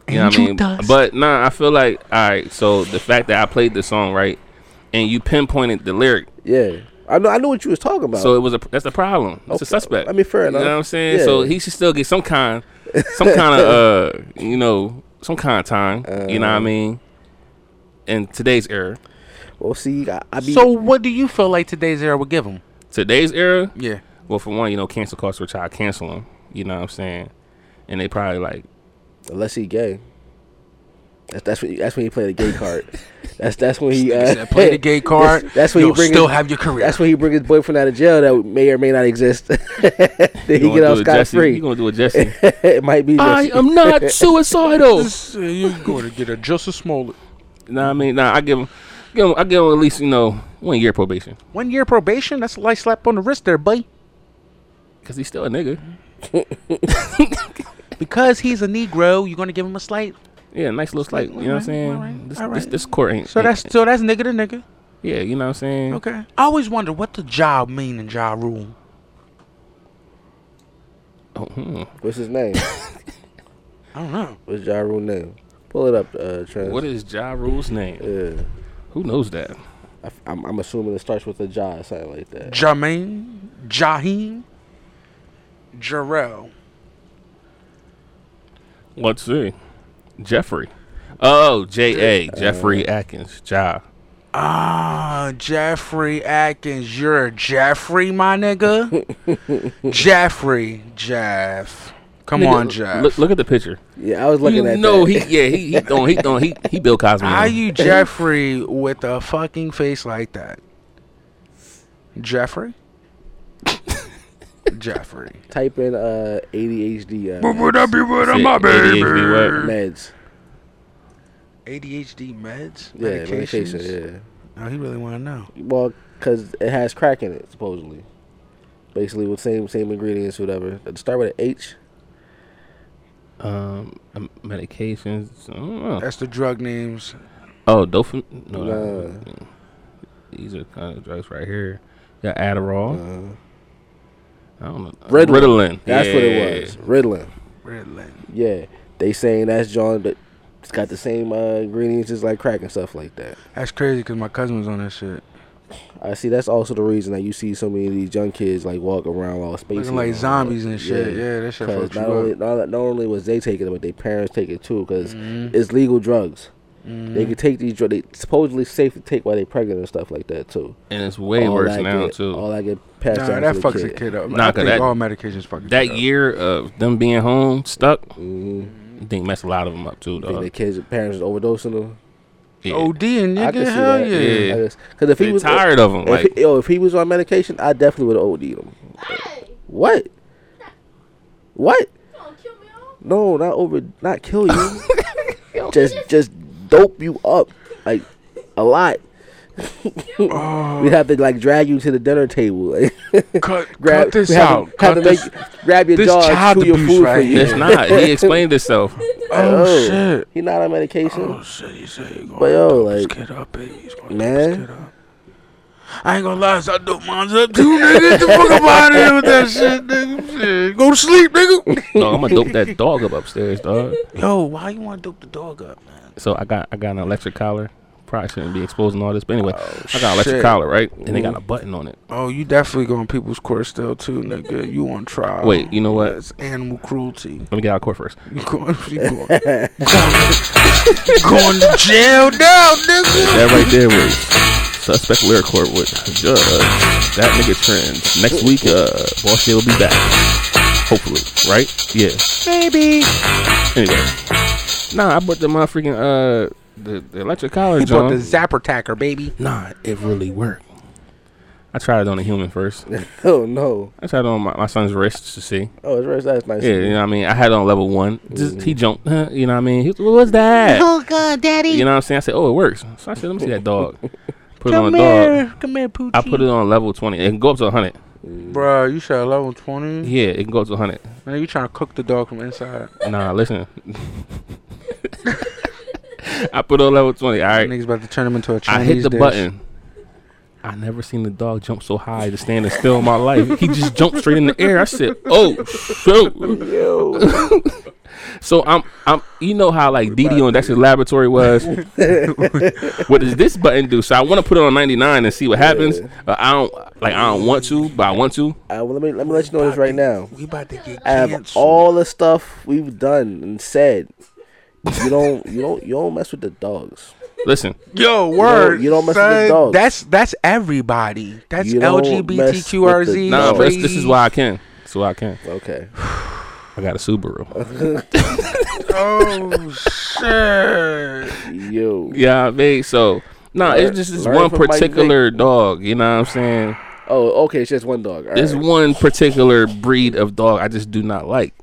[SPEAKER 4] You know what I mean? But nah, I feel like all right. So the fact that I played the song right, and you pinpointed the lyric,
[SPEAKER 1] Yeah, I know. I knew what you was talking about. Oh.
[SPEAKER 4] so it was a that's a problem. It's
[SPEAKER 1] Okay,
[SPEAKER 4] a suspect.
[SPEAKER 1] I mean, fair
[SPEAKER 4] You
[SPEAKER 1] enough.
[SPEAKER 4] know what I'm saying?
[SPEAKER 1] Yeah.
[SPEAKER 4] So he should still get some kind, some kind of uh, you know, some kind of time. you know what I
[SPEAKER 1] Uh-huh.
[SPEAKER 4] mean? In today's era,
[SPEAKER 1] well, see, I, I be
[SPEAKER 3] So what do you feel like today's era would give them?
[SPEAKER 4] today's era.
[SPEAKER 3] Yeah.
[SPEAKER 4] Well, for one, you know, cancel culture, try to cancel them. You know what I'm saying? And they probably like,
[SPEAKER 1] unless he gay. That's that's when that's when he play the gay card. That's that's when he
[SPEAKER 3] He
[SPEAKER 1] uh,
[SPEAKER 3] said, play the gay card.
[SPEAKER 1] That's, that's when
[SPEAKER 3] you'll
[SPEAKER 1] he bring
[SPEAKER 3] still
[SPEAKER 1] his,
[SPEAKER 3] have your career.
[SPEAKER 1] That's when he bring his boyfriend out of jail that may or may not exist. then he
[SPEAKER 4] gonna
[SPEAKER 1] get
[SPEAKER 4] do
[SPEAKER 1] out
[SPEAKER 4] a
[SPEAKER 1] scot
[SPEAKER 4] Jesse- You
[SPEAKER 1] free.
[SPEAKER 4] gonna do a Jesse?
[SPEAKER 1] it might be.
[SPEAKER 4] I
[SPEAKER 1] Jesse.
[SPEAKER 4] am not suicidal.
[SPEAKER 3] This, uh, you're going to get a Justice Smollett.
[SPEAKER 4] Nah, I mean, nah, I give him, give him, I give him at least you know one year probation
[SPEAKER 3] One year probation. That's a light slap on the wrist there, buddy.
[SPEAKER 4] because he's still a nigga.
[SPEAKER 3] Because he's a Negro, you're going to give him a slight.
[SPEAKER 4] Yeah, nice little like, you know what I'm saying?
[SPEAKER 3] alright,
[SPEAKER 4] this,
[SPEAKER 3] alright.
[SPEAKER 4] this, this court ain't.
[SPEAKER 3] So that's so that's nigga to nigga.
[SPEAKER 4] yeah, you know what I'm saying?
[SPEAKER 3] Okay. I always wonder what the job mean in Ja Rule.
[SPEAKER 4] Oh, hmm.
[SPEAKER 1] What's his name?
[SPEAKER 3] I don't know.
[SPEAKER 1] What's Ja Rule name? Pull it up, uh, Trent.
[SPEAKER 4] What is Ja Rule's name?
[SPEAKER 1] Yeah,
[SPEAKER 4] Who knows that?
[SPEAKER 1] I, am I'm assuming it starts with a Ja or something like that.
[SPEAKER 3] Jermaine, Jaheem, Jarrell.
[SPEAKER 4] Let's see. Jeffrey. Oh, J A. Jeffrey
[SPEAKER 1] Uh,
[SPEAKER 4] Atkins. Ja. Uh,
[SPEAKER 3] Ah, Jeffrey Atkins. You're a Jeffrey, my nigga. Jeffrey, Jeff. Come
[SPEAKER 4] Nigga,
[SPEAKER 3] on, Jeff.
[SPEAKER 4] Look, look at the picture.
[SPEAKER 1] Yeah, I was looking
[SPEAKER 4] You
[SPEAKER 1] at
[SPEAKER 4] know
[SPEAKER 1] that.
[SPEAKER 4] he. Yeah, he. He don't. He don't. He. He Bill Cosby.
[SPEAKER 3] How
[SPEAKER 4] man.
[SPEAKER 3] you Jeffrey with a fucking face like that? Jeffrey? Jeffrey.
[SPEAKER 1] Type in uh, ADHD uh,
[SPEAKER 4] Shit, ADHD, what?
[SPEAKER 1] meds.
[SPEAKER 3] ADHD meds?
[SPEAKER 1] Yeah,
[SPEAKER 3] Medications?
[SPEAKER 1] medication. Yeah.
[SPEAKER 3] Oh, he really want to know.
[SPEAKER 1] Well, because it has crack in it, supposedly. Basically, with same same ingredients, whatever. Let's Start with an H.
[SPEAKER 4] Um, um, medications. I don't know.
[SPEAKER 3] That's the drug names.
[SPEAKER 4] Oh, dopam. No,
[SPEAKER 1] Nah.
[SPEAKER 4] not- these are kind of drugs right here. You got Adderall.
[SPEAKER 1] Uh,
[SPEAKER 4] I don't know.
[SPEAKER 1] Ritalin.
[SPEAKER 4] Ritalin.
[SPEAKER 1] that's what
[SPEAKER 4] Yeah.
[SPEAKER 1] it was. Ritalin.
[SPEAKER 3] Ritalin.
[SPEAKER 1] Yeah, they saying that's John, but it's got the same uh, ingredients as like crack and stuff like that.
[SPEAKER 3] That's crazy because my cousin was on that shit.
[SPEAKER 1] I see. That's also the reason that you see so many of these young kids like walk around all spaces,
[SPEAKER 3] Looking like
[SPEAKER 1] and all
[SPEAKER 3] zombies
[SPEAKER 1] that.
[SPEAKER 3] and shit. Yeah, that shit
[SPEAKER 1] 'Cause
[SPEAKER 3] fucked you
[SPEAKER 1] not only
[SPEAKER 3] up.
[SPEAKER 1] not, not only was they taking it, but their parents take it too, because
[SPEAKER 3] Mm-hmm.
[SPEAKER 1] it's legal drugs. They can take these drugs. They supposedly safe to take while they're pregnant and stuff like that too.
[SPEAKER 4] And it's way
[SPEAKER 1] all
[SPEAKER 4] worse
[SPEAKER 1] that
[SPEAKER 4] now
[SPEAKER 1] get-
[SPEAKER 4] too.
[SPEAKER 1] All I get passed
[SPEAKER 3] Nah,
[SPEAKER 1] down
[SPEAKER 3] that
[SPEAKER 1] to
[SPEAKER 3] fucks
[SPEAKER 1] the
[SPEAKER 3] a kid up.
[SPEAKER 4] Nah,
[SPEAKER 3] I
[SPEAKER 4] 'cause
[SPEAKER 3] think
[SPEAKER 4] that-
[SPEAKER 3] all medications fuck a kid
[SPEAKER 4] that
[SPEAKER 3] up.
[SPEAKER 4] year of them being home stuck,
[SPEAKER 1] Mhm.
[SPEAKER 3] Mm-hmm.
[SPEAKER 4] I think messed a lot of them up too,
[SPEAKER 1] Think
[SPEAKER 4] though.
[SPEAKER 1] the kids, parents is overdosing them.
[SPEAKER 4] Uh-huh. Yeah.
[SPEAKER 3] OD and
[SPEAKER 1] I can
[SPEAKER 3] nigga,
[SPEAKER 1] see
[SPEAKER 3] hell
[SPEAKER 1] that.
[SPEAKER 3] yeah.
[SPEAKER 1] Because if he
[SPEAKER 4] They're
[SPEAKER 1] was
[SPEAKER 4] tired of them.
[SPEAKER 1] if,
[SPEAKER 4] Like,
[SPEAKER 1] he, yo, if he was on medication, I definitely would have OD'd him. What? What? No, not over, not kill you. just, just dope you up like a lot. We'd have to like drag you to the dinner table. like,
[SPEAKER 3] Cut,
[SPEAKER 1] grab,
[SPEAKER 3] cut this
[SPEAKER 1] we have to-
[SPEAKER 3] out.
[SPEAKER 1] have
[SPEAKER 3] Cut
[SPEAKER 1] to
[SPEAKER 3] this.
[SPEAKER 1] make- grab your
[SPEAKER 3] this
[SPEAKER 1] jaw
[SPEAKER 3] child
[SPEAKER 1] and chew your
[SPEAKER 3] abuse
[SPEAKER 1] food for
[SPEAKER 3] right
[SPEAKER 1] you.
[SPEAKER 3] here.
[SPEAKER 4] it's not. He explained himself.
[SPEAKER 3] Oh,
[SPEAKER 1] Oh.
[SPEAKER 3] shit.
[SPEAKER 1] He not on medication.
[SPEAKER 3] Oh shit, you say you gonna
[SPEAKER 1] But uh, yo,
[SPEAKER 3] dope this
[SPEAKER 1] like,
[SPEAKER 3] kid up, eh? He's gonna dope
[SPEAKER 1] man.
[SPEAKER 3] this kid up. I ain't gonna lie, so I dope mine's up too, nigga. Get the fuck up out of here with that shit, nigga. Shit. Go to sleep, nigga.
[SPEAKER 4] No, I'm gonna dope that dog up upstairs, dog.
[SPEAKER 3] Yo, why you wanna dope the dog up, man?
[SPEAKER 4] So I got I got an electric collar probably shouldn't be exposing all this. But anyway, I got an electric
[SPEAKER 3] Oh, shit.
[SPEAKER 4] collar, right? And they got a button on it.
[SPEAKER 3] Oh, you definitely going people's court still too, nigga. You on trial?
[SPEAKER 4] Wait, you know what?
[SPEAKER 3] That's animal cruelty.
[SPEAKER 4] Let me get out of court first.
[SPEAKER 3] You going? You going, going to jail now, nigga?
[SPEAKER 4] That right there was suspect lyric court with judge. That nigga trends. Next week, uh, Boss Jay will be back. Hopefully, right? Yeah. Maybe. Anyway, nah, I bought the motherfucking uh the, the electric collar.
[SPEAKER 3] He bought
[SPEAKER 4] John.
[SPEAKER 3] the zapper tacker, baby.
[SPEAKER 4] nah, it really worked. I tried it on a human first.
[SPEAKER 1] Oh no!
[SPEAKER 4] I tried it on my, my son's wrist to see.
[SPEAKER 1] Oh, it's right. That's nice.
[SPEAKER 4] Yeah, you know what I mean? I had it on level one. Just, he jumped. huh, You know what I mean? He was, what was that? Oh, God, daddy. You know what I'm saying? I said, oh, it works. So I said, let me see that dog. Put it
[SPEAKER 3] Come
[SPEAKER 4] on the
[SPEAKER 3] here,
[SPEAKER 4] dog.
[SPEAKER 3] come here, Poochie.
[SPEAKER 4] I put it on level 20. It can go up to 100.
[SPEAKER 3] Bro, you shot level twenty.
[SPEAKER 4] Yeah, it can go up to 100.
[SPEAKER 3] Man, you trying to cook the dog from inside?
[SPEAKER 4] Nah, listen. I put it on level 20. All right.
[SPEAKER 3] Niggas about to turn him into a
[SPEAKER 4] I
[SPEAKER 3] Chinese
[SPEAKER 4] hit the
[SPEAKER 3] dish.
[SPEAKER 4] button. I never seen the dog jump so high to standing still in my life. He just jumped straight in the air. I said, "Oh shoot!" so I'm, I'm, you know how like DD on that's his laboratory was.
[SPEAKER 1] Uh,
[SPEAKER 4] what does this button do? So I want to put it on 99 and see what happens. Uh, I don't like I don't want to, but I want to.
[SPEAKER 1] Uh, well, let me let me let you know this right now.
[SPEAKER 3] We about to get
[SPEAKER 1] Out of
[SPEAKER 3] canceled.
[SPEAKER 1] all the stuff we've done and said, you don't you don't you don't mess with the dogs.
[SPEAKER 4] Listen,
[SPEAKER 3] Yo, word.
[SPEAKER 1] you don't mess with
[SPEAKER 3] son.
[SPEAKER 1] the dogs.
[SPEAKER 3] That's that's everybody. That's
[SPEAKER 1] You don't mess with the
[SPEAKER 3] LGBTQRZ.
[SPEAKER 4] nah, but this,
[SPEAKER 3] free.
[SPEAKER 4] this is why I can. This is why I can.
[SPEAKER 1] Okay.
[SPEAKER 4] I got a Subaru.
[SPEAKER 3] Oh shit.
[SPEAKER 1] Yo.
[SPEAKER 4] yeah, I mean, so nah,
[SPEAKER 1] Learn-
[SPEAKER 4] it's just this
[SPEAKER 1] learn
[SPEAKER 4] one
[SPEAKER 1] from Mike Vick.
[SPEAKER 4] particular dog. You know what I'm saying?
[SPEAKER 1] Oh, okay. It's just one dog. All
[SPEAKER 4] There's
[SPEAKER 1] right.
[SPEAKER 4] one particular breed of dog I just do not like.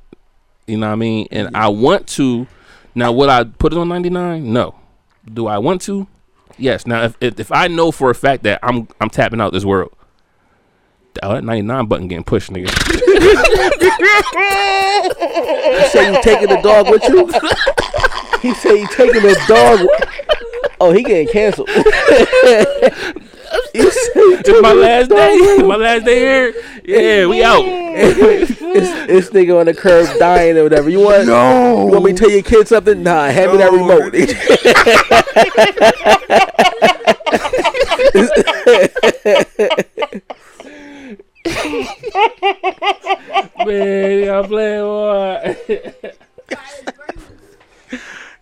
[SPEAKER 4] You know what I mean?
[SPEAKER 3] Mm-hmm.
[SPEAKER 4] And I want to. Now, would I put it on 99? No. Do I want to? Yes. Now, if, if, if I know for a fact that I'm I'm tapping out this world, oh, that 99 button getting pushed, nigga.
[SPEAKER 1] He said you taking the dog with you. he said you taking the dog. wi- Oh, he getting canceled. He said you
[SPEAKER 4] It's
[SPEAKER 1] taking
[SPEAKER 4] my
[SPEAKER 1] the
[SPEAKER 4] last
[SPEAKER 1] dog
[SPEAKER 4] day.
[SPEAKER 1] with you.
[SPEAKER 4] my last day here. Yeah, we out.
[SPEAKER 1] This nigga on the curb dying or whatever. You want?
[SPEAKER 3] No.
[SPEAKER 1] You want me to tell your kid something? Nah, hand me that
[SPEAKER 3] No.
[SPEAKER 1] remote. this
[SPEAKER 4] Man, y'all playing what?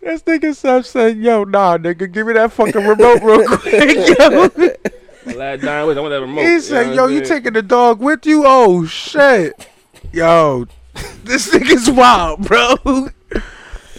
[SPEAKER 3] This nigga Sam said, "Yo, nah, nigga, give me that fucking remote real quick." Yo,
[SPEAKER 4] last nine with I want that remote.
[SPEAKER 3] he said,
[SPEAKER 4] know
[SPEAKER 3] "Yo,
[SPEAKER 4] what I'm
[SPEAKER 3] you
[SPEAKER 4] saying?
[SPEAKER 3] taking the dog with you? Oh shit, yo, this nigga's wild, bro."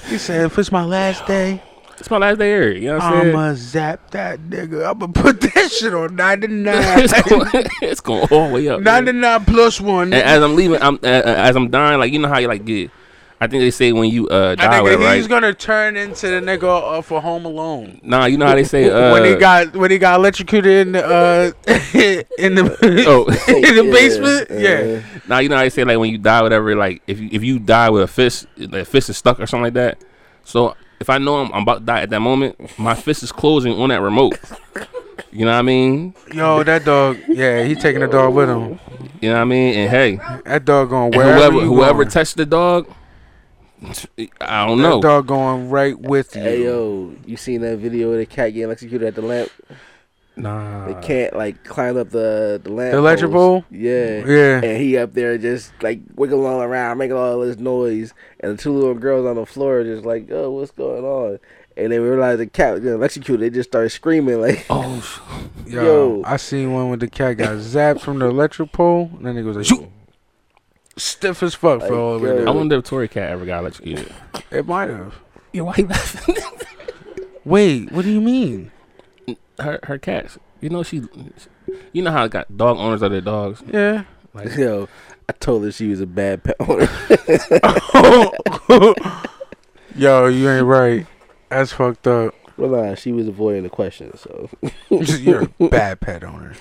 [SPEAKER 3] He said, "If it's my last day,
[SPEAKER 4] It's my last day here. You know what I'm saying?
[SPEAKER 3] I'ma zap that nigga. I'ma put that shit on ninety nine,
[SPEAKER 4] it's, going, it's going all the way up. man.
[SPEAKER 3] ninety nine plus one."
[SPEAKER 4] And as I'm leaving, I'm uh, uh, as I'm dying, like you know how you like get. I think they say when you uh
[SPEAKER 3] I
[SPEAKER 4] die,
[SPEAKER 3] think
[SPEAKER 4] whatever,
[SPEAKER 3] he's
[SPEAKER 4] right?
[SPEAKER 3] gonna turn into the nigga uh, for Home Alone
[SPEAKER 4] nah, you know how they say uh,
[SPEAKER 3] when he got when he got electrocuted in the uh, in the
[SPEAKER 4] Oh,
[SPEAKER 3] in the basement. yeah.
[SPEAKER 4] nah, you know how they say like when you die, whatever. Like if you, if you die with a fist, like fist is stuck or something like that. So if I know I'm, I'm about to die at that moment, my fist is closing on that remote. You know what I mean?
[SPEAKER 3] Yo, that dog. Yeah, he taking the dog with him.
[SPEAKER 4] You know what I mean? And hey,
[SPEAKER 3] That dog going
[SPEAKER 4] and
[SPEAKER 3] wherever.
[SPEAKER 4] whoever
[SPEAKER 3] you
[SPEAKER 4] whoever
[SPEAKER 3] going.
[SPEAKER 4] touched the dog, I don't
[SPEAKER 3] that
[SPEAKER 4] know.
[SPEAKER 3] dog going right with you.
[SPEAKER 1] Hey yo, you seen that video of the cat getting executed at the lamp?
[SPEAKER 4] nah,
[SPEAKER 1] The cat like climbed up the the lamp.
[SPEAKER 3] Uh, The electric
[SPEAKER 1] poles.
[SPEAKER 3] pole?
[SPEAKER 1] Yeah.
[SPEAKER 3] Yeah.
[SPEAKER 1] And he up there just like wiggling all around, making all this noise, and the two little girls on the floor just like, "Oh, what's going on?" And they realized the cat was getting executed. They just started screaming like,
[SPEAKER 4] Oh, sh-
[SPEAKER 3] Yo,
[SPEAKER 1] Yo.
[SPEAKER 3] I seen one with the cat got zapped from the electric pole, and that nigga was like, shoot. Stiff as fuck for all the way
[SPEAKER 1] yo.
[SPEAKER 4] I
[SPEAKER 3] down.
[SPEAKER 4] wonder if Tory Cat ever got electrocuted.
[SPEAKER 3] It might have.
[SPEAKER 4] Yeah, why you laughing?
[SPEAKER 3] Wait, what do you mean?
[SPEAKER 4] her her cats. You know she, you know how it got dog owners are their dogs.
[SPEAKER 3] Yeah.
[SPEAKER 1] "Yo." I told her she was a bad pet owner.
[SPEAKER 3] Yo, you ain't right. That's fucked up.
[SPEAKER 1] well, nah, she was avoiding the question. So
[SPEAKER 3] You're a bad pet owner.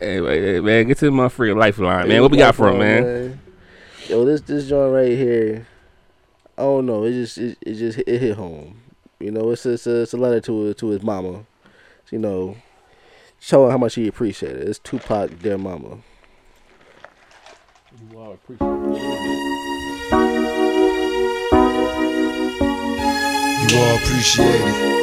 [SPEAKER 4] Anyway, hey, man, get to my free lifeline, man. What we got for him, man?
[SPEAKER 1] Yo, this this joint right here. I don't know. It just it, it just it hit home. You know, it's it's a, it's a letter to to his mama. You know, showing how much he appreciated. It's Tupac, dear mama.
[SPEAKER 5] You all appreciate it.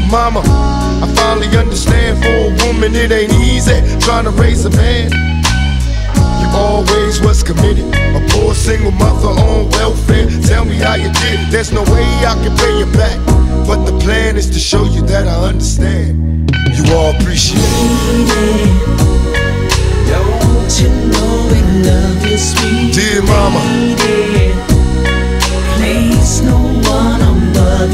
[SPEAKER 5] mama. I finally understand for a woman it ain't easy trying to raise a man. You always was committed. A poor single mother on welfare. Tell me how you did. it. There's no way I can pay you back. But the plan is to show you that I understand. You all appreciate it.
[SPEAKER 10] Don't you know we love you, sweet
[SPEAKER 5] Dear mama,
[SPEAKER 10] lady? Place no one above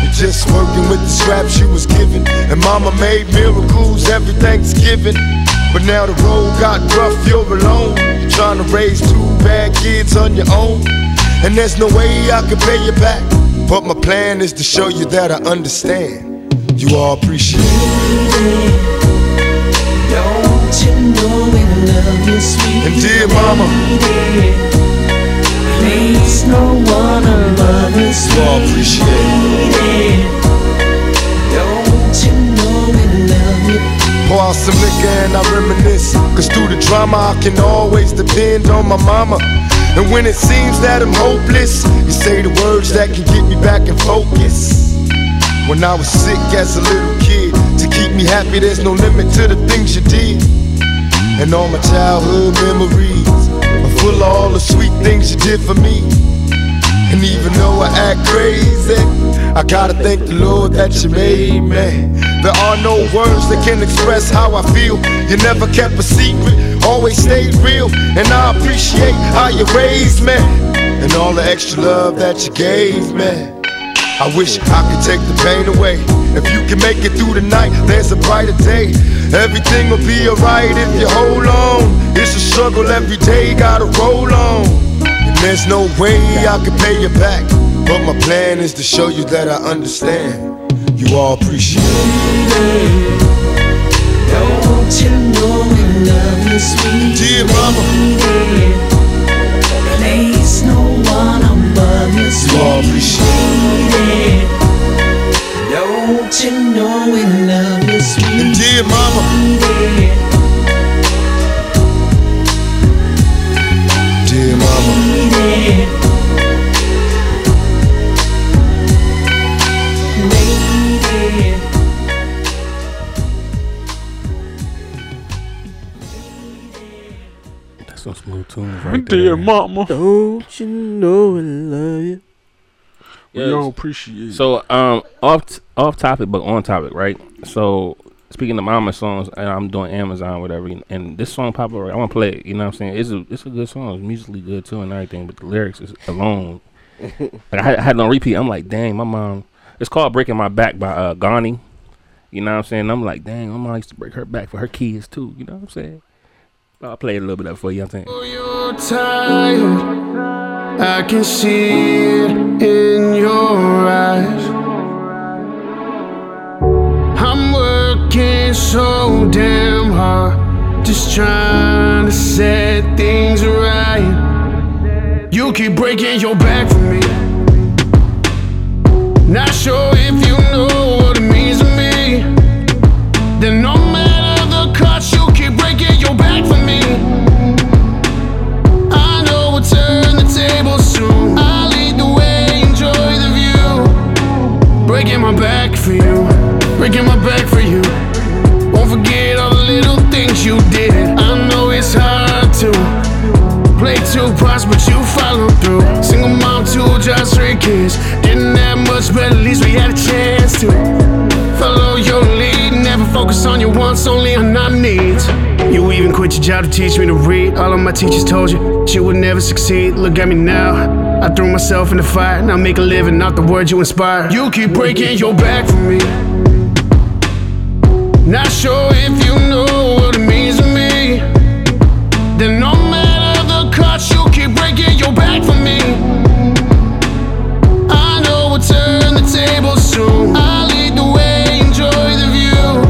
[SPEAKER 5] You're Just working with the scraps you was given. And mama made miracles every Thanksgiving. But now the road got rough, you're alone. You're trying to raise two bad kids on your own. And there's no way I can pay you back. But my plan is to show you that I understand. You all appreciate it.
[SPEAKER 10] Don't you know we love you, sweet
[SPEAKER 5] And dear mama,
[SPEAKER 10] lady? Place no one above you,
[SPEAKER 5] you all
[SPEAKER 10] sweet
[SPEAKER 5] appreciate it.
[SPEAKER 10] lady. Don't you know we love you?
[SPEAKER 5] Pour out some liquor and I reminisce. Cause through the drama, I can always depend on my mama. And when it seems that I'm hopeless, you say the words that can get me back in focus. When I was sick as a little kid, to keep me happy, there's no limit to the things you did. And all my childhood memories are full of all the sweet things you did for me. And even though I act crazy, I gotta thank the Lord that you made me. There are no words that can express how I feel. You never kept a secret, always stayed real. And I appreciate how you raised me. And all the extra love that you gave me. I wish I could take the pain away. If you can make it through the night, there's a brighter day. Everything will be alright if you hold on. It's a struggle every day, gotta roll on. And there's no way I can pay you back. But my plan is to show you that I understand. You all appreciate it.
[SPEAKER 10] Don't you know we love you, sweet
[SPEAKER 5] Dear mama,
[SPEAKER 10] lady? Place no one above you,
[SPEAKER 5] you all
[SPEAKER 10] sweet
[SPEAKER 5] appreciate
[SPEAKER 10] lady. Don't you know we love
[SPEAKER 5] it.
[SPEAKER 10] you,
[SPEAKER 5] And
[SPEAKER 10] sweet
[SPEAKER 5] dear mama,
[SPEAKER 10] lady?
[SPEAKER 5] dear mama,
[SPEAKER 10] Lady. Lady.
[SPEAKER 4] That's some smooth tunes right
[SPEAKER 3] Dear mama,
[SPEAKER 1] Don't you know I love you?
[SPEAKER 3] we all appreciate it.
[SPEAKER 4] So um off t- off topic but on topic, right? So speaking of mama songs and I'm doing Amazon whatever and- and this song pop up right, I wanna play it, you know what I'm saying? It's a it's a good song, it's musically good too and everything, but the lyrics is alone. like I had, I had it on repeat. I'm like, dang, my mom it's called Breaking My Back by uh Gani. You know what I'm saying? I'm like, dang, my mom used to break her back for her kids too, you know what I'm saying? I'll play a little bit of it for you, you know what I'm saying.
[SPEAKER 5] You tired?
[SPEAKER 12] I can see it in your eyes. I'm working so damn hard, just trying to set things right. You keep breaking your back for me. Not sure if you know what it means to me. Then no matter the cost, you keep breaking your back for me. I know we'll turn the table soon. I lead the way, enjoy the view. Breaking my back for you, breaking my back for you. Won't forget all the little things you did. I know it's hard to. Play two parts, but you follow through. Single mom, two jobs, three kids. Didn't have much, but at least we had a chance to follow your lead. Never focus on your wants, only on our needs. You even quit your job to teach me to read. All of my teachers told you you would never succeed. Look at me now. I threw myself in the fire. Now make a living, not the words you inspire. You keep breaking your back for me. Not sure if you know what it means to me. Then no matter the cost, you keep breaking your back for me. I know we'll turn the table soon. I lead the way, enjoy the view.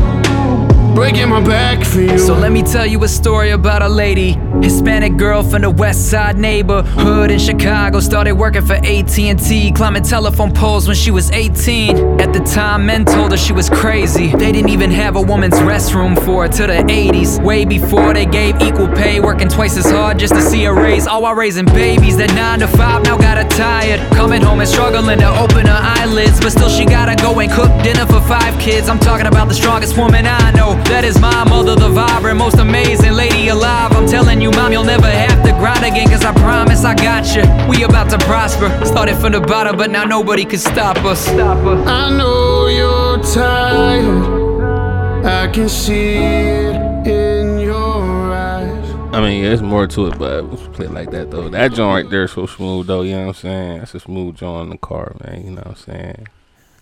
[SPEAKER 12] Breaking my back for you.
[SPEAKER 13] So let me tell you a story about a lady, Hispanic girl from the West Side neighborhood in Chicago. Started working for AT&T, climbing telephone poles when she was 18. At the time, men told her she was crazy. They didn't even have a woman's restroom for her till the 80s, way before they gave equal pay, working twice as hard just to see a raise. All while raising babies that nine to five now got her tired. Coming home and struggling to open her eyelids, but still she gotta go and cook dinner for five kids. I'm talking about the strongest woman I know. That is my mother, the vibrant, most amazing lady alive. I'm telling you, mom, you'll never have to grind again, cause I promise I got you. We about to prosper. Started from the bottom, but now nobody can stop us. Stop us.
[SPEAKER 12] I know you're tired. I can see it in your eyes.
[SPEAKER 4] I mean, yeah, there's more to it, but we should play it like that though. That joint right there is so smooth though. You know what I'm saying? That's a smooth joint in the car, man. You know what I'm saying?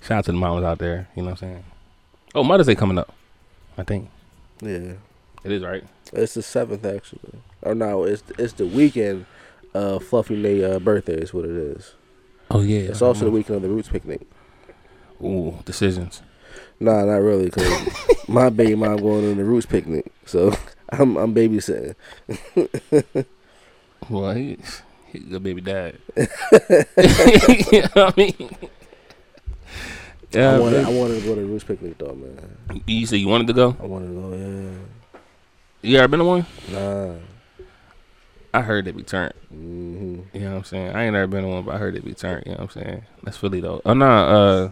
[SPEAKER 4] Shout out to the mamas out there. You know what I'm saying? Oh, Mother's Day coming up. I think
[SPEAKER 1] Yeah,
[SPEAKER 4] it is right.
[SPEAKER 1] it's the seventh actually. Oh no, it's it's the weekend. Uh, Fluffy Nay uh, birthday is what it is.
[SPEAKER 4] Oh yeah.
[SPEAKER 1] It's also the weekend of the Roots picnic.
[SPEAKER 4] Ooh, decisions.
[SPEAKER 1] Nah, not really, cause my baby mom going on the Roots picnic, so I'm I'm babysitting.
[SPEAKER 4] Well, he, he the baby dad. you know what I mean? Yeah,
[SPEAKER 1] I wanted,
[SPEAKER 4] man.
[SPEAKER 1] I wanted to go to the Roots picnic though, man.
[SPEAKER 4] you said you wanted to go.
[SPEAKER 1] I wanted to go. Yeah,
[SPEAKER 4] You ever been to one?
[SPEAKER 1] nah.
[SPEAKER 4] I heard it be turned.
[SPEAKER 1] hmm
[SPEAKER 4] You know what I'm saying? I ain't never been to one, but I heard it be turned. You know what I'm saying? That's Philly though. Oh no, uh,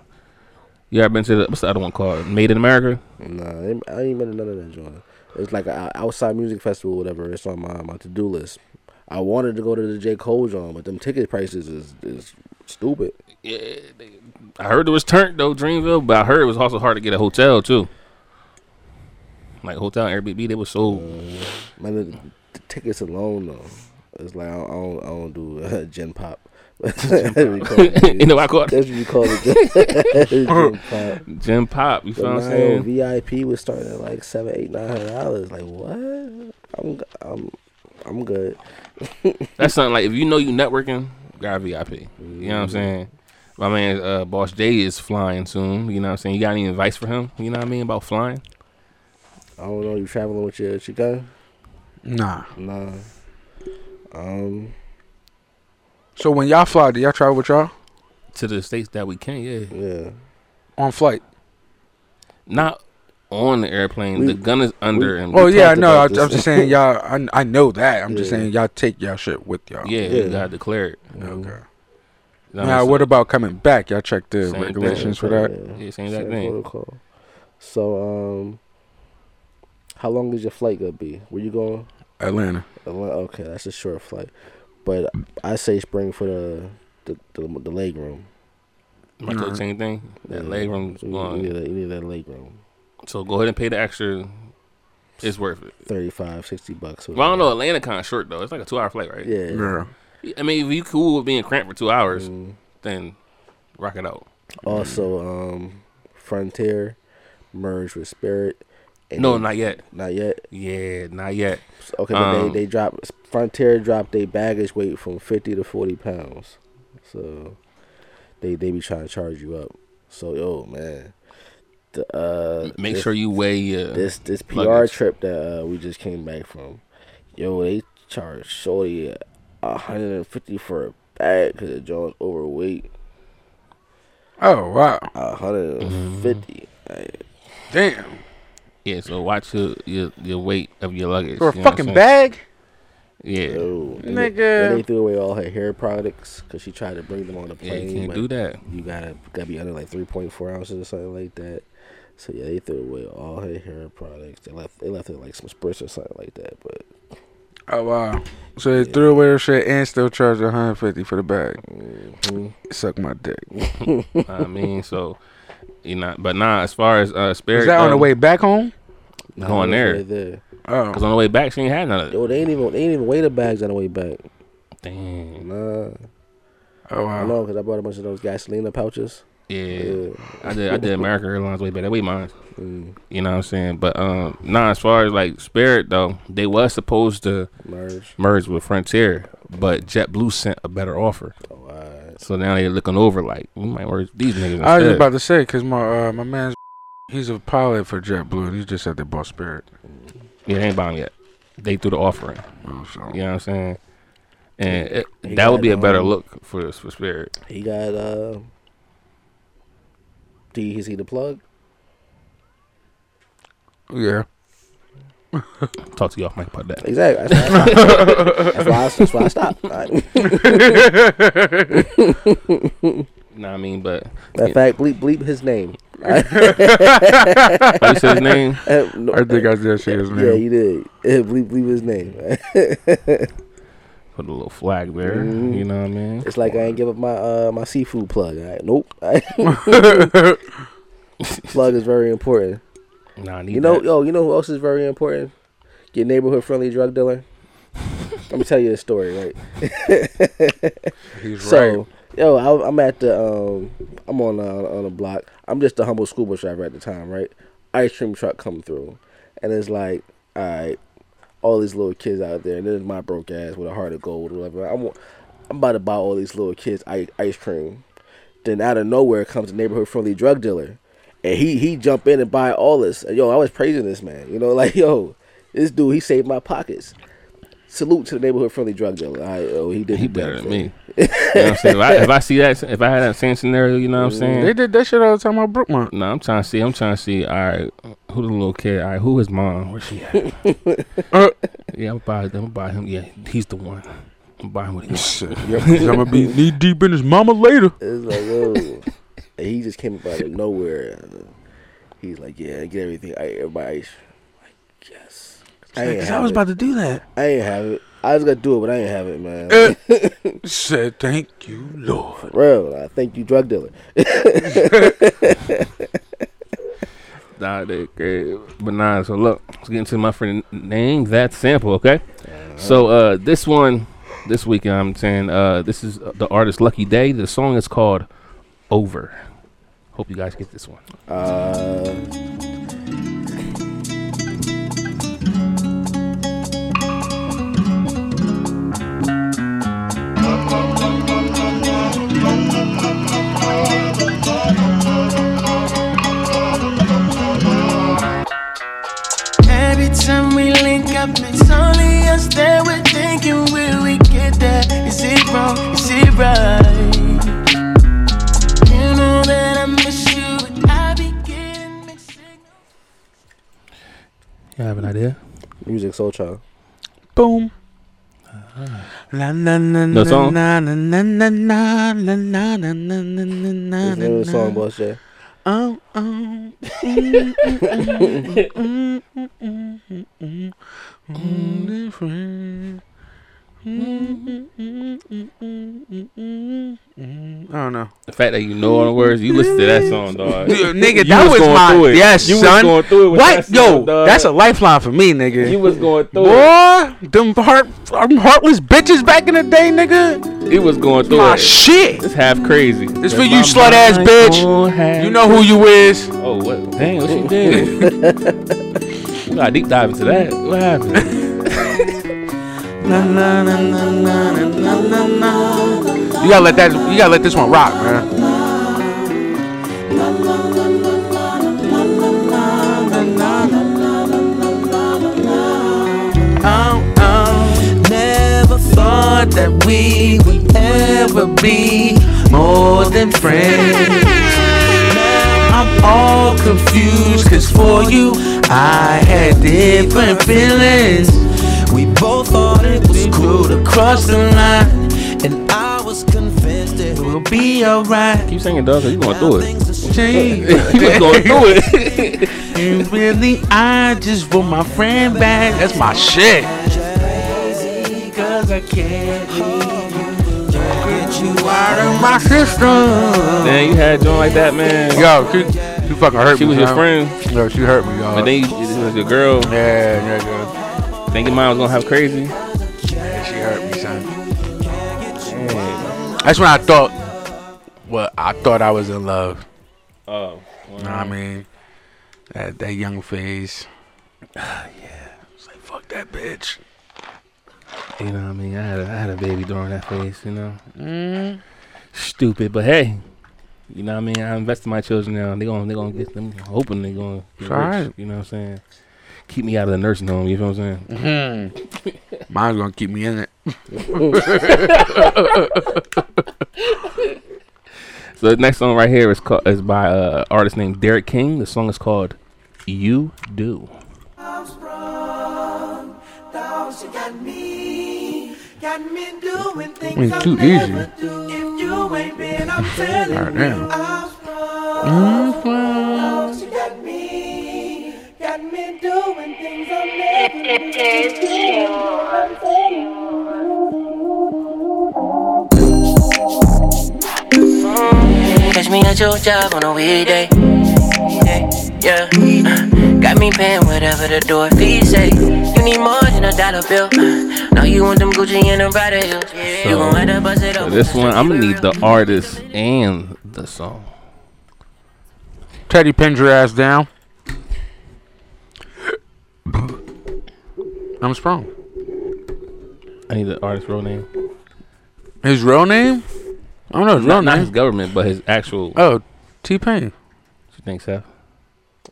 [SPEAKER 4] you ever been to the what's the other one called? Made in America.
[SPEAKER 1] Nah, I ain't, I ain't been to none of that joint. It's like an outside music festival, whatever. It's on my, my to do list. I wanted to go to the J Cole joint, but them ticket prices is is stupid.
[SPEAKER 4] Yeah, they- I heard it was turned though, Dreamville, but I heard it was also hard to get a hotel too. Like hotel Airbnb, they were sold.
[SPEAKER 1] Man, the, the tickets alone though, it's like I don't I don't, I don't do uh, gen pop.
[SPEAKER 4] you know, what I called it
[SPEAKER 1] That's what you call it. Gen, gen pop.
[SPEAKER 4] Gym Pop. You feel
[SPEAKER 1] But
[SPEAKER 4] what I'm
[SPEAKER 1] now,
[SPEAKER 4] saying?
[SPEAKER 1] VIP was starting at like seven, eight, nine hundred dollars. Like what? I'm g- I'm I'm good.
[SPEAKER 4] That's something like if you know you networking, got VIP. You know what I'm
[SPEAKER 1] Mm-hmm.
[SPEAKER 4] saying? My man, uh, Boss Jay is flying soon. You know what I'm saying? You got any advice for him? You know what I mean about flying?
[SPEAKER 1] I don't know. You traveling with your chica?
[SPEAKER 3] Nah.
[SPEAKER 1] Nah. Um.
[SPEAKER 3] So when y'all fly, do y'all travel with y'all
[SPEAKER 4] To the states that we can, yeah.
[SPEAKER 1] Yeah.
[SPEAKER 3] on flight?
[SPEAKER 4] Not on the airplane.
[SPEAKER 1] We-
[SPEAKER 4] the gun is under
[SPEAKER 1] we-
[SPEAKER 4] and
[SPEAKER 3] Oh yeah,
[SPEAKER 1] talked
[SPEAKER 3] no, I,
[SPEAKER 1] about
[SPEAKER 3] I'm
[SPEAKER 1] this.
[SPEAKER 3] just saying y'all. I, I know that. I'm just
[SPEAKER 1] Yeah.
[SPEAKER 3] saying y'all take y'all shit with y'all.
[SPEAKER 4] yeah,
[SPEAKER 1] Yeah.
[SPEAKER 4] you got declared.
[SPEAKER 3] Okay.
[SPEAKER 4] You know
[SPEAKER 3] Now,
[SPEAKER 4] I'm
[SPEAKER 3] what
[SPEAKER 4] saying?
[SPEAKER 3] about coming back? Y'all check the
[SPEAKER 4] Same thing.
[SPEAKER 3] regulations for that.
[SPEAKER 4] Yeah, same exact thing.
[SPEAKER 1] protocol. So um, how long is your flight gonna be? Where you going?
[SPEAKER 3] Atlanta.
[SPEAKER 1] Atla- Okay, that's a short flight, but I say spring for the the, the, the leg room.
[SPEAKER 4] My
[SPEAKER 3] Mm-hmm.
[SPEAKER 4] coach, same thing. That
[SPEAKER 1] Yeah.
[SPEAKER 4] leg room's
[SPEAKER 1] So you, you, need
[SPEAKER 4] going.
[SPEAKER 1] that, you need that leg room.
[SPEAKER 4] So go ahead and pay the extra. It's worth it.
[SPEAKER 1] 35, 60 bucks.
[SPEAKER 4] Well, I don't know. Atlanta kind of short though. It's like a two-hour flight, right?
[SPEAKER 1] Yeah.
[SPEAKER 3] Yeah. Mm-hmm.
[SPEAKER 4] I mean, if you cool with being cramped for two hours,
[SPEAKER 1] Mm.
[SPEAKER 4] then rock it out.
[SPEAKER 1] Also, um, Frontier merged with Spirit. And
[SPEAKER 4] no,
[SPEAKER 1] they-
[SPEAKER 4] not yet.
[SPEAKER 1] Not yet.
[SPEAKER 4] Yeah, not yet.
[SPEAKER 1] Okay, but
[SPEAKER 4] Um,
[SPEAKER 1] they they drop Frontier dropped their baggage weight from fifty to forty pounds, so they they be trying to charge you up. So yo man, the, uh,
[SPEAKER 4] Make sure you weigh your
[SPEAKER 1] this this PR
[SPEAKER 4] luggage.
[SPEAKER 1] trip that uh, we just came back from. Yo, they charged Shorty a hundred and fifty for a bag because the joint's overweight.
[SPEAKER 3] Oh wow,
[SPEAKER 1] a hundred and fifty.
[SPEAKER 4] Mm-hmm.
[SPEAKER 3] Damn.
[SPEAKER 4] Yeah, so watch your your, your weight of your luggage.
[SPEAKER 3] For a
[SPEAKER 4] you know what I'm
[SPEAKER 3] fucking
[SPEAKER 4] saying?
[SPEAKER 3] bag?
[SPEAKER 4] Yeah.
[SPEAKER 1] And
[SPEAKER 3] Nigga.
[SPEAKER 1] They, and they threw away all her hair products because she tried to bring them on the
[SPEAKER 4] Yeah, you
[SPEAKER 1] plane.
[SPEAKER 4] can't
[SPEAKER 1] but
[SPEAKER 4] do that.
[SPEAKER 1] You gotta gotta be under like three point four ounces or something like that. So yeah, they threw away all her hair products. They left they left it like some spritz or something like that. But
[SPEAKER 3] Oh wow. So they threw away her shit and still charged 150 for the bag. Suck my dick.
[SPEAKER 4] Mm-hmm. I mean, so you not, but nah. As far as uh, spirit,
[SPEAKER 3] Is that on the way back home?
[SPEAKER 4] going there?
[SPEAKER 1] there.
[SPEAKER 3] Oh.
[SPEAKER 4] Cause on the way back, she ain't had none of it.
[SPEAKER 1] yo, they ain't even they ain't even weigh the bags on the way back.
[SPEAKER 4] Damn.
[SPEAKER 1] Nah.
[SPEAKER 3] Oh wow.
[SPEAKER 1] I know because I bought a bunch of those gasolina pouches.
[SPEAKER 4] Yeah.
[SPEAKER 1] Yeah.
[SPEAKER 4] I did. I did American Airlines way better. That way mine.
[SPEAKER 1] Mm.
[SPEAKER 4] You know what I'm saying? But um, nah. As far as like Spirit though, they was supposed to
[SPEAKER 1] Merge.
[SPEAKER 4] merge with Frontier, but JetBlue sent a better offer.
[SPEAKER 1] Oh, alright.
[SPEAKER 4] So now they're looking over like we might merge these niggas. Instead.
[SPEAKER 3] I was just about to say because my uh, my man's he's a pilot for JetBlue and he just said they bought Spirit.
[SPEAKER 4] Mm-hmm. Yeah, they ain't bought 'em yet. They threw the offering.
[SPEAKER 3] Oh, so.
[SPEAKER 4] You know what I'm saying? And it,
[SPEAKER 1] He
[SPEAKER 4] that would be a
[SPEAKER 1] got,
[SPEAKER 4] better
[SPEAKER 1] um,
[SPEAKER 4] look for for Spirit.
[SPEAKER 1] He got uh. Do you see the plug?
[SPEAKER 3] Yeah.
[SPEAKER 4] Talk to y'all mic about that.
[SPEAKER 1] Exactly. That's why I stopped. that's, why I, that's why I stopped. Alright.
[SPEAKER 4] Nah, I mean, but
[SPEAKER 1] Matter of fact, bleep bleep his name.
[SPEAKER 4] how you say his name?
[SPEAKER 1] Uh, no,
[SPEAKER 3] I think I did say his name.
[SPEAKER 1] yeah, you did. Uh, bleep bleep his name.
[SPEAKER 4] Put a little flag there.
[SPEAKER 1] Mhm.
[SPEAKER 4] You know what I mean?
[SPEAKER 1] it's like I ain't give up my uh my seafood plug. Alright. Nope. Alright. plug is very important.
[SPEAKER 4] Nah, I need
[SPEAKER 1] You know,
[SPEAKER 4] that.
[SPEAKER 1] yo, you know who else is very important? Your neighborhood friendly drug dealer. Let me tell you a story, right?
[SPEAKER 3] He's
[SPEAKER 1] So,
[SPEAKER 3] right.
[SPEAKER 1] yo, I, I'm at the um, I'm on a, on a block. I'm just a humble school bus driver at the time, right? Ice cream truck come through, and it's like, all right, all these little kids out there, and there's my broke ass with a heart of gold, whatever. I'm I'm about to buy all these little kids ice, ice cream. Then out of nowhere comes a neighborhood friendly drug dealer, and he he jump in and buy all this. And, yo, I was praising this man. You know, like yo, this dude he saved my pockets. Salute to the neighborhood friendly drug dealer. I, oh, he did
[SPEAKER 4] He
[SPEAKER 1] the
[SPEAKER 4] better
[SPEAKER 1] damn
[SPEAKER 4] than
[SPEAKER 1] thing.
[SPEAKER 4] me. you know what I'm saying? If I, if I see that, if I had that same scenario, you know what I'm
[SPEAKER 1] Mm-hmm.
[SPEAKER 3] They
[SPEAKER 4] saying?
[SPEAKER 3] did that shit all the time on Brookmont.
[SPEAKER 4] No, I'm trying to see. I'm trying to see. All right, who the little kid? All right, who his mom? Where she at?
[SPEAKER 3] Uh,
[SPEAKER 4] yeah, I'm buy. I'm buy him. Yeah, he's the one. I'm buying what he wants.
[SPEAKER 3] shit. I'm gonna be knee deep in his mama later.
[SPEAKER 1] It's like, yo. and he just came up out of nowhere. And he's like, yeah, get everything. I, everybody, ice. I'm like, yes. I ain't
[SPEAKER 3] Cause I
[SPEAKER 1] have
[SPEAKER 3] was
[SPEAKER 1] it.
[SPEAKER 3] about to do that.
[SPEAKER 1] I ain't have it. I was gonna do it, but I ain't have it, man.
[SPEAKER 3] Eh. Said thank you, Lord.
[SPEAKER 1] Real, I thank you, drug dealer.
[SPEAKER 4] Nah, they great. But nah, so look, let's get into my friend name that sample, okay? So uh this one this week I'm saying uh this is the artist Lucky Day. The song is called Over. Hope you guys get this one.
[SPEAKER 1] Uh,
[SPEAKER 10] Every time we link up, it's only us that we're thinking, will we get there? Is it wrong? Is it right? You know that I miss you, but I be getting mixed signals.
[SPEAKER 4] You have an idea?
[SPEAKER 1] music soul child.
[SPEAKER 3] Boom. La na na
[SPEAKER 4] Uh-huh. No
[SPEAKER 3] na
[SPEAKER 4] song?
[SPEAKER 3] na na na na na na na na na na na
[SPEAKER 1] What's
[SPEAKER 3] na
[SPEAKER 1] the name
[SPEAKER 3] na
[SPEAKER 1] of the song,
[SPEAKER 3] na.
[SPEAKER 1] boss Jay?
[SPEAKER 3] Oh oh. Mm, mm, mm, mm, mm, mm, mm, mm, different. Mm, mm, mm, mm, mm, mm, mm, mm. I don't know.
[SPEAKER 4] The fact that you know all the words, you listen to that song, dog.
[SPEAKER 3] Dude, nigga,
[SPEAKER 4] You
[SPEAKER 3] that was,
[SPEAKER 4] going through
[SPEAKER 3] my
[SPEAKER 4] it.
[SPEAKER 3] yes,
[SPEAKER 4] you
[SPEAKER 3] son.
[SPEAKER 4] Was going through it with
[SPEAKER 3] what?
[SPEAKER 4] that
[SPEAKER 3] Yo,
[SPEAKER 4] song, dog.
[SPEAKER 3] that's a lifeline for me, nigga.
[SPEAKER 4] You was going through it.
[SPEAKER 3] Boy, them heart, them heartless bitches back in the day, nigga.
[SPEAKER 4] He was going through
[SPEAKER 3] My
[SPEAKER 4] it.
[SPEAKER 3] Ah, shit.
[SPEAKER 4] it's half crazy.
[SPEAKER 3] It's for you, slut ass bitch. You know who you is.
[SPEAKER 4] Oh, what? Damn, what she did? We got deep dive into that. What happened?
[SPEAKER 3] Na, na, na, na, na, na, na, na. You gotta let that. You gotta let this one rock, man.
[SPEAKER 10] Oh, oh. Never thought that we would ever be more than friends. Now I'm all confused, cause for you, I had different feelings. We both thought it was cool to cross the line, and I was convinced it will be alright.
[SPEAKER 4] Keep singing, dog. 'cause You going through it?
[SPEAKER 10] Gee.
[SPEAKER 4] you was going through it.
[SPEAKER 10] and really, I just want my friend back. That's my shit. Cause I can't get you out of my system.
[SPEAKER 4] Man, you had joint like that, man.
[SPEAKER 3] Yo, she, she fucking hurt
[SPEAKER 4] She
[SPEAKER 3] me.
[SPEAKER 4] was your
[SPEAKER 3] dog.
[SPEAKER 4] friend?
[SPEAKER 3] Yo, she hurt me, y'all.
[SPEAKER 4] But then you, this was your girl.
[SPEAKER 3] yeah, nigga.
[SPEAKER 4] Think your mom was gonna have crazy.
[SPEAKER 3] Yeah, she hurt me, son. That's when I thought. Well, I thought I was in love.
[SPEAKER 4] Oh,
[SPEAKER 3] You know what I mean? That that young phase. yeah. It's like fuck that bitch.
[SPEAKER 4] you know what I mean. I had a, I had a baby during that phase. You know,
[SPEAKER 3] Mm.
[SPEAKER 4] stupid, but hey, you know what I mean. I invest in my children now. They gonna they gonna get them. Hoping they gonna get
[SPEAKER 3] It's
[SPEAKER 4] rich,
[SPEAKER 3] alright.
[SPEAKER 4] You know what I'm saying. Keep me out of the nursing home. You know what I'm saying.
[SPEAKER 3] Mm-hmm. Mine's gonna keep me in it.
[SPEAKER 4] So the next song right here is called is by uh, artist named Derek King. The song is called "You Do."
[SPEAKER 14] Dogs, you got me, got me doing things
[SPEAKER 3] It's
[SPEAKER 14] I
[SPEAKER 3] too
[SPEAKER 14] never
[SPEAKER 3] easy.
[SPEAKER 14] do. If you ain't been, I'm telling
[SPEAKER 3] God
[SPEAKER 14] you,
[SPEAKER 3] damn.
[SPEAKER 14] I'm Dogs, you got me, got me doing things I never do. I'm telling
[SPEAKER 15] Catch me at your job on a weekday. Yeah, yeah. Uh, got me paying whatever the door fee say. You need more than a dollar bill. Uh, now you want them Gucci and them Prada heels. You gon' have to bust it
[SPEAKER 4] So
[SPEAKER 15] up.
[SPEAKER 4] this one, I'm gonna need the artist and the song.
[SPEAKER 3] Teddy pins your ass down. I'm strong.
[SPEAKER 4] I need the artist's real name.
[SPEAKER 3] His real name? I don't know his real
[SPEAKER 4] Not, not his
[SPEAKER 3] name.
[SPEAKER 4] government, but his actual.
[SPEAKER 3] Oh, T Pain.
[SPEAKER 4] You think so?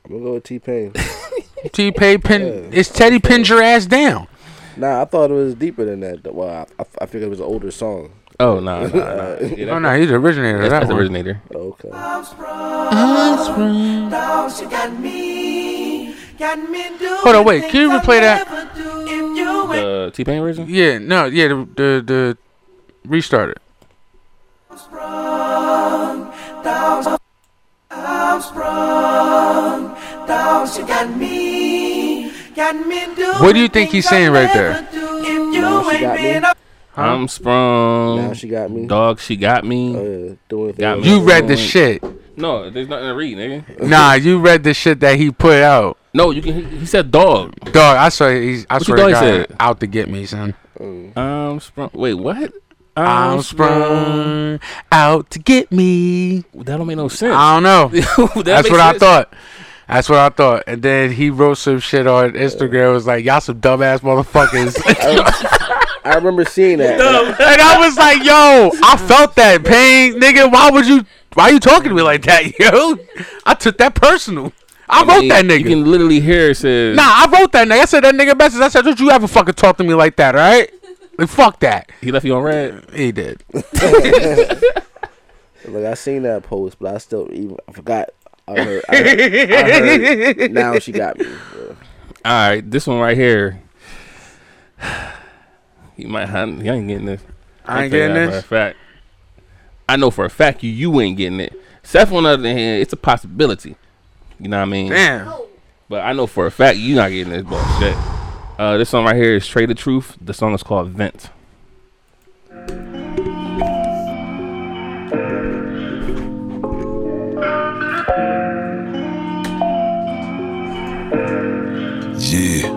[SPEAKER 1] I'm gonna go with T Pain.
[SPEAKER 3] T Pain pin. It's Teddy pins your ass down.
[SPEAKER 1] nah, I thought it was deeper than that. though. Well, I, I, I figured it was an older song.
[SPEAKER 4] Oh no, no, no.
[SPEAKER 3] Oh no, he's the originator. of
[SPEAKER 4] That's,
[SPEAKER 3] that
[SPEAKER 4] that's the
[SPEAKER 3] one.
[SPEAKER 4] originator.
[SPEAKER 1] Okay.
[SPEAKER 14] you. Dogs, you got me, got me doing
[SPEAKER 3] Hold on, wait.
[SPEAKER 14] things
[SPEAKER 3] Can you
[SPEAKER 14] I
[SPEAKER 3] replay that?
[SPEAKER 14] never do. If you ain't
[SPEAKER 4] The T Pain version.
[SPEAKER 3] Yeah, no, yeah, the the, the restart it.
[SPEAKER 14] Dogs, I'm sprung. Dogs, you got me, got me doing
[SPEAKER 3] What do you think he's
[SPEAKER 14] things I
[SPEAKER 3] saying right there?
[SPEAKER 14] never do. If you ain't
[SPEAKER 1] got me.
[SPEAKER 14] been, I'm
[SPEAKER 4] I'm sprung.
[SPEAKER 1] Now she got me.
[SPEAKER 4] Dog, she got me.
[SPEAKER 1] Oh, yeah. Doing
[SPEAKER 4] Got
[SPEAKER 1] things.
[SPEAKER 4] me.
[SPEAKER 3] You read the shit.
[SPEAKER 4] No, there's nothing to read, nigga.
[SPEAKER 3] Nah, you read the shit that he put out.
[SPEAKER 4] No, you can. He, he said dog.
[SPEAKER 3] Dog, I saw he's I
[SPEAKER 4] What you
[SPEAKER 3] swear to
[SPEAKER 4] thought he
[SPEAKER 3] God,
[SPEAKER 4] said?
[SPEAKER 3] out to get me, son.
[SPEAKER 1] Oh.
[SPEAKER 4] I'm sprung. Wait, what?
[SPEAKER 3] I'm sprung out to get me.
[SPEAKER 4] That don't make no sense.
[SPEAKER 3] I don't know.
[SPEAKER 4] That
[SPEAKER 3] That's
[SPEAKER 4] makes
[SPEAKER 3] what I
[SPEAKER 4] sense.
[SPEAKER 3] thought. That's what I thought. And then he wrote some shit on Instagram. It was like, y'all some dumbass motherfuckers.
[SPEAKER 1] I remember seeing that.
[SPEAKER 3] and I was like, yo, I felt that pain, nigga. Why would you? Why you talking to me like that, yo? I took that personal. I, wrote
[SPEAKER 4] mean,
[SPEAKER 3] that
[SPEAKER 4] You
[SPEAKER 3] nigga.
[SPEAKER 4] can literally hear it says.
[SPEAKER 3] Nah, I wrote that nigga. I said that nigga message. I said, don't you ever fucking talk to me like that, all right? Like, fuck that.
[SPEAKER 4] He left you on red.
[SPEAKER 3] He did.
[SPEAKER 1] Like I seen that post, but I still even I forgot. I heard. I heard, I heard now she got me. Yeah.
[SPEAKER 4] All right, this one right here. You might have. You ain't getting this.
[SPEAKER 3] I ain't
[SPEAKER 4] I'll tell
[SPEAKER 3] getting
[SPEAKER 4] you that
[SPEAKER 3] this.
[SPEAKER 4] For a fact. I know for a fact you you ain't getting it. Seth, on the other hand, it's a possibility. You know what I mean?
[SPEAKER 3] Damn.
[SPEAKER 4] But I know for a fact you're not getting this bullshit. Uh, this song right here is Trade the Truth. The song is called Vent.
[SPEAKER 16] Yeah.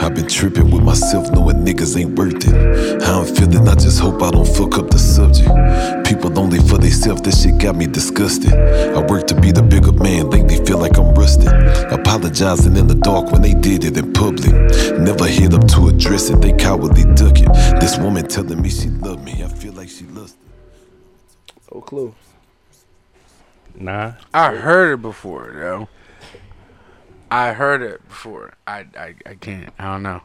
[SPEAKER 16] I've been tripping with myself, knowing niggas ain't worth it. How I'm feeling, I just hope I don't fuck up the subject. People only for themselves, that shit got me disgusted. I work to be the bigger man, lately feel like I'm rusted. Apologizing in the dark when they did it in public. Never hit up to address it, they cowardly duck it. This woman telling me she loved me, I feel like she lost it.
[SPEAKER 1] Oh, clue.
[SPEAKER 4] Nah.
[SPEAKER 3] I heard it before, yo. I heard it before. I I, I can't. I don't know.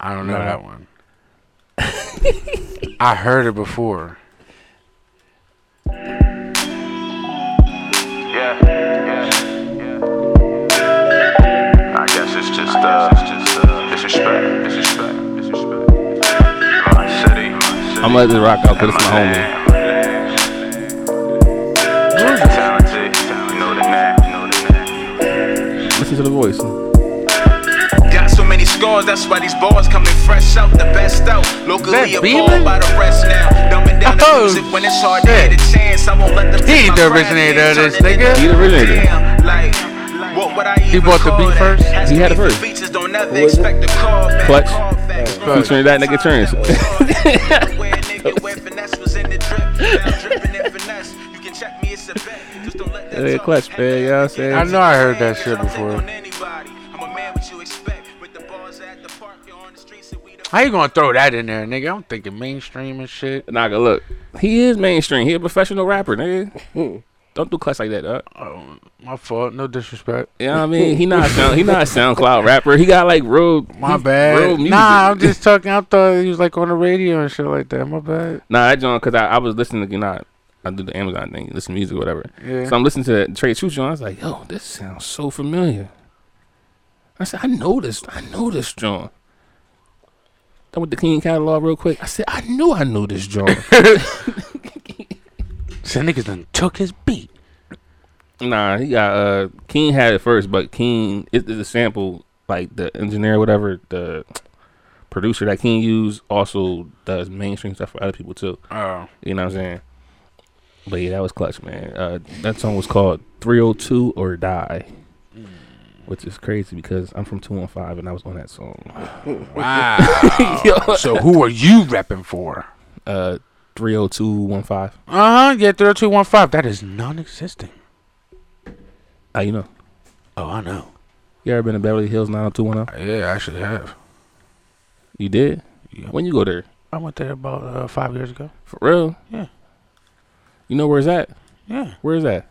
[SPEAKER 3] I don't know
[SPEAKER 4] Nah.
[SPEAKER 3] that one. I heard it before.
[SPEAKER 17] Yeah, yeah, yeah. I guess it's just uh, disrespect, disrespect, disrespect. My city,
[SPEAKER 4] I'm gonna let this rock out because it's my homie.
[SPEAKER 17] talented, you know the name.
[SPEAKER 4] Listen to the voice.
[SPEAKER 18] Got so many scars, that's why these bars coming fresh out, the best out. Locally appalled by the rest now. Dumbing down the music Oh, when it's hard to get a chance. I won't let the
[SPEAKER 3] He the originator of this, nigga.
[SPEAKER 4] He the originator.
[SPEAKER 18] like what would I
[SPEAKER 3] He bought the beat first.
[SPEAKER 4] He had it first.
[SPEAKER 18] features don't ever expect to call back.
[SPEAKER 4] Clutch.
[SPEAKER 18] Call back.
[SPEAKER 4] Featuring that nigga Terrence.
[SPEAKER 18] Where a nigga where finesse was in the drip. Now dripping in finesse. You can check me, it's a bet. Just don't let
[SPEAKER 4] Hey, clutch, man. You know what I'm saying?
[SPEAKER 3] I know I heard that shit before. How you gonna throw that in there, nigga? I'm thinking mainstream and shit.
[SPEAKER 4] Naga, look. He is mainstream. He a professional rapper,
[SPEAKER 3] Hmm.
[SPEAKER 4] nigga. Don't do clutch like that, dog.
[SPEAKER 3] Oh, my fault. No disrespect.
[SPEAKER 4] You know what I mean? He not sound, he not a SoundCloud rapper. He got like real
[SPEAKER 3] My bad.
[SPEAKER 4] real music.
[SPEAKER 3] Nah, I'm just talking. I thought he was like on the radio and shit like that. My bad.
[SPEAKER 4] Nah, that John, because I, I was listening to, you know, I, I do the Amazon thing, listen to music, whatever.
[SPEAKER 3] Yeah.
[SPEAKER 4] So I'm listening to that Trey Truth John. I was like, yo, this sounds so familiar. I said, I know this. I know this John. I went to Clean Catalog real quick. I said, I knew I knew this John.
[SPEAKER 3] Some niggas done took his beat.
[SPEAKER 4] Nah, he got uh King had it first, but King it is a sample like the engineer, whatever the producer that King used also does mainstream stuff for other people too.
[SPEAKER 3] Oh.
[SPEAKER 4] you know what I'm saying? But yeah, that was clutch, man. Uh, that song was called 302 or Die,
[SPEAKER 3] Mm.
[SPEAKER 4] which is crazy because I'm from 215 and I was on that song.
[SPEAKER 3] Wow. so who are you repping for?
[SPEAKER 4] Uh, 30215.
[SPEAKER 3] Uh huh. Yeah, three two one five. That is non-existing.
[SPEAKER 4] How you know?
[SPEAKER 3] Oh, I know.
[SPEAKER 4] You ever been to Beverly Hills 90210?
[SPEAKER 3] Yeah, I actually have.
[SPEAKER 4] You did? When you go there?
[SPEAKER 3] I went there about uh, five years ago.
[SPEAKER 4] For real?
[SPEAKER 3] Yeah.
[SPEAKER 4] You know where's that?
[SPEAKER 3] Yeah.
[SPEAKER 4] Where's that?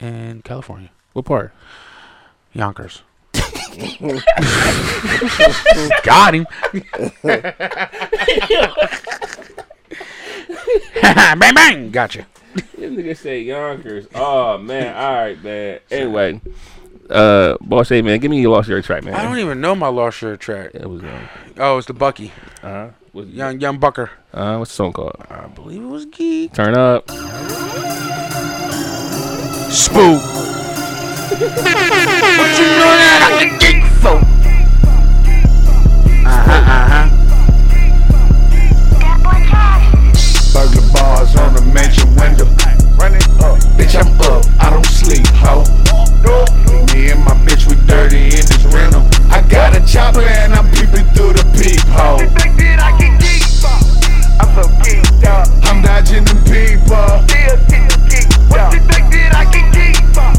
[SPEAKER 3] In California.
[SPEAKER 4] What part?
[SPEAKER 3] Yonkers. Got him. bang bang. Gotcha.
[SPEAKER 4] This nigga say Yonkers. Oh man, all right, man. Anyway, uh, boss, hey man, give me your lost your track, man.
[SPEAKER 3] I don't e- even know my lost shirt track.
[SPEAKER 4] It was
[SPEAKER 3] Oh, it's the Bucky.
[SPEAKER 4] Uh huh.
[SPEAKER 3] Young Young Bucker.
[SPEAKER 4] Uh, what's the song called?
[SPEAKER 3] I believe it was Geek.
[SPEAKER 4] Turn up.
[SPEAKER 3] Spook.
[SPEAKER 14] But you know that I can get for.
[SPEAKER 9] uh-huh. Burglar bars on the mansion window. Run it up. Bitch, I'm up. I don't sleep, ho. Me and my bitch, we dirty in this rental. I got a chopper and I'm peeping through the peephole. They think that I can geek for. I'm so geeked up. I'm dodging the people. Still, still geeked up. They think that I can geek for.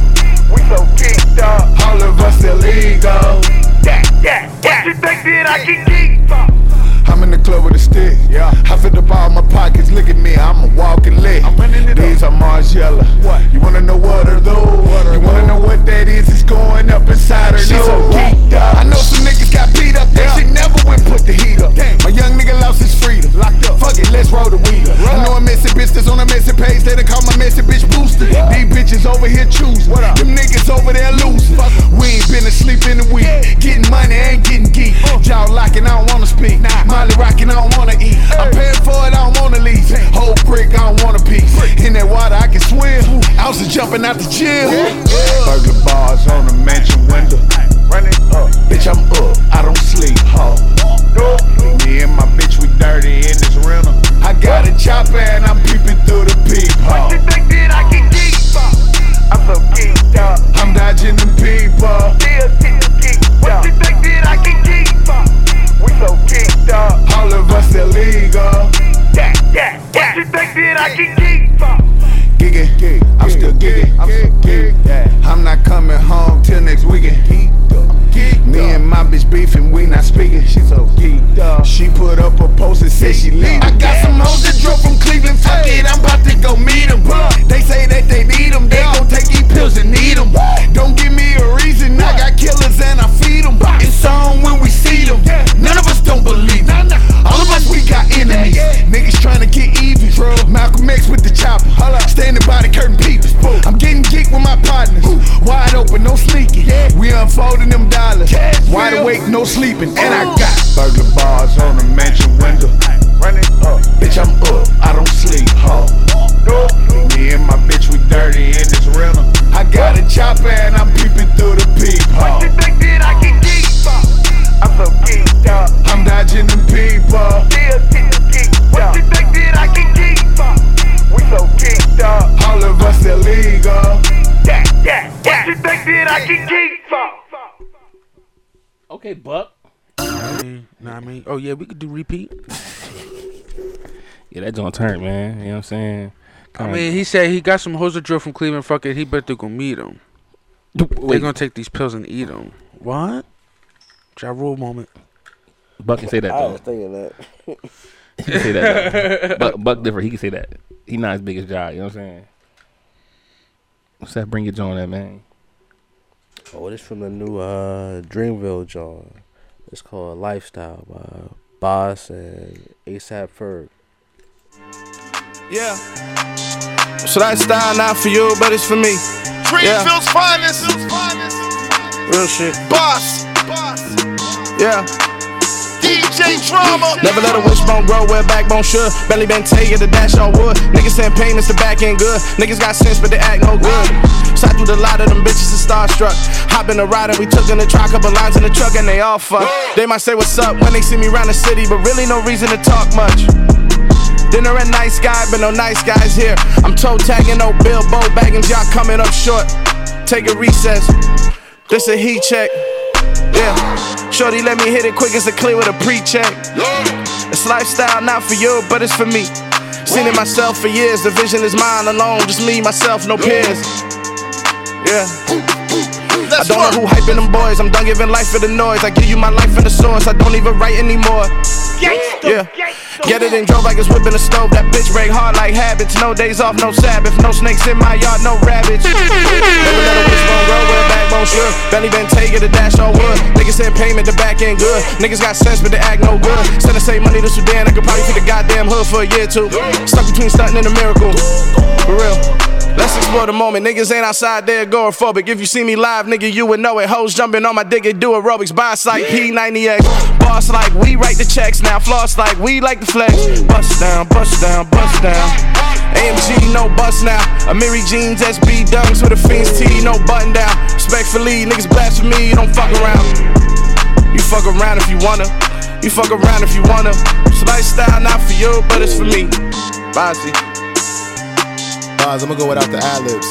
[SPEAKER 9] We so geeked up. All of us illegal. That, that, that. What you think that I can geek for? I'm in the club with a stick. Yeah. I filled up all my pockets. Look at me, I'm a walking lick. I'm running it These are Margiela. What? You wanna know what are those? you wanna know what that is? It's going up inside her. She's so geeked up. I know some niggas got beat up. That shit never went put the heat up. My young nigga lost his freedom. Locked up. Fuck it, let's roll the weed up. I know a missing bitch that's on a missing page. They done call my missing bitch booster. These bitches over here choosing. What up? Them niggas over there losing. We ain't been asleep in the week. Getting money, ain't getting geek. Jaw locking, I don't wanna speak. Molly rocking, I don't wanna eat. I'm paying for it, I don't wanna leave. Whole brick, I don't want a piece. In that water, I can swim. I was jumping out the gym.
[SPEAKER 5] Burglar bars on the mansion window. Run it up.
[SPEAKER 9] Bitch, I'm up. I don't sleep, ho.
[SPEAKER 5] Me and my bitch, we dirty in this rental.
[SPEAKER 9] I got a chopper and I'm peeping through the peephole.
[SPEAKER 5] What you
[SPEAKER 9] think that I can geek for? I'm so geeked up. I'm dodging the people. Still, still geeked up. What you think that I can geek for? We so geeked up. All of us illegal. coming home till next weekend. Me and my bitch beefing, we not speaking. She so geeked up. She put up a post and said she leave. I got some hoes that drove from Cleveland. Fuck it, I'm about to go meet 'em. They say that they need 'em, They gon' take these pills and eat 'em. Don't give me a reason. I got killers and I feed 'em. It's on when we see 'em. None of us don't believe 'em. All of us, we got enemies. Niggas trying to get even. Malcolm X with the chopper. Standing by the curtain peepers. I'm getting geek with my partners. Wide open, no sneaking. We unfolding them dollars. Wide awake, no sleeping. And I got
[SPEAKER 19] burglar bars on the mansion window. Run it up, bitch. I'm up. I don't sleep. Huh? Me and my bitch, we dirty in this rental.
[SPEAKER 9] I got a chopper and I'm peeping through the peephole. you think that I can geek I'm so geeked up. I'm dodging them people. Still, still geeked up. What you think that I can geek We so geeked up. All of us illegal. Yeah, yeah, yeah. What you think that I can geek
[SPEAKER 4] Okay, Buck.
[SPEAKER 3] I mean, know what I mean? Oh yeah, we could do repeat.
[SPEAKER 4] Yeah, that John turned, man. You know what I'm saying?
[SPEAKER 3] I mean, he said he got some hoes that drove from Cleveland. Fuck it, he better go meet him. They gonna take these pills and eat them. What? Ja Rule moment.
[SPEAKER 4] Buck can say that.
[SPEAKER 1] I
[SPEAKER 4] Though.
[SPEAKER 1] was thinking that.
[SPEAKER 4] He can say that. though. Buck, Buck different. He can say that. He not as big as Jai. You know what I'm saying? What's that? Bring your John that man.
[SPEAKER 1] Oh, this from the new uh, Dreamville joint. It's called Lifestyle by Boss and ASAP Ferg.
[SPEAKER 20] Yeah. So that style not for you, but it's for me. Yeah.
[SPEAKER 21] Dreamville's finest.
[SPEAKER 20] Real shit.
[SPEAKER 21] Boss.
[SPEAKER 20] Yeah.
[SPEAKER 21] DJ Drama.
[SPEAKER 20] Never let a wishbone grow where backbone should. Belly been taking the dash all wood. Niggas saying pain is the back end good. Niggas got sense, but they act no good. So I through the lot of them bitches and starstruck. Hop in the ride and we took in the truck, couple lines in the truck and they all fuck. They might say what's up when they see me round the city, but really no reason to talk much. Dinner and nice guy, but no nice guys here. I'm toe tagging, no Bilbo baggins, y'all coming up short. Take a recess. This a heat check. Yeah. Shorty, let me hit it quick as a clear with a pre-check. It's lifestyle, not for you, but it's for me. Seen it myself for years, the vision is mine alone, just me, myself, no peers. Yeah. I don't know who hyping them boys. I'm done giving life for the noise. I give you my life for the source. I don't even write anymore. Yeah. Get it and drove like it's whipping a stove. That bitch break hard like habits. No days off, no Sabbath. No snakes in my yard, no rabbits. Never let a wishbone grow where a backbone should. Belly been taking the dash all wood. Niggas said payment, the back end good. Niggas got sense, but they act no good. Send the same money to Sudan. I could probably feed the goddamn hood for a year or two. Stuck between stunting and a miracle. For real. Let's explore the moment. Niggas ain't outside, they're agoraphobic. If you see me live, nigga, you would know it. Hoes jumping on my dick and do aerobics. Boss like P90X. Boss like we write the checks now. Floss like we like the flex. Bust down, bust down, bust down. AMG, no bust now. A Mary Jeans, SB dunks with a fiend's T, no button down. Respectfully, niggas blasphemy, you don't fuck around. You fuck around if you wanna. You fuck around if you wanna. It's lifestyle not for you, but it's for me. Bossy.
[SPEAKER 6] Bars, I'ma go without the ad libs.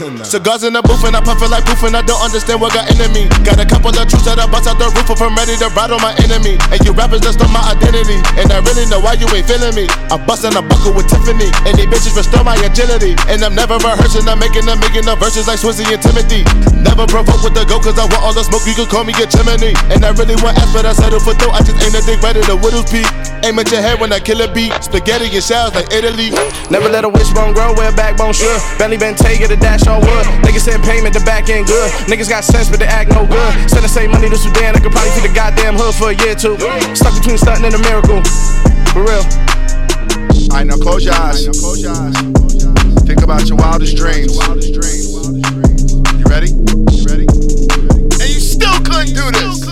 [SPEAKER 6] Cigars in the booth and I puff it like proof and I don't understand what got enemy. Got a couple of truths that I bust out the roof if I'm ready to rattle my enemy. And you rappers just on my identity. And I really know why you ain't feeling me. I'm busting a buckle with Tiffany. And they bitches restore my agility. And I'm never rehearsing, I'm making them making the verses like Swizzy and Timothy. Never provoke with the go cause I want all the smoke. You can call me a chimney. And I really want ass, but I settle for throat. I just ain't nothing better than Widow's Peak. Aim at your head when I kill a beat. Spaghetti and shells like Italy.
[SPEAKER 20] Never let a wishbone grow where a backbone should. Belly been taking the dash all wood. Niggas said payment, the back end good. Niggas got sense, but they act no good. Send the same money to Sudan, I could probably feed the goddamn hood for a year or two. Stuck between stunting and a miracle. For real.
[SPEAKER 6] I know, close your eyes. Think about your wildest dreams. You ready? You ready?
[SPEAKER 21] And you still couldn't do this.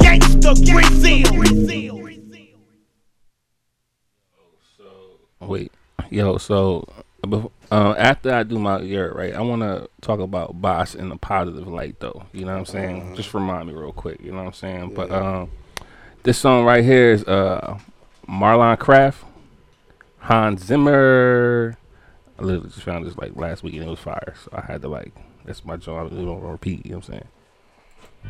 [SPEAKER 21] Gangsta Brazil.
[SPEAKER 4] Wait, yo. So, bef- uh, after I do my year, right, I want to talk about Boss in a positive light, though. You know what I'm saying? Just remind me real quick. You know what I'm saying? But um, this song right here is uh, Marlon Craft, Hans Zimmer. I literally just found this like last week and it was fire, so I had to like. That's my job. I don't repeat. You know what I'm saying?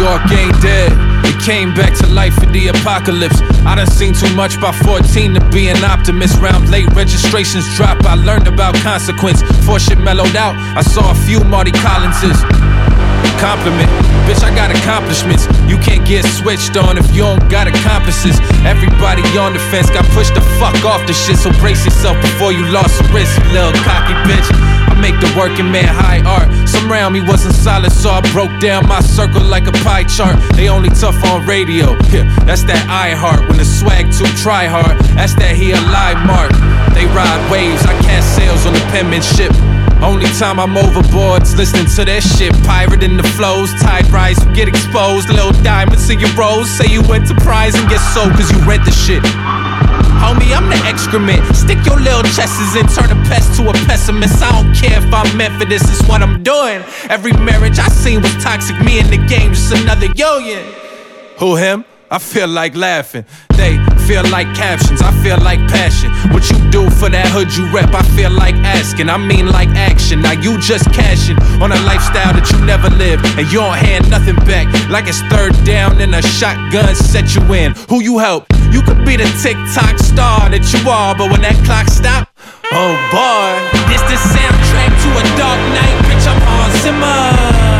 [SPEAKER 7] York ain't dead. It came back to life in the apocalypse. I done seen too much by 14 to be an optimist. Round late registrations drop. I learned about consequence. Before shit mellowed out, I saw a few Marty Collinses. Compliment, bitch, I got accomplishments. You can't get switched on if you don't got accomplices. Everybody on the fence got pushed the fuck off the shit, so brace yourself before you lost a wrist, you little cocky bitch. I make the working man high art. Some round me wasn't solid, so I broke down my circle like a pie chart. They only tough on radio. Yeah, that's that I heart when the swag too try hard. That's that he a lie mark. They ride waves, I cast sails on the penmanship. Only time I'm overboard's listening to that shit. Pirating the flows, tide rise, you get exposed. Little diamonds in your rose, say you enterprise and get sold cause you rent the shit. Homie, I'm the excrement. Stick your little chesses in, turn a pest to a pessimist. I don't care if I'm meant for this, it's what I'm doing. Every marriage I seen was toxic, me in the game, just another yo-yin. Who him? I feel like laughing. They feel like captions. I feel like passion. What you do for that hood you rep, I feel like asking. I mean like action. Now you just cashing on a lifestyle that you never lived, and you don't hand nothing back. Like it's third down and a shotgun set you in. Who you help? You could be the TikTok star that you are, but when that clock stop, oh boy, this the soundtrack to a dark night. Bitch, I'm on Zimmer.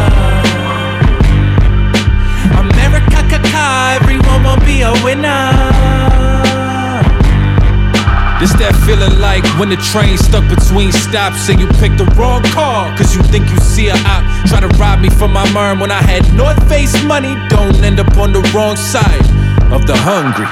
[SPEAKER 7] America, caca, everyone will be a winner. This that feeling like when the train stuck between stops and you picked the wrong car cause you think you see a op try to rob me from my mom when I had North Face money don't end up on the wrong side of the hungry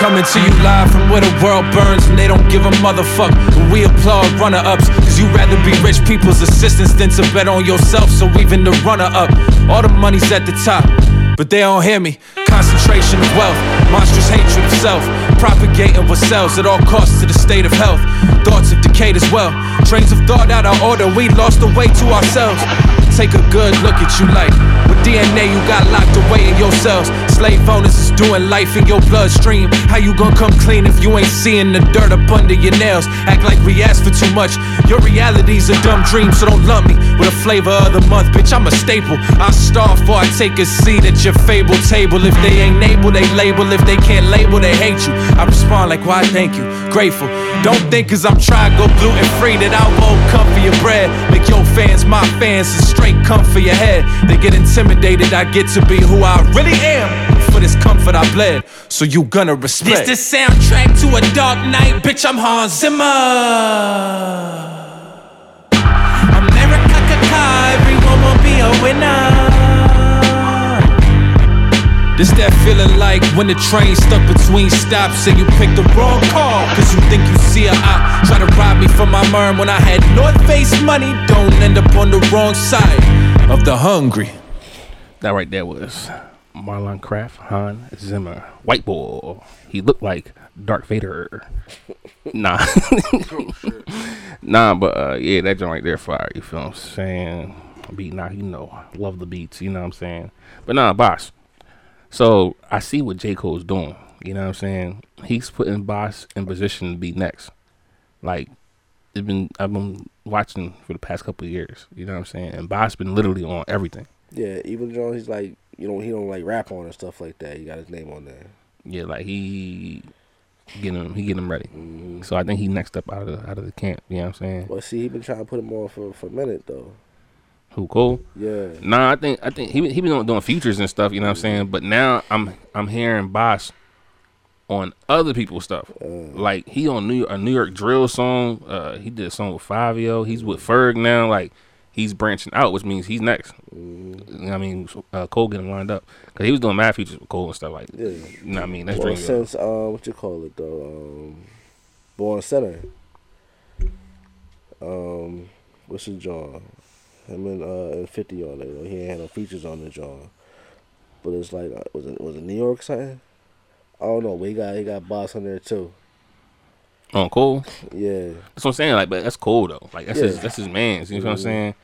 [SPEAKER 7] Coming to you live from where the world burns and they don't give a motherfuck. But we applaud runner ups, cause you rather be rich people's assistants than to bet on yourself. So even the runner up, all the money's at the top, but they don't hear me. Concentration of wealth, monstrous hatred of self, propagating what sells at all costs to the state of health. Thoughts have decayed as well. Trains of thought out of order, we lost the way to ourselves. Take a good look at you like with DNA you got locked away in your cells. Slave owners is doing life in your bloodstream. How you gonna come clean if you ain't seeing the dirt up under your nails? Act like we asked for too much. Your reality's a dumb dream, so don't lump me with a flavor of the month, bitch. I'm a staple. I starve before I take a seat at your fabled table. If they ain't able, they label. If they can't label, they hate you. I respond like, why thank you? Grateful. Don't think cause I'm trying to go gluten free that I won't come for your bread. Make your fans my fans and straight come for your head. They get intimidated, I get to be who I really am. For this comfort I bled, so you gonna respect.
[SPEAKER 13] This the soundtrack to a dark night, bitch. I'm Hans Zimmer.
[SPEAKER 7] America, caca, everyone will be a winner. This that feeling like when the train stuck between stops and you picked the wrong car. Cause you think you see a op try to rob me from my mom when I had North Face money. Don't end up on the wrong side of the hungry.
[SPEAKER 4] That right there was Marlon Kraft, Han Zimmer, white boy. He looked like Darth Vader. nah, nah, but uh, yeah, that joint right there, fire. You feel what I'm saying? Beat, nah, you know, I love the beats. You know what I'm saying? But nah, boss. So I see what J Cole's doing. You know what I'm saying? He's putting Boss in position to be next. Like it's been I've been watching for the past couple of years. You know what I'm saying? And Boss been literally on everything.
[SPEAKER 1] Yeah, even Jones, he's like, you know, he don't like rap on and stuff like that. He got his name on there.
[SPEAKER 4] Yeah, like he getting him, he getting him ready.
[SPEAKER 1] Mm-hmm.
[SPEAKER 4] So I think he next up out of the, out of the camp. You know what I'm saying?
[SPEAKER 1] Well, see, he been trying to put him on for, for a minute though.
[SPEAKER 4] Who Cole?
[SPEAKER 1] Yeah.
[SPEAKER 4] Nah, I think I think he been- he been on- doing features and stuff. You know what I'm saying? But now I'm I'm hearing Boss on other people's stuff.
[SPEAKER 1] Uh.
[SPEAKER 4] like he on New York, a New York drill song. Uh, he did a song with Fabio. He's with Ferg now. Like he's branching out, which means he's next. You know
[SPEAKER 1] Mm-hmm.
[SPEAKER 4] what I mean, uh, Cole get him lined up because he was doing mad features with Cole and stuff like.
[SPEAKER 1] Yeah.
[SPEAKER 4] You know what I mean? That's
[SPEAKER 1] well,
[SPEAKER 4] bringing-
[SPEAKER 1] since uh, what you call it though, um, Born Center. Um, what's his John? Him and uh and Fifty on it. He ain't had no features on the John, but it's like uh, was it was it New York something? I don't know. But he got he got Boss on there too.
[SPEAKER 4] On Cole?
[SPEAKER 1] Yeah.
[SPEAKER 4] That's what I'm saying. Like, but that's Cole though. Like that's his
[SPEAKER 1] Yeah.
[SPEAKER 4] that's his man's. You know what I'm
[SPEAKER 1] Mhm.
[SPEAKER 4] saying?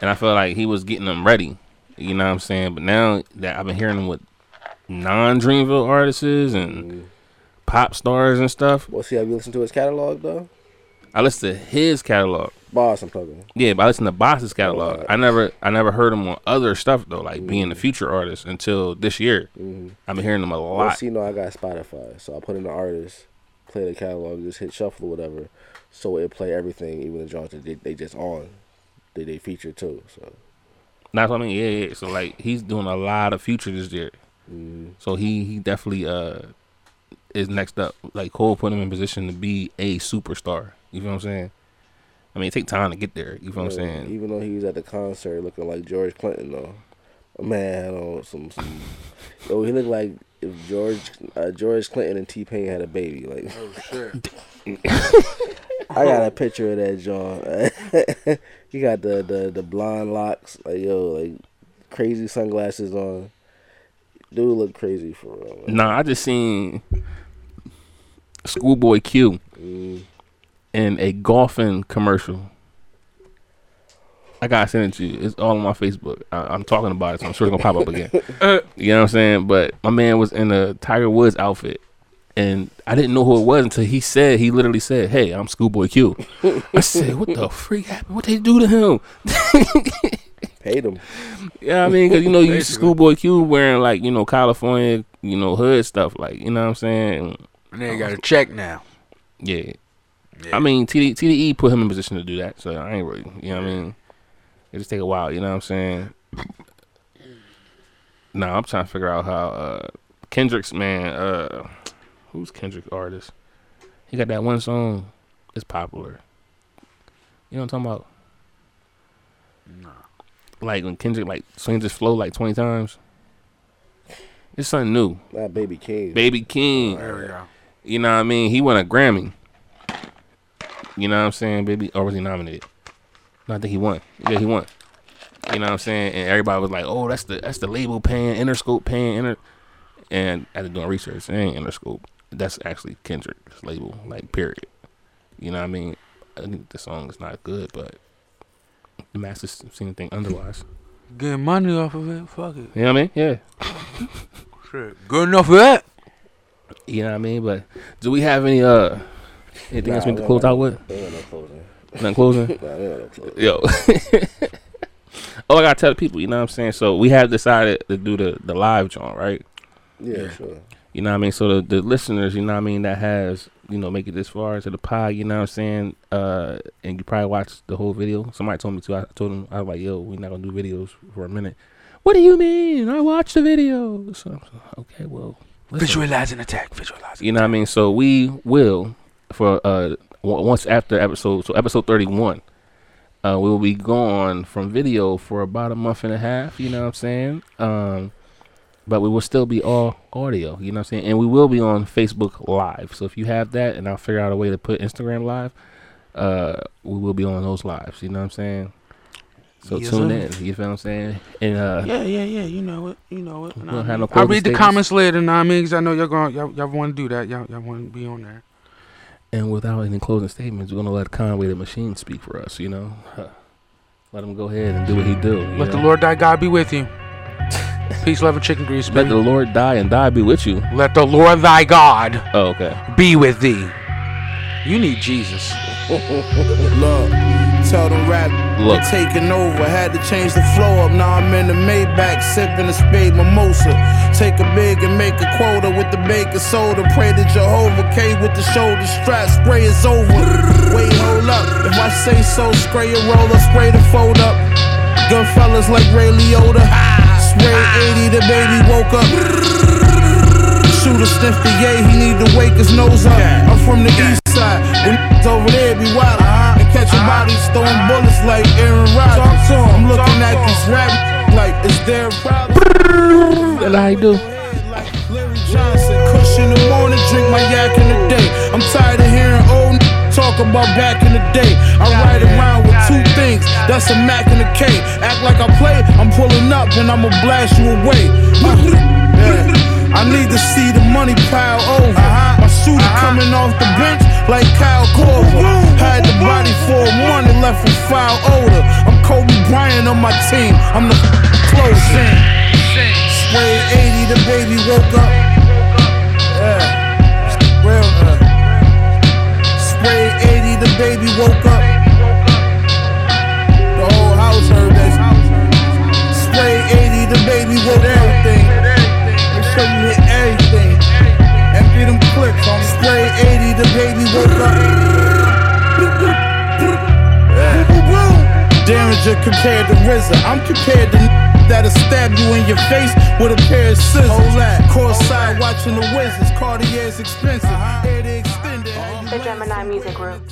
[SPEAKER 4] And I feel like he was getting them ready. You know what I'm saying? But now that I've been hearing him with non Dreamville artists and pop stars and stuff.
[SPEAKER 1] Well, see, have you listened to his catalog though?
[SPEAKER 4] I listen to his catalog.
[SPEAKER 1] Boss, I'm talking.
[SPEAKER 4] Yeah, but I listen to Boss's catalog. I never, I never heard him on other stuff though, like being a future artist until this year. I've been hearing him a
[SPEAKER 1] Well,
[SPEAKER 4] lot.
[SPEAKER 1] see, no, I got Spotify, so I put in the artist, play the catalog, just hit shuffle or whatever, so it play everything, even the Johnson. They, they just on, they they feature too. So
[SPEAKER 4] That's what I mean. Yeah, yeah. So like, he's doing a lot of future this year. So he he definitely uh is next up. Like Cole put him in position to be a superstar. You feel what I'm saying? I mean, it take time to get there. You feel what I'm
[SPEAKER 1] Yeah,
[SPEAKER 4] saying?
[SPEAKER 1] Even though he was at the concert looking like George Clinton though, a man had on some some. yo, he looked like if George uh, George Clinton and T Pain had a baby. Like
[SPEAKER 3] Oh, shit.
[SPEAKER 1] I got a picture of that John. he got the, the the blonde locks, like yo, like crazy sunglasses on. Dude look crazy for real. man.
[SPEAKER 4] Nah, I just seen Schoolboy Q in a golfing commercial. I gotta send it to you. It's all on my Facebook. I, I'm talking about it, so I'm sure it's gonna pop up again. you know what I'm saying? But my man was in a Tiger Woods outfit, and I didn't know who it was until he said he literally said, "Hey, I'm Schoolboy Q." I said, "What the freak happened? What they do to him?"
[SPEAKER 1] Hate him.
[SPEAKER 4] Yeah, I mean, because you know, you see Schoolboy Q wearing like you know California, you know hood stuff, like you know what I'm saying.
[SPEAKER 3] And they got a check now.
[SPEAKER 4] Yeah. I mean, TD, TDE E put him in position to do that, so I ain't really, you know what I mean? It just take a while, you know what I'm saying? nah, I'm trying to figure out how uh Kendrick's man, uh who's Kendrick's artist? He got that one song, it's popular. You know what I'm talking about? Nah. Like when Kendrick like swings his flow like 20 times. It's something new.
[SPEAKER 1] That baby King.
[SPEAKER 4] Baby King.
[SPEAKER 1] Oh, There we go.
[SPEAKER 4] You know what I mean? He won a Grammy. You know what I'm saying? Baby, or was he nominated? No, I think he won. Yeah, he won. You know what I'm saying? And everybody was like, "Oh, that's the that's the label paying, Interscope paying." Inter-. And after doing research, it ain't Interscope. That's actually Kendrick's label. Like, period. You know what I mean? I think the song is not good, but the masses seem to think otherwise.
[SPEAKER 3] Getting money off of it. Fuck it.
[SPEAKER 4] You know what I mean? Yeah.
[SPEAKER 3] Shit. Good enough for that.
[SPEAKER 4] You know what I mean? But do we have any uh anything else we need to close out with?
[SPEAKER 1] They ain't no closing.
[SPEAKER 4] Not closing?
[SPEAKER 1] Nah, they ain't no closing.
[SPEAKER 4] Yo. oh, I gotta tell the people, you know what I'm saying? So we have decided to do the, the live joint, right?
[SPEAKER 1] Yeah, sure.
[SPEAKER 4] You know what I mean? So the, the listeners, you know what I mean, that has, you know, make it this far into the pod, you know what I'm saying? Uh and you probably watched the whole video. Somebody told me too. I told them I was like, yo, we're not gonna do videos for a minute. What do you mean? I watched the video. So, okay, well.
[SPEAKER 3] Visualize an attack. Visualize.
[SPEAKER 4] You know what I mean? So we will for uh w- once after episode so episode 31 uh we will be gone from video for about a month and a half, you know what I'm saying? Um but we will still be all audio, you know what I'm saying? And we will be on Facebook live. So if you have that and I'll figure out a way to put Instagram live, uh we will be on those lives, you know what I'm saying? So
[SPEAKER 3] Yes,
[SPEAKER 4] tune
[SPEAKER 3] sir.
[SPEAKER 4] in, you feel what I'm saying? And uh
[SPEAKER 3] Yeah, yeah, yeah. You know it. You know it. Nah,
[SPEAKER 4] don't have no
[SPEAKER 3] I
[SPEAKER 4] closing
[SPEAKER 3] read the
[SPEAKER 4] statements.
[SPEAKER 3] comments later. Nah, I mean, 'cause I know y'all going y'all, y'all want to do that. Y'all y'all want to be on there.
[SPEAKER 4] And without any closing statements, we're gonna let Conway the Machine speak for us. You know, Huh. let him go ahead and do what he do. you
[SPEAKER 3] Let the
[SPEAKER 4] know?
[SPEAKER 3] Lord thy God be with you. Peace, love, and chicken grease.
[SPEAKER 4] let
[SPEAKER 3] baby.
[SPEAKER 4] the Lord die and die be with you.
[SPEAKER 3] Let the Lord thy God
[SPEAKER 4] Oh, okay.
[SPEAKER 3] be with thee. You need Jesus.
[SPEAKER 21] Look, tell them rap
[SPEAKER 3] Look.
[SPEAKER 21] they're taking over. Had to change the flow up. Now I'm in the Maybach, sipping a spade mimosa. Take a big and make a quota with the baker soda. Pray to Jehovah K with the shoulder strap. Spray is over. Wait, hold up. If I say so, spray a roller, spray the fold up. Gun fellas like Ray Liotta. Spray 80, the baby woke up. Shooter sniff the yay, he need to wake his nose up. I'm from the east side. When it's over there, be wild. And catching bodies, throwing bullets like Aaron Rodgers. I'm looking at these rabbits like, is there a problem?
[SPEAKER 4] And I do.
[SPEAKER 21] Johnson, Kush in the morning, drink my yak in the day. I'm tired of hearing old n- talk about back in the day. I ride around with two things, that's a Mac and a K. Act like I play, I'm pulling up and I'ma blast you away. Yeah. I need to see the money pile over. My shooter coming off the bench like Kyle Corver. Had the body for a one and left with foul odor. I'm Kobe Bryant on my team. I'm the closing. Spray 80, the baby woke up. Yeah. Ray 80, the baby woke up. Derringer compared to RZA. I'm compared to that'll stab you in your face with a pair of scissors. Court side watching the Wizards. Cartier's expensive. Air they extended.
[SPEAKER 2] The Gemini Music Group.